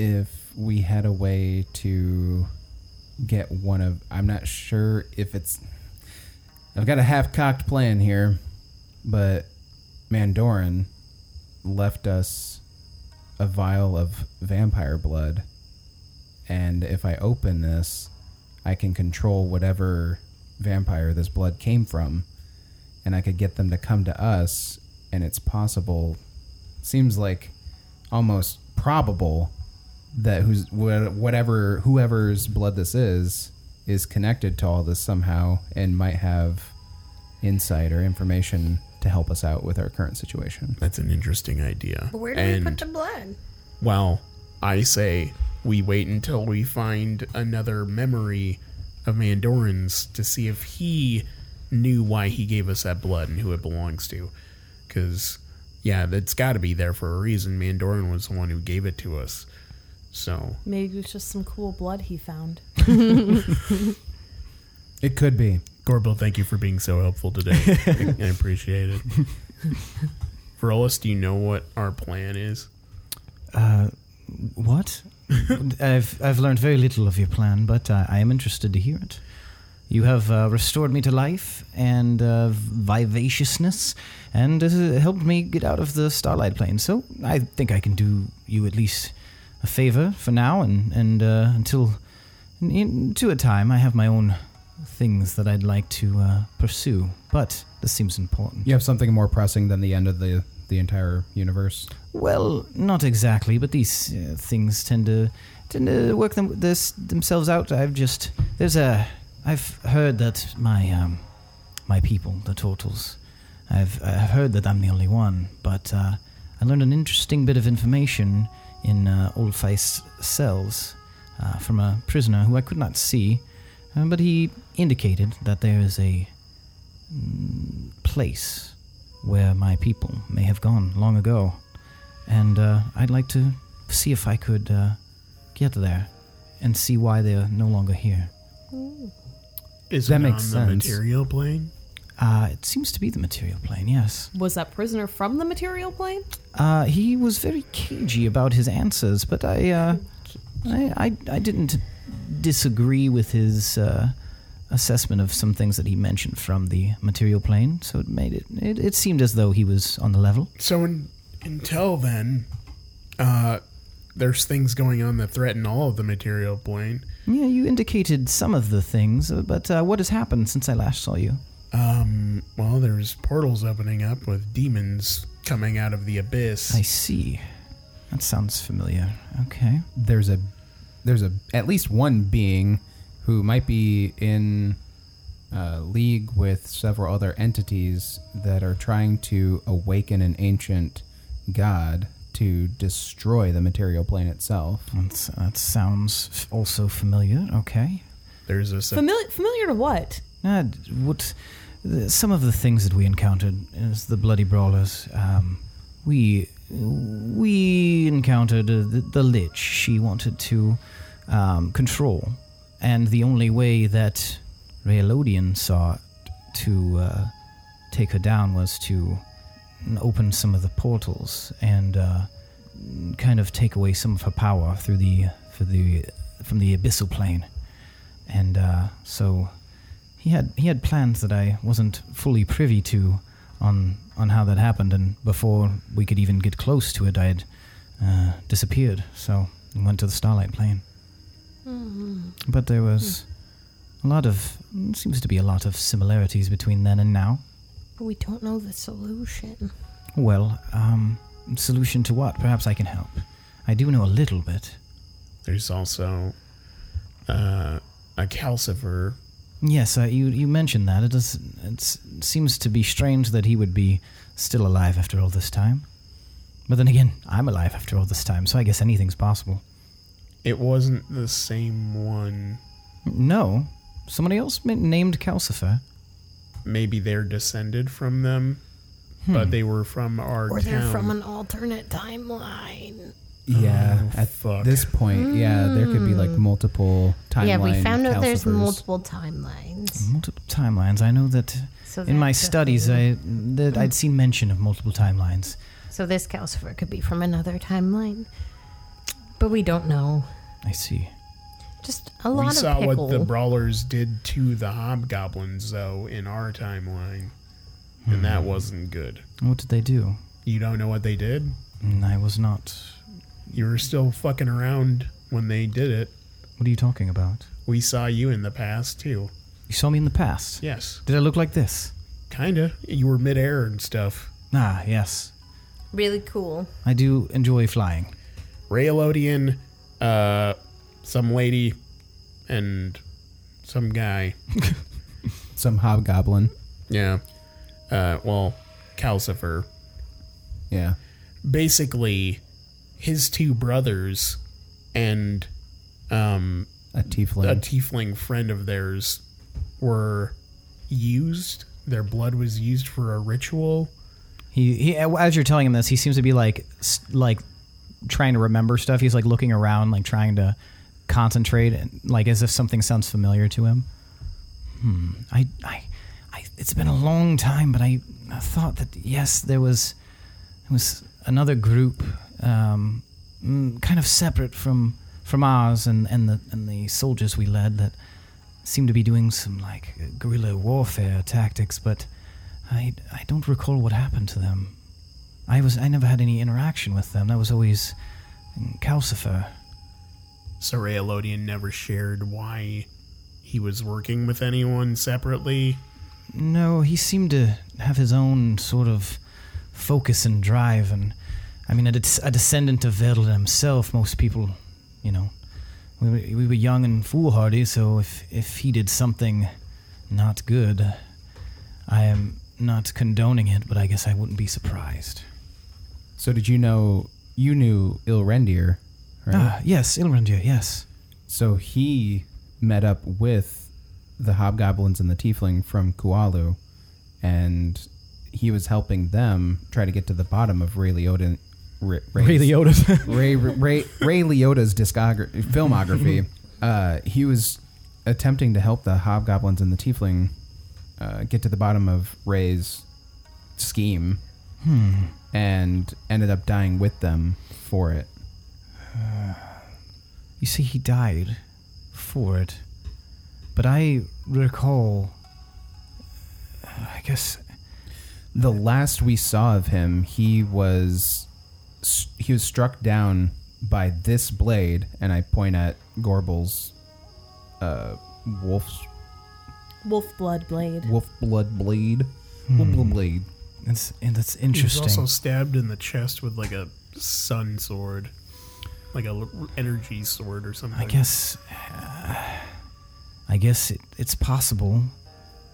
Speaker 1: if we had a way to get one of I'm not sure if it's I've got a half cocked plan here, but Mandorin left us a vial of vampire blood. And if I open this, I can control whatever vampire this blood came from. And I could get them to come to us. And it's possible, seems like almost probable that who's wh- whatever whoever's blood this is is connected to all this somehow and might have insight or information to help us out with our current situation.
Speaker 5: That's an interesting idea.
Speaker 10: But where do we put the blood?
Speaker 5: Well, I say we wait until we find another memory of Mandorin's to see if he knew why he gave us that blood and who it belongs to. Because, yeah, that's got to be there for a reason. Mandorin was the one who gave it to us. So,
Speaker 6: Maybe it was just some cool blood he found.
Speaker 1: It could be.
Speaker 5: Gorbo, thank you for being so helpful today.
Speaker 1: *laughs*
Speaker 5: I, I appreciate it. *laughs* Verolis, do you know what our plan is?
Speaker 4: Uh, what? I've I've learned very little of your plan, but uh, I am interested to hear it. You have uh, restored me to life and uh, vivaciousness, and uh, helped me get out of the starlight plane. So I think I can do you at least a favor for now, and and uh, until in, to a time, I have my own things that I'd like to uh, pursue. But this seems important.
Speaker 1: You have something more pressing than the end of the the entire universe.
Speaker 4: Well, not exactly, but these uh, things tend to tend to work them, this, themselves out. I've just there's a I've heard that my um my people, the turtles, I've I've heard that I'm the only one, but uh, I learned an interesting bit of information in uh, Olfeist's cells uh, from a prisoner who I could not see, uh, but he indicated that there is a mm, place where my people may have gone long ago and uh, I'd like to see if I could uh, get there and see why they're no longer here.
Speaker 5: Is
Speaker 1: That
Speaker 5: it
Speaker 1: makes sense.
Speaker 5: on the material plane?
Speaker 4: Uh, it seems to be the material plane, yes.
Speaker 6: Was that prisoner from the material plane?
Speaker 4: Uh, he was very cagey about his answers, but I, uh, I, I, I didn't disagree with his uh, assessment of some things that he mentioned from the material plane. So it made it, it, it seemed as though he was on the level.
Speaker 5: So un until then, uh, there's things going on that threaten all of the material plane.
Speaker 4: Yeah, you indicated some of the things, uh, but uh, what has happened since I last saw you?
Speaker 5: Um, well, there's portals opening up with demons coming out of the abyss.
Speaker 4: I see. That sounds familiar. Okay.
Speaker 1: There's a there's a at least one being who might be in uh, league with several other entities that are trying to awaken an ancient god to destroy the material plane itself.
Speaker 9: Oh,
Speaker 4: That's, that sounds f- also familiar. Okay.
Speaker 5: There's a sep-
Speaker 6: Familiar, familiar to what?
Speaker 4: Uh, what, the, some of the things that we encountered is the bloody brawlers. Um, we we encountered uh, the, the lich. She wanted to um, control, and the only way that Raelodian saw t- to uh, take her down was to open some of the portals and uh, kind of take away some of her power through the for the from the abyssal plane, and uh, so. He- he had he had plans that I wasn't fully privy to on on how that happened, and before we could even get close to it, I had uh, disappeared. So I went to the Starlight Plane. But there was a lot of seems to be a lot of similarities between then and now.
Speaker 3: But we don't know the solution.
Speaker 4: Well, um, solution to what? Perhaps I can help. I do know a little bit.
Speaker 5: There's also uh, a calcifer.
Speaker 4: Yes, uh, you you mentioned that. It does. It's, it seems to be strange that he would be still alive after all this time. But then again, I'm alive after all this time, so I guess anything's possible.
Speaker 5: It wasn't the same one.
Speaker 4: No, somebody else ma- named Calcifer.
Speaker 5: Maybe they're descended from them,
Speaker 1: Hmm.
Speaker 5: but they were from our
Speaker 3: Or they're
Speaker 5: town.
Speaker 3: from an alternate timeline.
Speaker 1: Yeah,
Speaker 5: Oh,
Speaker 1: at
Speaker 5: fuck.
Speaker 1: this point, yeah, there could be like multiple timeline.
Speaker 3: yeah, we found out there's
Speaker 1: calcifers.
Speaker 3: multiple timelines.
Speaker 4: Multiple timelines. I know that
Speaker 3: So
Speaker 4: in my
Speaker 3: that's a
Speaker 4: studies, I that I'd seen mention of multiple timelines.
Speaker 3: So this calcifer could be from another timeline. But we don't know.
Speaker 4: I see.
Speaker 3: Just a
Speaker 5: we
Speaker 3: lot
Speaker 5: saw
Speaker 3: of pickle.
Speaker 5: what the brawlers did to the hobgoblins, though, in our timeline, and that wasn't good.
Speaker 4: What did they do?
Speaker 5: You don't know what they did.
Speaker 4: Mm, I was not.
Speaker 5: You were still fucking around when they did it.
Speaker 4: What are you talking about?
Speaker 5: We saw you in the past too.
Speaker 4: You saw me in the past.
Speaker 5: Yes,
Speaker 4: Did I look like this?
Speaker 5: kinda. You were midair and stuff.
Speaker 4: Ah, yes.
Speaker 10: Really cool.
Speaker 4: I do enjoy flying.
Speaker 5: Raylodian, uh, some lady, and some guy.
Speaker 1: some hobgoblin.
Speaker 5: Yeah. Uh, well, Calcifer.
Speaker 1: Yeah,
Speaker 5: Basically, his two brothers and um,
Speaker 1: a tiefling.
Speaker 5: a tiefling friend of theirs were used. Their blood was used for a ritual.
Speaker 9: He, he as you're telling him this, he seems to be like s- like trying to remember stuff. He's like looking around, like trying to concentrate, and like as if something sounds familiar to him.
Speaker 4: Hmm, I, I, I, it's been a long time, but I, I thought that yes, there was, there was another group, um, mm, kind of separate from from ours and and the and the soldiers we led that seemed to be doing some like guerrilla warfare tactics, but I I don't recall what happened to them. I was I never had any interaction with them. That was always mm, Calcifer.
Speaker 5: So Raelodian never shared why he was working with anyone separately.
Speaker 4: No, he seemed to have his own sort of focus and drive, and I mean, a, des- a descendant of Verla himself. Most people, you know, we were, we were young and foolhardy, so if if he did something not good, I am not condoning it, but I guess I wouldn't be surprised.
Speaker 1: so did you know you knew Ilrendir, right?
Speaker 4: Ah, yes, Ilrandir, yes.
Speaker 1: So he met up with the hobgoblins and the tiefling from Kualu, and he was helping them try to get to the bottom of Ray Liotta. Ray, Ray
Speaker 9: Leota.
Speaker 1: *laughs* Ray, Ray, Ray Liotta's discography, filmography. Uh, he was attempting to help the hobgoblins and the tiefling uh, get to the bottom of Ray's scheme, and ended up dying with them for it.
Speaker 4: You see, he died for it. But I recall. uh, I guess.
Speaker 1: the last we saw of him, he was he was struck down by this blade, and I point at Gorbel's uh, wolf's
Speaker 6: Wolf blood blade.
Speaker 1: wolf blood bleed,
Speaker 4: Hmm.
Speaker 1: wolf blood bleed.
Speaker 4: That's, and that's
Speaker 5: He was
Speaker 4: interesting.
Speaker 5: also stabbed in the chest with like a sun sword, like a l- energy sword or something.
Speaker 4: I guess. uh, I guess it, it's possible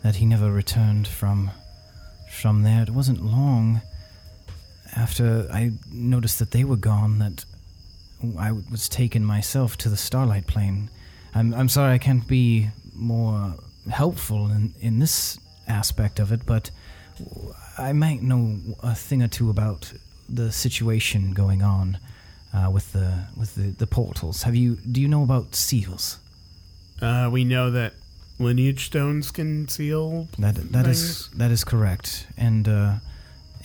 Speaker 4: that he never returned from from there. It wasn't long after I noticed that they were gone that I was taken myself to the Starlight Plane. I'm, I'm sorry I can't be more helpful in, in this aspect of it, but I might know a thing or two about the situation going on uh, with the with the, the portals. Have you do you know about seals?
Speaker 5: Uh, we know that lineage stones can seal.
Speaker 4: That that is that is correct, and uh,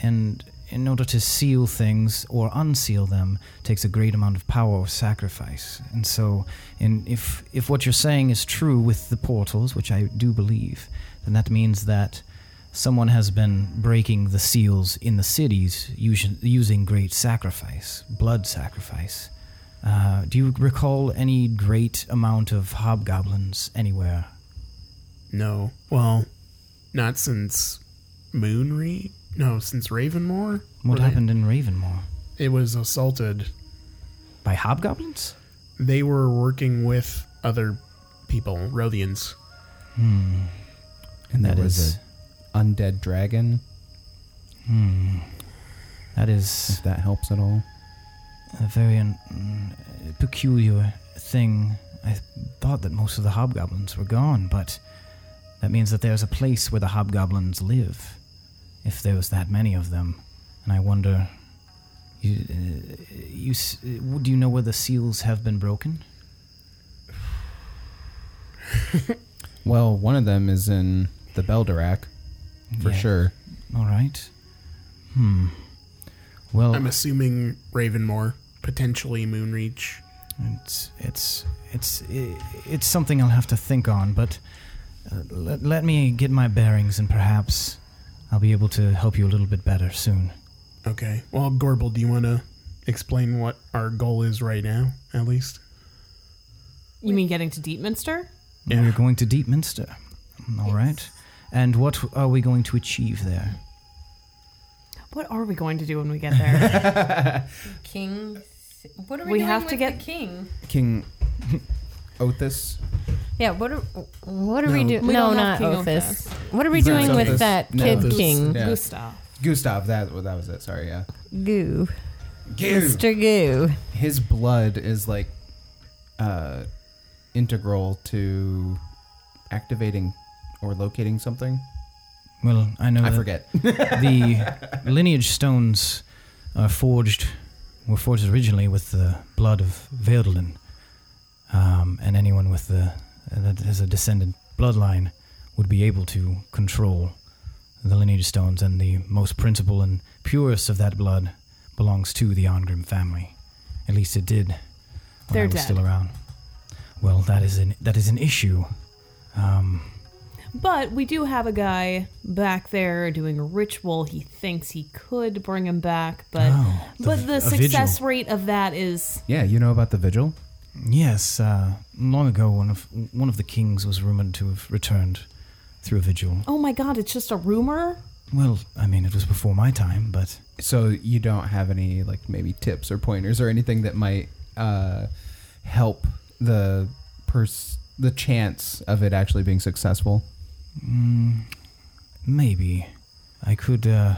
Speaker 4: and in order to seal things or unseal them, takes a great amount of power or sacrifice. And so, in, if, if what you're saying is true with the portals, which I do believe, then that means that someone has been breaking the seals in the cities using, using great sacrifice, blood sacrifice. Uh, do you recall any great amount of hobgoblins anywhere?
Speaker 5: No. Well, not since Moonreach. No, since Ravenmore.
Speaker 4: What
Speaker 5: Where they-
Speaker 4: happened in Ravenmore?
Speaker 5: It was assaulted.
Speaker 4: By hobgoblins?
Speaker 5: They were working with other people, Rothians.
Speaker 1: And there
Speaker 4: That
Speaker 1: was
Speaker 4: is-
Speaker 1: a undead dragon,
Speaker 4: That is
Speaker 1: if that helps at all.
Speaker 4: a very un- mm, peculiar thing. I thought that most of the hobgoblins were gone, but that means that there's a place where the hobgoblins live, if there was that many of them. And I wonder, you, uh, you, s- uh, do you know where the seals have been broken?
Speaker 1: Well, one of them is in the Beldorak, for
Speaker 4: Yeah.
Speaker 1: sure.
Speaker 4: All right. Hmm. Well,
Speaker 5: I'm assuming Ravenmore, potentially Moonreach.
Speaker 4: It's it's it's i- it's something I'll have to think on, but uh, let, let me get my bearings and perhaps I'll be able to help you a little bit better soon.
Speaker 5: Okay. Well, Gorble, do you want to explain what our goal is right now, at least?
Speaker 6: You mean getting to Deepminster?
Speaker 4: We're going to Deepminster. All right. And what are we going to achieve there?
Speaker 6: What are we going to do when we
Speaker 4: *laughs*
Speaker 6: get there?
Speaker 10: King. What are we,
Speaker 6: We
Speaker 10: doing
Speaker 6: have to
Speaker 10: with
Speaker 6: get-
Speaker 10: the king?
Speaker 1: King *laughs* Othus.
Speaker 10: Yeah. What are What are we doing?
Speaker 6: We
Speaker 10: No,
Speaker 6: don't
Speaker 10: not
Speaker 6: have King
Speaker 10: Ophis. What are we
Speaker 1: That's
Speaker 10: doing
Speaker 1: Ophis.
Speaker 10: with that
Speaker 1: No.
Speaker 10: kid
Speaker 1: Ophis.
Speaker 10: king?
Speaker 1: Yeah.
Speaker 6: Gustav.
Speaker 1: Gustav, that, that was it. Sorry, yeah.
Speaker 3: Goo.
Speaker 1: Goo.
Speaker 3: Mr. Goo.
Speaker 1: His blood is like uh, integral to activating or locating something.
Speaker 4: Well, I know
Speaker 1: I
Speaker 4: that
Speaker 1: forget.
Speaker 4: the lineage stones are forged were forged originally with the blood of Verdolin. Um, and anyone with the that has a descendant bloodline would be able to control the lineage stones and the most principal and purest of that blood belongs to the Ongrim family. At least it did when
Speaker 6: They're
Speaker 4: I was
Speaker 6: dead.
Speaker 4: still around. Well, that is an that is an issue. Um,
Speaker 6: But we do have a guy back there doing a ritual. He thinks he could bring him back, but
Speaker 4: Oh, the
Speaker 6: but
Speaker 4: v-
Speaker 6: the
Speaker 4: *gasps* a
Speaker 6: success
Speaker 4: vigil.
Speaker 6: rate of that is
Speaker 1: yeah, you know about the vigil?
Speaker 4: Yes, uh, long ago, one of one of the kings was rumored to have returned through a vigil.
Speaker 6: oh my god, it's just a rumor.
Speaker 4: Well, I mean, it was before my time, but
Speaker 1: So you don't have any like maybe tips or pointers or anything that might uh, help the pers- the chance of it actually being successful.
Speaker 4: maybe I could. Uh,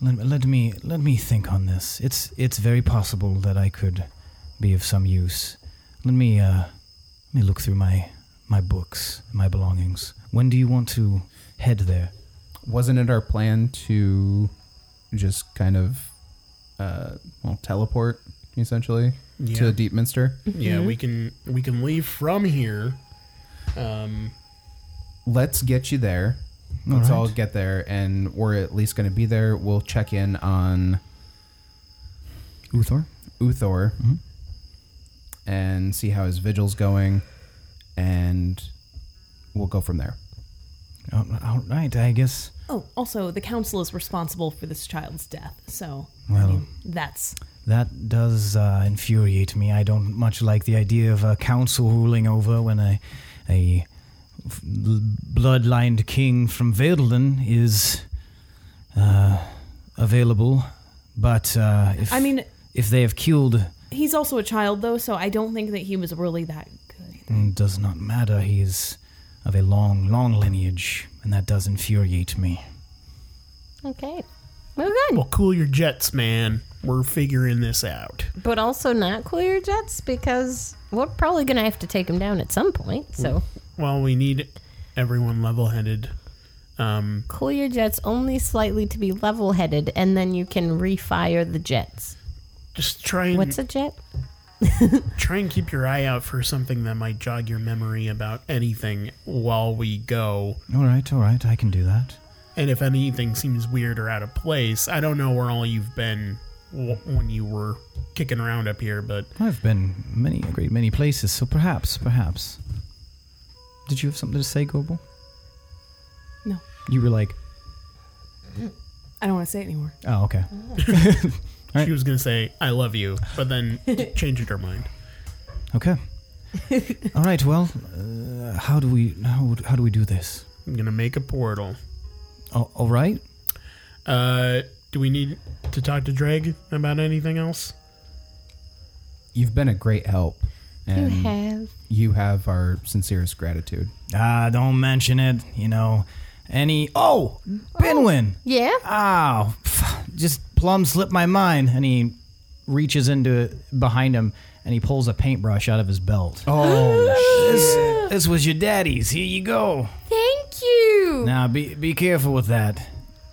Speaker 4: let, let me let me think on this. It's it's very possible that I could be of some use. Let me uh, let me look through my my books, my belongings. When do you want to head there?
Speaker 1: Wasn't it our plan to just kind of uh, well teleport essentially
Speaker 5: Yeah.
Speaker 1: to Deepminster?
Speaker 5: Yeah, we can we can leave from here. Um,
Speaker 1: Let's get you there. Let's all get there, and we're at least going to be there. We'll check in on
Speaker 4: Uthor.
Speaker 1: Uthor and see how his vigil's going, and we'll go from there.
Speaker 4: all right, I guess.
Speaker 6: Oh, also the council is responsible for this child's death, so I
Speaker 4: Well-
Speaker 6: mean, that's
Speaker 4: That does uh, infuriate me. I don't much like the idea of a council ruling over when a, a f- l- bloodlined king from Vedelden is uh, available. But uh, if
Speaker 6: I mean
Speaker 4: if they have killed,
Speaker 6: he's also a child though, so I don't think that he was really that good.
Speaker 4: it does not matter. He is of a long, long lineage, and that does infuriate me.
Speaker 3: Okay. Move on.
Speaker 5: well, cool your jets, man. We're figuring this out.
Speaker 3: But also not cool your jets because we're probably going to have to take him down at some point. So
Speaker 5: Well, we need everyone level-headed. Um,
Speaker 3: cool your jets only slightly to be level headed and then you can refire the jets.
Speaker 5: just try and
Speaker 3: What's a jet?
Speaker 5: try and keep your eye out for something that might jog your memory about anything while we go.
Speaker 4: All right, all right, I can do that.
Speaker 5: And if anything seems weird or out of place, I don't know where all you've been w- when you were kicking around up here, but
Speaker 9: I've been many, a great many places, so perhaps, perhaps. Did you have something to say, Goble?
Speaker 6: No.
Speaker 9: You were like,
Speaker 6: I don't want to say it anymore.
Speaker 9: oh, okay.
Speaker 5: she was going to say, I love you, but then changed her mind.
Speaker 9: Okay. All right, well, uh, how do we how, how do we do this?
Speaker 5: I'm going to make a portal.
Speaker 9: Oh, all right.
Speaker 5: Uh, do we need to talk to Dreg about anything else?
Speaker 1: You've been a great help. And
Speaker 3: you have.
Speaker 1: you have our sincerest gratitude.
Speaker 9: Ah, don't mention it. You know, any. Oh, Pinwin.
Speaker 3: Yeah.
Speaker 9: *sighs* Ow, pff, just plumb slipped my mind. And he reaches into behind him and he pulls a paintbrush out of his belt.
Speaker 1: Oh,
Speaker 9: This, this was your daddy's. Here you go.
Speaker 3: Thank you.
Speaker 9: Now be be careful with that.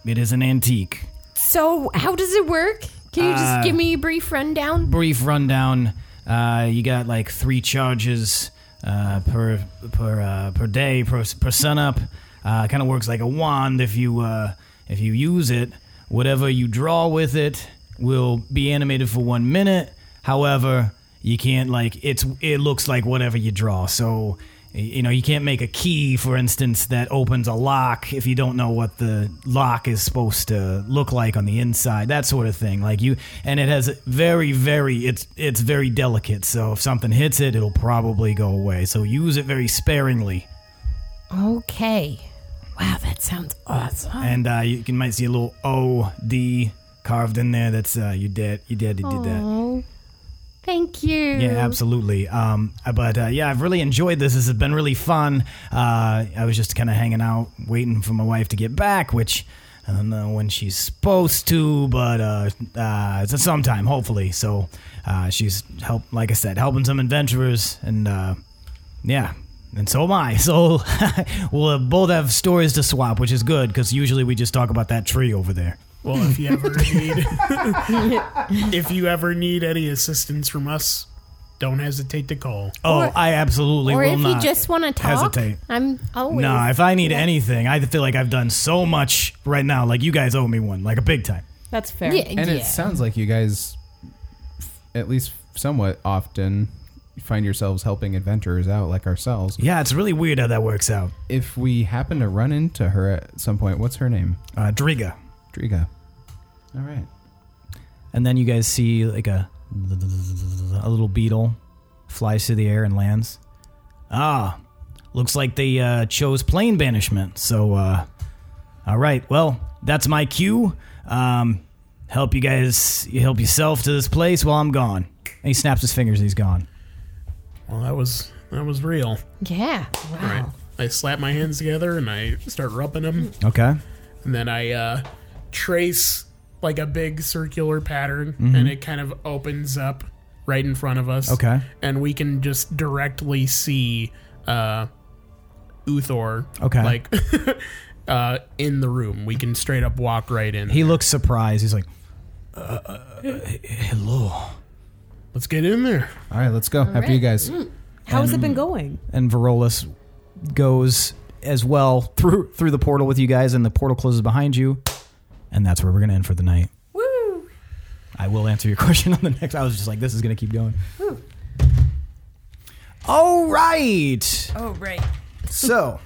Speaker 9: It is an antique.
Speaker 3: So, how does it work? Can you just give me a brief rundown?
Speaker 9: Brief rundown. Uh, you got like three charges uh, per per uh, per day per per sunup. Uh, kind of works like a wand if you uh, if you use it. Whatever you draw with it will be animated for one minute. However, you can't like it's it looks like whatever you draw. So you know you can't make a key, for instance, that opens a lock if you don't know what the lock is supposed to look like on the inside. That sort of thing. Like you, and it has very very it's it's very delicate. So if something hits it, it'll probably go away. So use it very sparingly.
Speaker 3: Okay. Wow, that sounds awesome.
Speaker 9: And uh, you can might see a little O D carved in there. That's uh, your dad. Your daddy did that.
Speaker 3: Oh, thank you.
Speaker 9: Yeah, absolutely. Um, uh, but uh, yeah, I've really enjoyed this. This has been really fun. Uh, I was just kind of hanging out, waiting for my wife to get back, which I don't know when she's supposed to, but uh, uh, it's sometime, hopefully. So uh, she's help, like I said, helping some adventurers, and uh, yeah. And so am I. *laughs* So we'll have- both have stories to swap, which is good because usually we just talk about that tree over there.
Speaker 5: Well, if you ever need, *laughs* if you ever need any assistance from us, don't hesitate to call.
Speaker 9: Oh,
Speaker 3: Or-
Speaker 9: I absolutely
Speaker 3: Or
Speaker 9: will
Speaker 3: if
Speaker 9: not
Speaker 3: you just want to talk,
Speaker 9: hesitate.
Speaker 3: I'm always.
Speaker 9: No, if I need anything, I feel like I've done so much right now. Like you guys owe me one, like a big time.
Speaker 6: That's fair.
Speaker 3: yeah,
Speaker 1: and
Speaker 3: yeah.
Speaker 1: it sounds like you guys, at least somewhat often, find yourselves helping adventurers out like ourselves.
Speaker 9: Yeah, it's really weird how that works out.
Speaker 1: If we happen to run into her at some point, what's her name?
Speaker 9: Uh, Driga,
Speaker 1: Driga. All right.
Speaker 9: and then you guys see like a a little beetle flies through the air and lands. Ah, looks like they uh, chose plane banishment. So, uh, all right, well, that's my cue. Um, help you guys, you help yourself to this place while I'm gone. And he snaps his fingers and he's gone.
Speaker 5: Well, that was that was real.
Speaker 3: Yeah.
Speaker 5: All right.
Speaker 3: Wow.
Speaker 5: I slap my hands together and I start rubbing them,
Speaker 9: Okay.
Speaker 5: and then I uh, trace like a big circular pattern,
Speaker 9: Mm-hmm.
Speaker 5: and it kind of opens up right in front of us.
Speaker 9: Okay.
Speaker 5: and we can just directly see uh, Uthor.
Speaker 9: Okay.
Speaker 5: like *laughs* uh, in the room, we can straight up walk right in.
Speaker 9: He looks surprised. He's like, uh, uh, uh, "Hello."
Speaker 5: Let's get in there.
Speaker 1: All right, let's go. After you guys.
Speaker 12: Mm.
Speaker 6: How has it been going?
Speaker 4: and Varolus goes as well through through the portal with you guys, and the portal closes behind you,
Speaker 9: And that's where we're gonna end for the night.
Speaker 12: Woo!
Speaker 9: I will answer your *laughs* question on the next. I was just like, "This is gonna keep going." All right.
Speaker 12: Oh, right.
Speaker 9: So,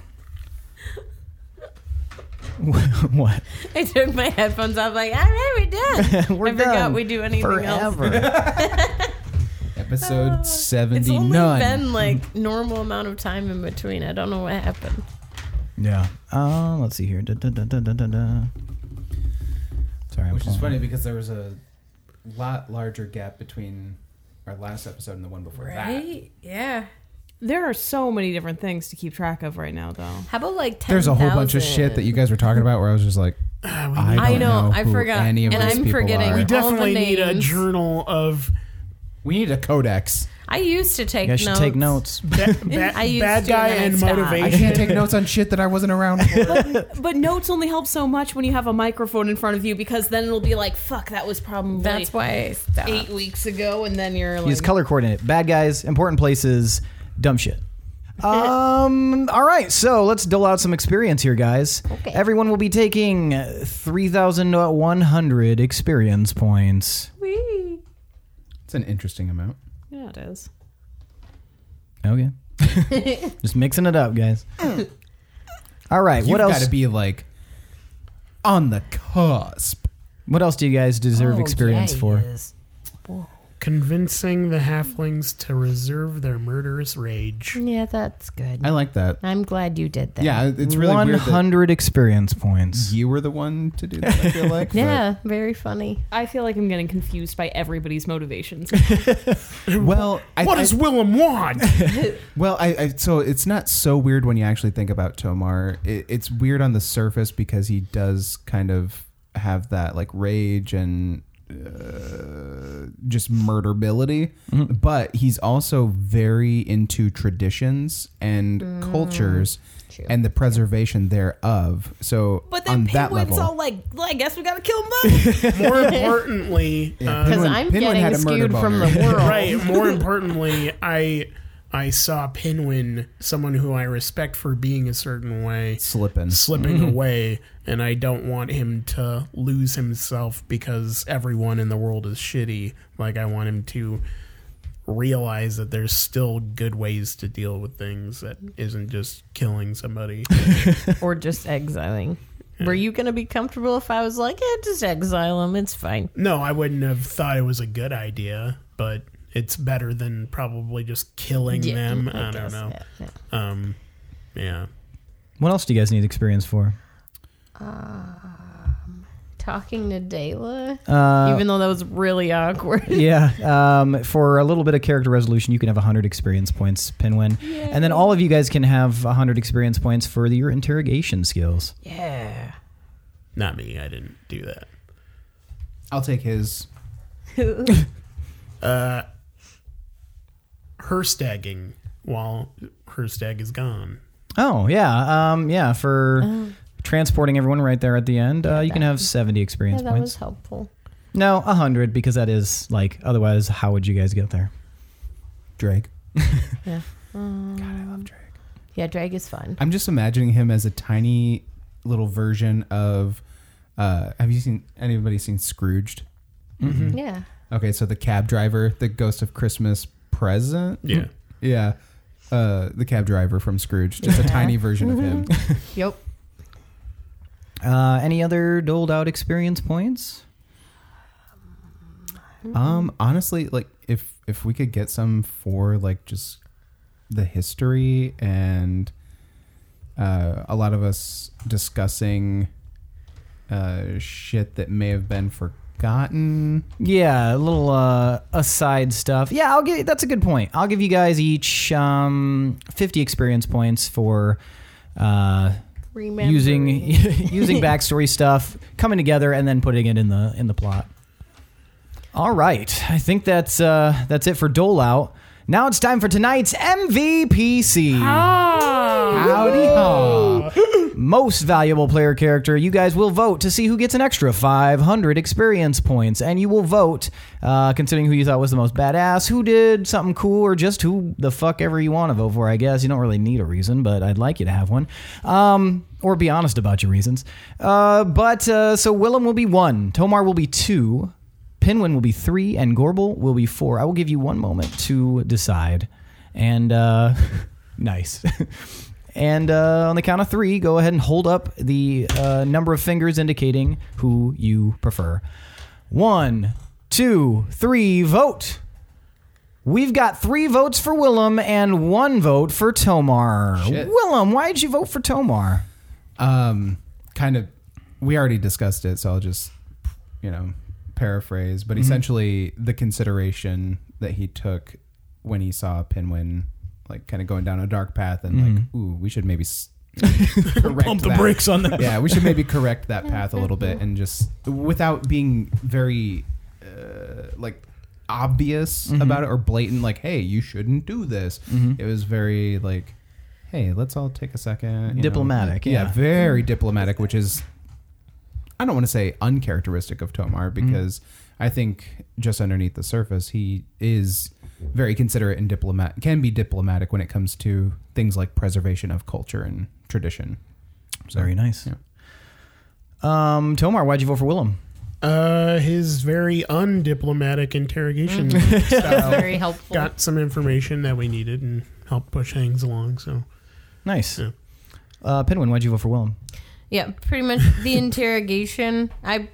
Speaker 9: what?
Speaker 12: *laughs* I took my headphones off, like, all right, we're done.
Speaker 9: We're
Speaker 12: I forgot
Speaker 9: done
Speaker 12: we do *laughs* anything else.
Speaker 9: forever.
Speaker 1: Episode
Speaker 12: It's only
Speaker 1: 79.
Speaker 12: been like normal amount of time in between. I don't know what happened.
Speaker 9: yeah. Uh, let's see here. Da, da, da, da, da, da, da. Sorry, I'm
Speaker 1: Which is
Speaker 9: pulling-
Speaker 1: funny because there was a lot larger gap between our last episode and the one before that.
Speaker 12: Yeah.
Speaker 6: There are so many different things to keep track of right now, though.
Speaker 12: How about like 10,000?
Speaker 1: There's a whole bunch of shit that you guys were talking about where I was just like, I, don't
Speaker 12: I know, I
Speaker 1: who
Speaker 12: forgot.
Speaker 1: Any of
Speaker 12: And
Speaker 1: these
Speaker 12: I'm
Speaker 1: people
Speaker 12: forgetting.
Speaker 1: are.
Speaker 5: We
Speaker 12: All
Speaker 5: definitely
Speaker 12: the
Speaker 5: need a
Speaker 12: names.
Speaker 5: journal of
Speaker 1: We need a codex.
Speaker 12: I used to take
Speaker 9: You guys should
Speaker 12: notes.
Speaker 9: take
Speaker 12: *laughs*
Speaker 9: notes.
Speaker 5: ba- ba-
Speaker 12: I used to,
Speaker 5: bad
Speaker 12: and
Speaker 5: guy
Speaker 12: then I
Speaker 5: and
Speaker 12: stopped.
Speaker 1: I
Speaker 5: motivation.
Speaker 1: can't take notes on shit that I wasn't around for.
Speaker 6: But notes only help so much when you have a microphone in front of you because then it'll be like, fuck, that was probably
Speaker 12: That's why I stopped.
Speaker 6: eight weeks ago, and then you're like,
Speaker 4: He's color coordinate. Bad guys, important places, dumb shit.
Speaker 9: Um. All right. So let's dole out some experience here, guys.
Speaker 3: Okay.
Speaker 9: Everyone will be taking three thousand one hundred experience points.
Speaker 6: Whee.
Speaker 1: *laughs* It's an interesting amount.
Speaker 6: Yeah, it is.
Speaker 9: Okay. Just mixing it
Speaker 3: *laughs*
Speaker 9: up, guys. All right.
Speaker 1: You've
Speaker 9: what
Speaker 1: got
Speaker 9: else?
Speaker 1: to be like on the cusp.
Speaker 9: what else do you guys deserve experience for?
Speaker 5: Convincing the halflings to reserve their murderous rage.
Speaker 3: Yeah, that's good.
Speaker 1: I like that.
Speaker 3: I'm glad you did that.
Speaker 1: Yeah, it's really
Speaker 9: one
Speaker 1: weird that
Speaker 9: hundred experience points.
Speaker 1: you were the one to do that. I
Speaker 9: *laughs*
Speaker 1: feel like.
Speaker 3: Yeah, very funny.
Speaker 6: I feel like I'm getting confused by everybody's motivations.
Speaker 1: but- well, I,
Speaker 5: What
Speaker 1: I-
Speaker 5: does
Speaker 1: *laughs*
Speaker 5: Willem want?
Speaker 1: Well, I, I so it's not so weird when you actually think about Tomar. It, it's weird on the surface because he does kind of have that like rage and uh, just murderability,
Speaker 9: Mm-hmm.
Speaker 1: but he's also very into traditions and
Speaker 3: Mm.
Speaker 1: cultures and the preservation thereof. So
Speaker 6: but
Speaker 1: on
Speaker 6: then
Speaker 1: that
Speaker 6: penguins
Speaker 1: level,
Speaker 6: all like, "Well, I guess we gotta kill money.
Speaker 5: More importantly, uh,
Speaker 3: Because
Speaker 1: Penguin-
Speaker 3: I'm
Speaker 1: Penguin had
Speaker 3: getting
Speaker 1: a murder
Speaker 3: skewed from the
Speaker 1: boner.
Speaker 3: world.
Speaker 5: right. More importantly, I I saw Pinwin, someone who I respect for being a certain way,
Speaker 1: slipping.
Speaker 5: slipping
Speaker 3: Mm-hmm.
Speaker 5: away, and I don't want him to lose himself because everyone in the world is shitty. Like I want him to realize that there's still good ways to deal with things that isn't just
Speaker 3: *laughs*
Speaker 5: killing somebody.
Speaker 3: *laughs* or just exiling. Were you going to be comfortable if I was like, yeah, just exile him? It's fine.
Speaker 5: No, I wouldn't have thought it was a good idea, but it's better than probably just killing
Speaker 3: Yeah,
Speaker 5: them. I, don't
Speaker 3: guess,
Speaker 5: know.
Speaker 3: yeah, yeah.
Speaker 5: Um, yeah.
Speaker 9: What else do you guys need experience for?
Speaker 3: Talking to Dayla,
Speaker 9: Uh,
Speaker 3: even though that was really awkward.
Speaker 9: yeah. Um, for a little bit of character resolution, you can have 100 experience points, Pinwin. And then all of you guys can have 100 experience points for your interrogation skills.
Speaker 3: *laughs* yeah.
Speaker 5: Not me. I didn't do that.
Speaker 1: I'll take his.
Speaker 5: Her stagging while her stag is gone.
Speaker 9: Oh, yeah. Um, yeah, for transporting everyone right there at the end, uh, you can have 70
Speaker 3: Oh. Yeah,
Speaker 9: experience
Speaker 3: that was
Speaker 9: points.
Speaker 3: helpful.
Speaker 9: No, 100, because that is like, otherwise, how would you guys get there?
Speaker 1: Drake.
Speaker 3: Yeah, drag is fun.
Speaker 1: I'm just imagining him as a tiny little version of. Uh, have you seen anybody seen Scrooged?
Speaker 3: Yeah.
Speaker 1: Okay, so the cab driver, the ghost of Christmas present.
Speaker 5: Yeah.
Speaker 1: Yeah. Uh, the cab driver from Scrooge, just a tiny version of him.
Speaker 3: Yep.
Speaker 9: Uh, any other doled out experience points?
Speaker 1: Um, honestly, like if if we could get some for like just the history and uh, a lot of us discussing uh, shit that may have been forgotten.
Speaker 9: Yeah, a little uh, aside stuff. Yeah, I'll give that's a good point. I'll give you guys each um, fifty experience points for uh,
Speaker 3: Remember.
Speaker 9: using *laughs* using backstory stuff, coming together, and then putting it in the in the plot. All right, I think that's uh, that's it for dole out. Now it's time for tonight's MVPC. Howdy haw. Most valuable player character. You guys will vote to see who gets an extra 500 experience points, and you will vote uh, considering who you thought was the most badass, who did something cool, or just who the fuck ever you want to vote for. I guess you don't really need a reason, but I'd like you to have one, um, or be honest about your reasons. Uh, but uh, so Willem will be one, Tomar will be two, Pinwin will be three, and Gorbel will be four. I will give you one moment to decide. And uh, nice. *laughs* and uh, on the count of three, go ahead and hold up the uh, number of fingers indicating who you prefer. One, two, three, vote. We've got three votes for Willem and one vote for Tomar.
Speaker 1: Shit.
Speaker 9: Willem, why did you vote for Tomar?
Speaker 1: um, kind of we already discussed it so i'll just you know paraphrase
Speaker 4: Mm-hmm.
Speaker 1: but essentially the consideration that he took when he saw pinwin like kind of going down a dark path and like ooh we should maybe
Speaker 4: *laughs*
Speaker 1: s- correct
Speaker 4: Mm-hmm. Pump the
Speaker 1: that.
Speaker 4: brakes on that.
Speaker 1: yeah we should maybe correct that path a little bit and just without being very uh, like obvious about it or blatant like hey you shouldn't do this it was very like hey let's all take a second you know.
Speaker 9: Diplomatic, yeah.
Speaker 1: very diplomatic which is i don't want to say uncharacteristic of tomar because i think just underneath the surface he is very considerate and diplomat can be diplomatic when it comes to things like preservation of culture and tradition. So,
Speaker 9: Very nice.
Speaker 1: yeah.
Speaker 4: Um, Tomar, why'd you vote for Willem?
Speaker 5: Uh, his very undiplomatic interrogation
Speaker 3: Mm.
Speaker 5: style
Speaker 13: Very helpful.
Speaker 5: got some information that we needed and helped push things along. So
Speaker 4: Nice.
Speaker 5: Yeah.
Speaker 4: Uh, Pinwin, why'd you vote for Willem?
Speaker 3: Yeah, pretty much
Speaker 5: *laughs*
Speaker 3: the interrogation. I,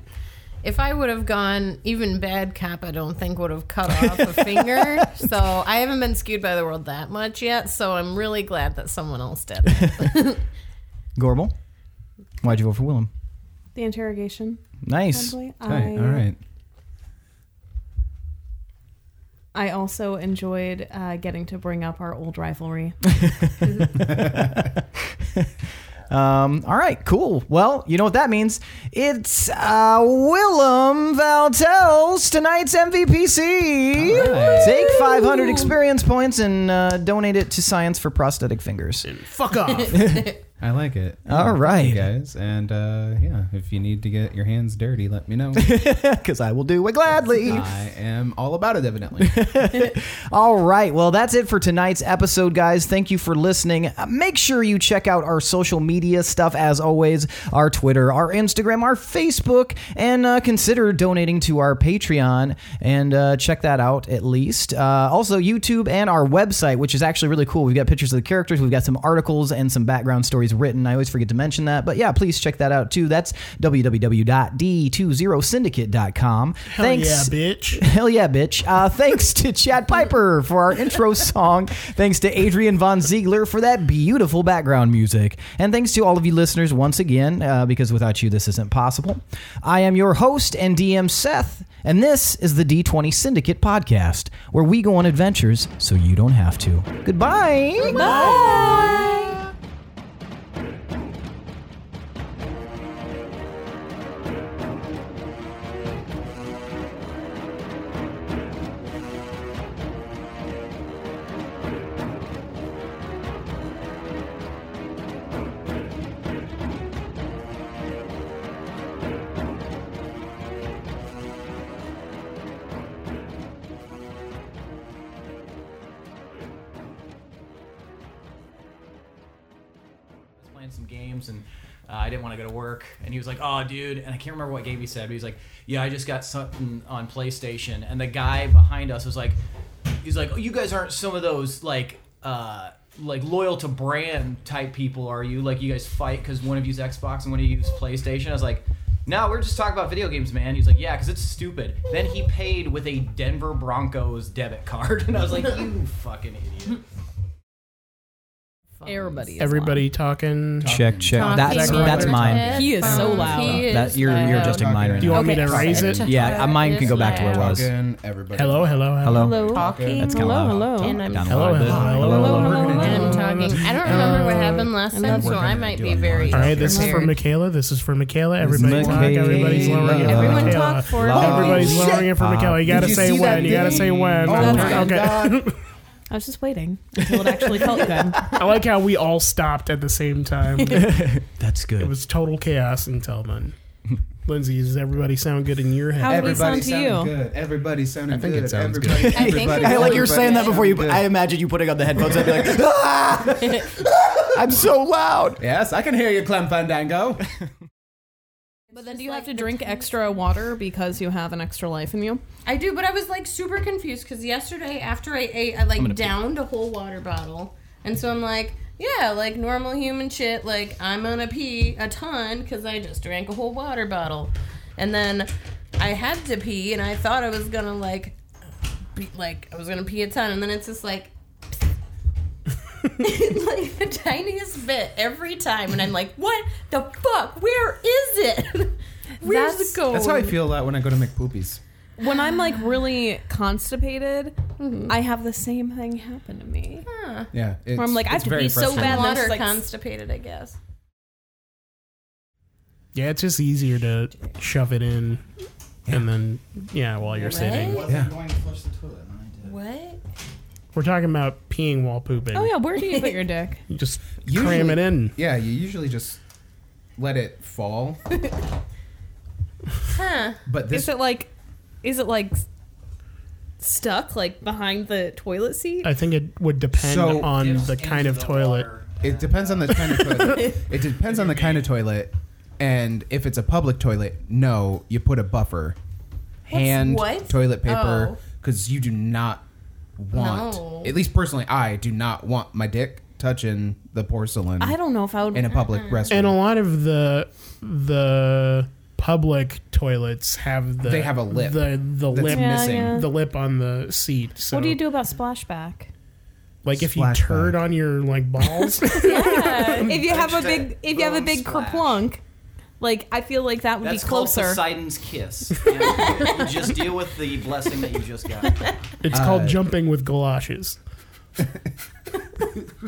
Speaker 3: if I would have gone even bad cop, I don't think would have cut off a
Speaker 5: *laughs*
Speaker 3: finger. So I haven't been skewed by the world that much yet. So I'm really glad that someone else
Speaker 5: *laughs*
Speaker 3: did.
Speaker 4: Gorbel, why'd you vote for Willem?
Speaker 6: The interrogation.
Speaker 4: Nice.
Speaker 6: Probably.
Speaker 1: Okay,
Speaker 6: I,
Speaker 1: all right.
Speaker 6: I also enjoyed uh, getting to bring up our old rivalry.
Speaker 4: Um, all right, cool. Well, you know what that means. It's uh, Willem Valtels, tonight's MVPC. Take 500 experience points and uh, donate it to Science for Prosthetic Fingers.
Speaker 3: *laughs*
Speaker 5: fuck off.
Speaker 1: I like it.
Speaker 4: All
Speaker 1: Thank you
Speaker 4: right.
Speaker 1: guys. And uh, yeah, if you need to get your hands dirty, let me know.
Speaker 4: Because I will do it gladly.
Speaker 1: I am all about it, evidently.
Speaker 4: All right. Well, that's it for tonight's episode, guys. Thank you for listening. Uh, Make sure you check out our social media stuff, as always our Twitter, our Instagram, our Facebook, and uh, consider donating to our Patreon and uh, check that out at least. Uh, also, YouTube and our website, which is actually really cool. We've got pictures of the characters, we've got some articles and some background stories written. I always forget to mention that. But yeah, please check that out too. That's www.d20syndicate.com.
Speaker 5: Hell
Speaker 4: Thanks.
Speaker 5: yeah, bitch.
Speaker 4: Hell yeah, bitch. Uh, thanks to Chad Piper for our intro song. Thanks to Adrian Von Ziegler for that beautiful background music. And thanks to all of you listeners once again, uh, because without you, this isn't possible. I am your host and DM, Seth, and this is the D20 Syndicate podcast, where we go on adventures so you don't have to. Goodbye. was playing some games and uh, I didn't want to go to work. And he was like, "Oh, dude!" And I can't remember what game he said, but he was like, "Yeah, I just got something on PlayStation." And the guy behind us was like, "He's like, oh, you guys aren't some of those like." Uh, like loyal to brand type people are you like you guys fight because one of you's xbox and one of you's playstation i was like no we're just talking about video games man he's like yeah because it's stupid then he paid with a denver broncos debit card *laughs* and i was like you fucking idiot
Speaker 13: Everybody.
Speaker 5: Everybody talking.
Speaker 4: check check
Speaker 3: Talking over
Speaker 5: that's mine.
Speaker 3: headphones.
Speaker 6: He is so loud.
Speaker 3: Um, He
Speaker 4: That-
Speaker 3: is
Speaker 4: you're- you're
Speaker 3: loud.
Speaker 4: adjusting mine right
Speaker 5: Do you
Speaker 4: now.
Speaker 5: want me to
Speaker 3: Okay.
Speaker 5: raise it?
Speaker 4: Yeah, uh, mine can go back to where it was.
Speaker 1: Again, everybody.
Speaker 5: Hello, hello, hello.
Speaker 3: Talking.
Speaker 4: That's kinda loud.
Speaker 3: And I'm
Speaker 4: Down a
Speaker 5: Hello,
Speaker 4: little bit.
Speaker 5: hello,
Speaker 4: Hello, hello.
Speaker 3: and talking. I don't remember
Speaker 4: Uh,
Speaker 3: what happened last time, so I might be very.
Speaker 5: All right, this is for
Speaker 3: prepared.
Speaker 5: Michaela. This is for Michaela. Everybody
Speaker 4: Michaela.
Speaker 5: talk. Everybody's lowering it for
Speaker 3: Everyone
Speaker 5: Michaela.
Speaker 3: talk for
Speaker 4: Loud.
Speaker 3: me.
Speaker 5: Everybody's
Speaker 4: Shit.
Speaker 5: lowering it for Michaela. You gotta
Speaker 1: you
Speaker 5: say
Speaker 1: see that
Speaker 5: when. You gotta say
Speaker 1: thing?
Speaker 5: when.
Speaker 1: Oh my
Speaker 5: okay.
Speaker 6: I was just waiting until it actually felt good.
Speaker 5: I like how we all stopped at the same time. it
Speaker 9: That's good.
Speaker 5: was total chaos until then. Lindsay, does everybody sound good in your head?
Speaker 6: How-
Speaker 1: Everybody
Speaker 6: Everybody sound to
Speaker 1: sounded
Speaker 6: you?
Speaker 1: good. Everybody sounded
Speaker 5: I think it
Speaker 1: good.
Speaker 5: sounds good.
Speaker 1: everybody,
Speaker 3: I think
Speaker 1: everybody,
Speaker 3: I
Speaker 4: like you're
Speaker 1: everybody
Speaker 4: saying that before you.
Speaker 1: sounded
Speaker 4: I
Speaker 1: good.
Speaker 4: imagine you putting on the headphones. I'd be like, "Ah! I'm so loud.
Speaker 1: Yes, I can hear you, Clem Fandango.
Speaker 6: But then do you have to drink extra water because you have an extra life in you?
Speaker 3: I do, but I was like super confused because yesterday after I ate, I like downed a whole water bottle, and so I'm like, yeah, like normal human shit. Like I'm gonna pee a ton because I just drank a whole water bottle, and then I had to pee, and I thought I was gonna like, be, like I was gonna pee a ton, and then it's just like. *laughs* like the tiniest bit every time, and I'm like, "What the fuck? Where is it? *laughs* Where's
Speaker 6: That's-
Speaker 3: it going?"
Speaker 1: That's how I feel that when I go to make poopies.
Speaker 6: When I'm like really constipated, I have the same thing happen to me.
Speaker 1: Yeah, it's,
Speaker 6: Where I'm like, I
Speaker 1: it's
Speaker 6: have to
Speaker 1: very
Speaker 6: pee so
Speaker 1: frustrating.
Speaker 6: bad that
Speaker 3: Water
Speaker 6: it's like
Speaker 3: constipated, I guess.
Speaker 5: Yeah, it's just easier to shove it in, and then yeah, while you're sitting.
Speaker 1: Yeah.
Speaker 3: What?
Speaker 5: We're talking about peeing while pooping.
Speaker 6: Oh yeah, where do you
Speaker 9: *laughs*
Speaker 6: put your dick?
Speaker 5: You just
Speaker 1: Usually-
Speaker 5: cram it in.
Speaker 1: Yeah, you usually just let it fall.
Speaker 3: Huh.
Speaker 1: But this
Speaker 6: Is it like, is it like stuck like behind the toilet seat?
Speaker 5: I think it would depend
Speaker 1: So-
Speaker 5: on the kind of toilet.
Speaker 1: It depends on the kind of toilet. it depends on the kind of toilet, and if it's a public toilet, no, you put a buffer, hand
Speaker 10: what?
Speaker 1: toilet paper,
Speaker 10: Oh.
Speaker 1: because you do not want.
Speaker 10: No.
Speaker 1: At least personally, I do not want my dick touching the porcelain
Speaker 6: I don't know if I would.
Speaker 1: in a public restroom.
Speaker 5: And a lot of the the public toilets have the
Speaker 1: They have a lip
Speaker 5: the the
Speaker 1: that's
Speaker 5: lip
Speaker 1: missing.
Speaker 6: Yeah, yeah.
Speaker 5: the lip on the seat. So
Speaker 6: what do you do about splashback?
Speaker 5: Like if you
Speaker 1: Splashback.
Speaker 5: turd on your like *laughs* balls,
Speaker 9: Uh,
Speaker 6: *laughs* if you have a big, if you have a big kerplunk, like I feel like that would
Speaker 9: That's
Speaker 6: be
Speaker 9: called
Speaker 6: closer.
Speaker 9: Poseidon's kiss. And you *laughs* just deal with the blessing that you just got.
Speaker 5: it's called jumping with galoshes.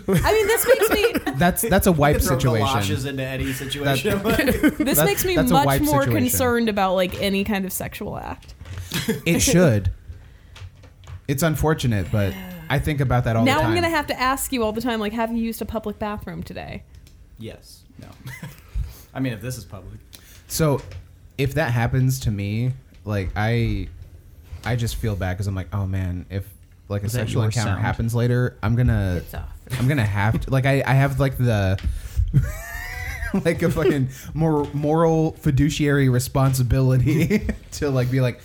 Speaker 6: I mean, this makes me,
Speaker 1: That's that's a wipe
Speaker 9: *laughs* Throw galoshes
Speaker 1: situation.
Speaker 9: into any situation. *laughs*
Speaker 6: this
Speaker 1: That's-
Speaker 6: makes me
Speaker 1: that's a
Speaker 6: much
Speaker 1: wipe
Speaker 6: more
Speaker 1: situation.
Speaker 6: concerned about like any kind of sexual act.
Speaker 1: It should. It's unfortunate, but I think about that all
Speaker 6: now
Speaker 1: the time.
Speaker 6: I'm gonna have to ask you all the time, like, have you used a public bathroom today?
Speaker 9: yes. No. I mean, if this is public.
Speaker 1: So, if that happens to me, like I, I just feel bad because I'm like, oh man, if like a
Speaker 9: that
Speaker 1: sexual
Speaker 9: your
Speaker 1: encounter
Speaker 9: sound?
Speaker 1: happens later, I'm gonna, I'm gonna have to, like I, I have like the, *laughs* like a fucking mor- moral fiduciary responsibility *laughs* to like be like,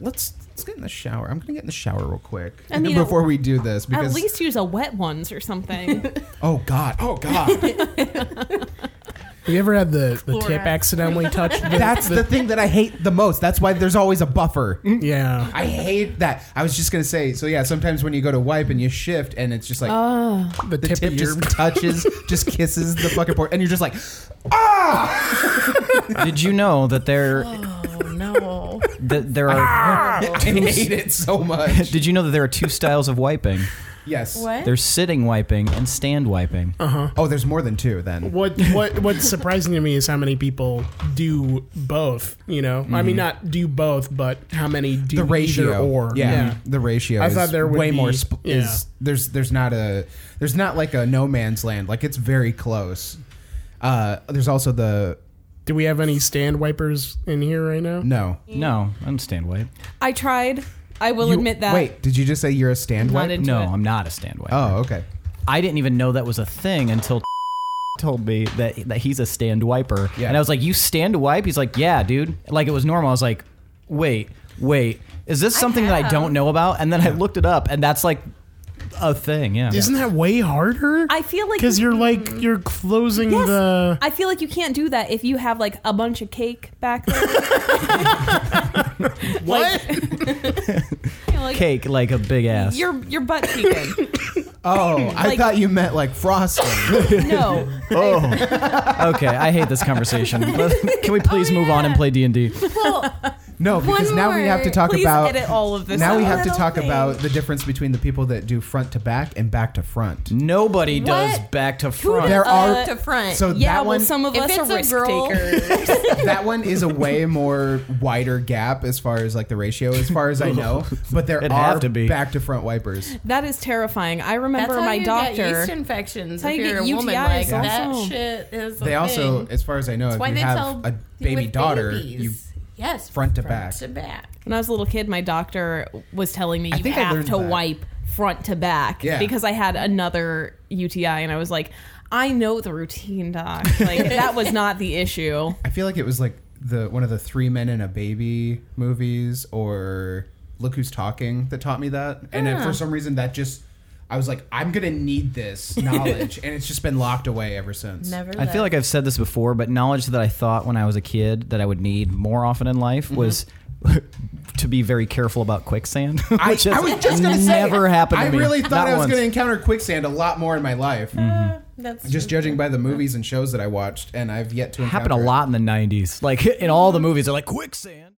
Speaker 1: let's let's get in the shower. I'm gonna get in the shower real quick
Speaker 6: I mean,
Speaker 1: before we do this
Speaker 6: At
Speaker 1: because
Speaker 6: least use a wet ones or something.
Speaker 1: *laughs* oh god, oh god,
Speaker 5: Have you ever had the, the tip
Speaker 10: Clorox.
Speaker 5: accidentally touch? The,
Speaker 1: *laughs* that's the thing that I hate the most. That's why there's always a buffer.
Speaker 5: *laughs* yeah.
Speaker 1: I hate that. I was just gonna say. So yeah, sometimes when you go to wipe and you shift, and it's just like
Speaker 6: Ah.
Speaker 5: The,
Speaker 1: the
Speaker 5: tip,
Speaker 1: tip
Speaker 5: of your *laughs*
Speaker 1: just touches, just kisses the fucking port, and you're just like, ah.
Speaker 9: Did you know that there
Speaker 10: Oh *laughs* no.
Speaker 9: that there are?
Speaker 1: "Ah."
Speaker 5: Ah.
Speaker 1: *laughs* I hate it so much.
Speaker 9: Did you know that there are two styles of wiping?
Speaker 1: Yes.
Speaker 10: What?
Speaker 9: There's sitting wiping and stand wiping.
Speaker 1: Oh, there's more than two. Then
Speaker 5: what what what's surprising to me is how many people do both. You know, I mean, not do both, but how many do
Speaker 1: Mhm. the ratio
Speaker 5: either or?
Speaker 1: yeah, the ratio.
Speaker 5: I
Speaker 1: is
Speaker 5: thought there would
Speaker 1: way
Speaker 5: be-
Speaker 1: more. Sp-
Speaker 5: yeah.
Speaker 1: is, there's there's not a there's not like a no man's land. Like it's very close. Uh, there's also the
Speaker 5: Do we have any stand wipers in here right now?
Speaker 1: no.
Speaker 9: No, I'm stand wipe.
Speaker 6: I tried. I will
Speaker 1: You-
Speaker 6: admit that.
Speaker 1: Wait, did you just say you're a stand
Speaker 6: Not
Speaker 1: wipe?
Speaker 6: into
Speaker 9: No,
Speaker 6: it.
Speaker 9: I'm not a stand wipe.
Speaker 1: oh, okay.
Speaker 9: I didn't even know that was a thing until *laughs* told me that that he's a stand wiper.
Speaker 1: Yeah.
Speaker 9: And I was like, "You stand wipe?" He's like, "Yeah, dude." Like it was normal. I was like, "Wait, wait. Is this something that I
Speaker 10: have.
Speaker 9: don't know about?" And then I looked it up and that's like a thing, yeah.
Speaker 5: Isn't that way harder?
Speaker 6: I feel like
Speaker 5: because you're like you're closing
Speaker 6: Yes.
Speaker 5: the.
Speaker 6: I feel like you can't do that if you have like a bunch of cake back there.
Speaker 1: *laughs*
Speaker 6: what? like,
Speaker 9: Cake like a big ass.
Speaker 6: Your your butt
Speaker 1: *laughs*
Speaker 6: cheeking.
Speaker 1: Oh, I
Speaker 6: Like-
Speaker 1: thought you meant like frosting.
Speaker 6: No.
Speaker 9: okay, I hate this conversation. Can we please move on and play D&D?
Speaker 6: Well,
Speaker 1: No, because now we have to talk
Speaker 6: please
Speaker 1: about
Speaker 6: edit all of this.
Speaker 1: now we
Speaker 6: out.
Speaker 1: have to
Speaker 10: Little
Speaker 1: talk
Speaker 10: thing.
Speaker 1: about the difference between the people that do front to back and back to front.
Speaker 9: Nobody does
Speaker 10: What?
Speaker 9: back to
Speaker 6: does-
Speaker 9: front.
Speaker 1: There
Speaker 10: Up to
Speaker 1: are
Speaker 10: front.
Speaker 1: so
Speaker 6: Yeah,
Speaker 1: that
Speaker 6: well,
Speaker 1: one
Speaker 6: some of
Speaker 10: If
Speaker 6: us
Speaker 10: it's
Speaker 6: are
Speaker 10: a
Speaker 6: risk
Speaker 10: girl-
Speaker 6: takers.
Speaker 1: that one is a way more wider gap as far as like the ratio as far as I know, but there
Speaker 9: It'd
Speaker 1: are
Speaker 9: have to be.
Speaker 1: back to front wipers.
Speaker 6: That is terrifying. I
Speaker 10: That's
Speaker 6: remember
Speaker 10: how
Speaker 6: my
Speaker 10: you get
Speaker 6: doctor.
Speaker 10: yeast infections.
Speaker 6: how
Speaker 10: if
Speaker 6: you
Speaker 10: you're
Speaker 6: get
Speaker 10: a woman, like
Speaker 6: UTIs
Speaker 10: that
Speaker 6: also.
Speaker 10: shit is. a
Speaker 1: They also
Speaker 10: thing.
Speaker 1: as far as I know,
Speaker 10: That's
Speaker 1: if
Speaker 10: why
Speaker 1: you
Speaker 10: they
Speaker 1: have
Speaker 10: tell
Speaker 1: a baby
Speaker 10: with
Speaker 1: daughter,
Speaker 10: babies.
Speaker 1: you
Speaker 10: yes
Speaker 1: front to back.
Speaker 10: to back.
Speaker 6: When I was a little kid, my doctor was telling me
Speaker 1: I
Speaker 6: you
Speaker 1: think I
Speaker 6: have
Speaker 1: learned
Speaker 6: to
Speaker 1: that.
Speaker 6: wipe front to back
Speaker 1: Yeah.
Speaker 6: because I had another UTI, and I was like, I know the routine, doc. Like that was not the issue.
Speaker 1: I feel like it was like the one of the three men and a baby movies or Look Who's Talking that taught me that. And then for some reason that just I was like, I'm gonna need this knowledge and it's just been locked away ever since.
Speaker 10: Never.
Speaker 9: I feel like I've said this before, but knowledge that I thought when I was a kid that I would need more often in life
Speaker 1: Mm-hmm.
Speaker 9: was *laughs* to be very careful about quicksand. *laughs*
Speaker 1: I,
Speaker 9: which
Speaker 1: I
Speaker 9: has
Speaker 1: was just gonna say
Speaker 9: never happened to
Speaker 1: I
Speaker 9: me.
Speaker 1: really thought
Speaker 9: Not
Speaker 1: I was
Speaker 9: once.
Speaker 1: gonna encounter quicksand a lot more in my life.
Speaker 10: that's
Speaker 1: Just judging by the movies and shows that I watched, and I've yet to
Speaker 9: Happened a
Speaker 1: encounter it.
Speaker 9: *laughs* lot in the '90s. Like in all the movies, they're like quicksand.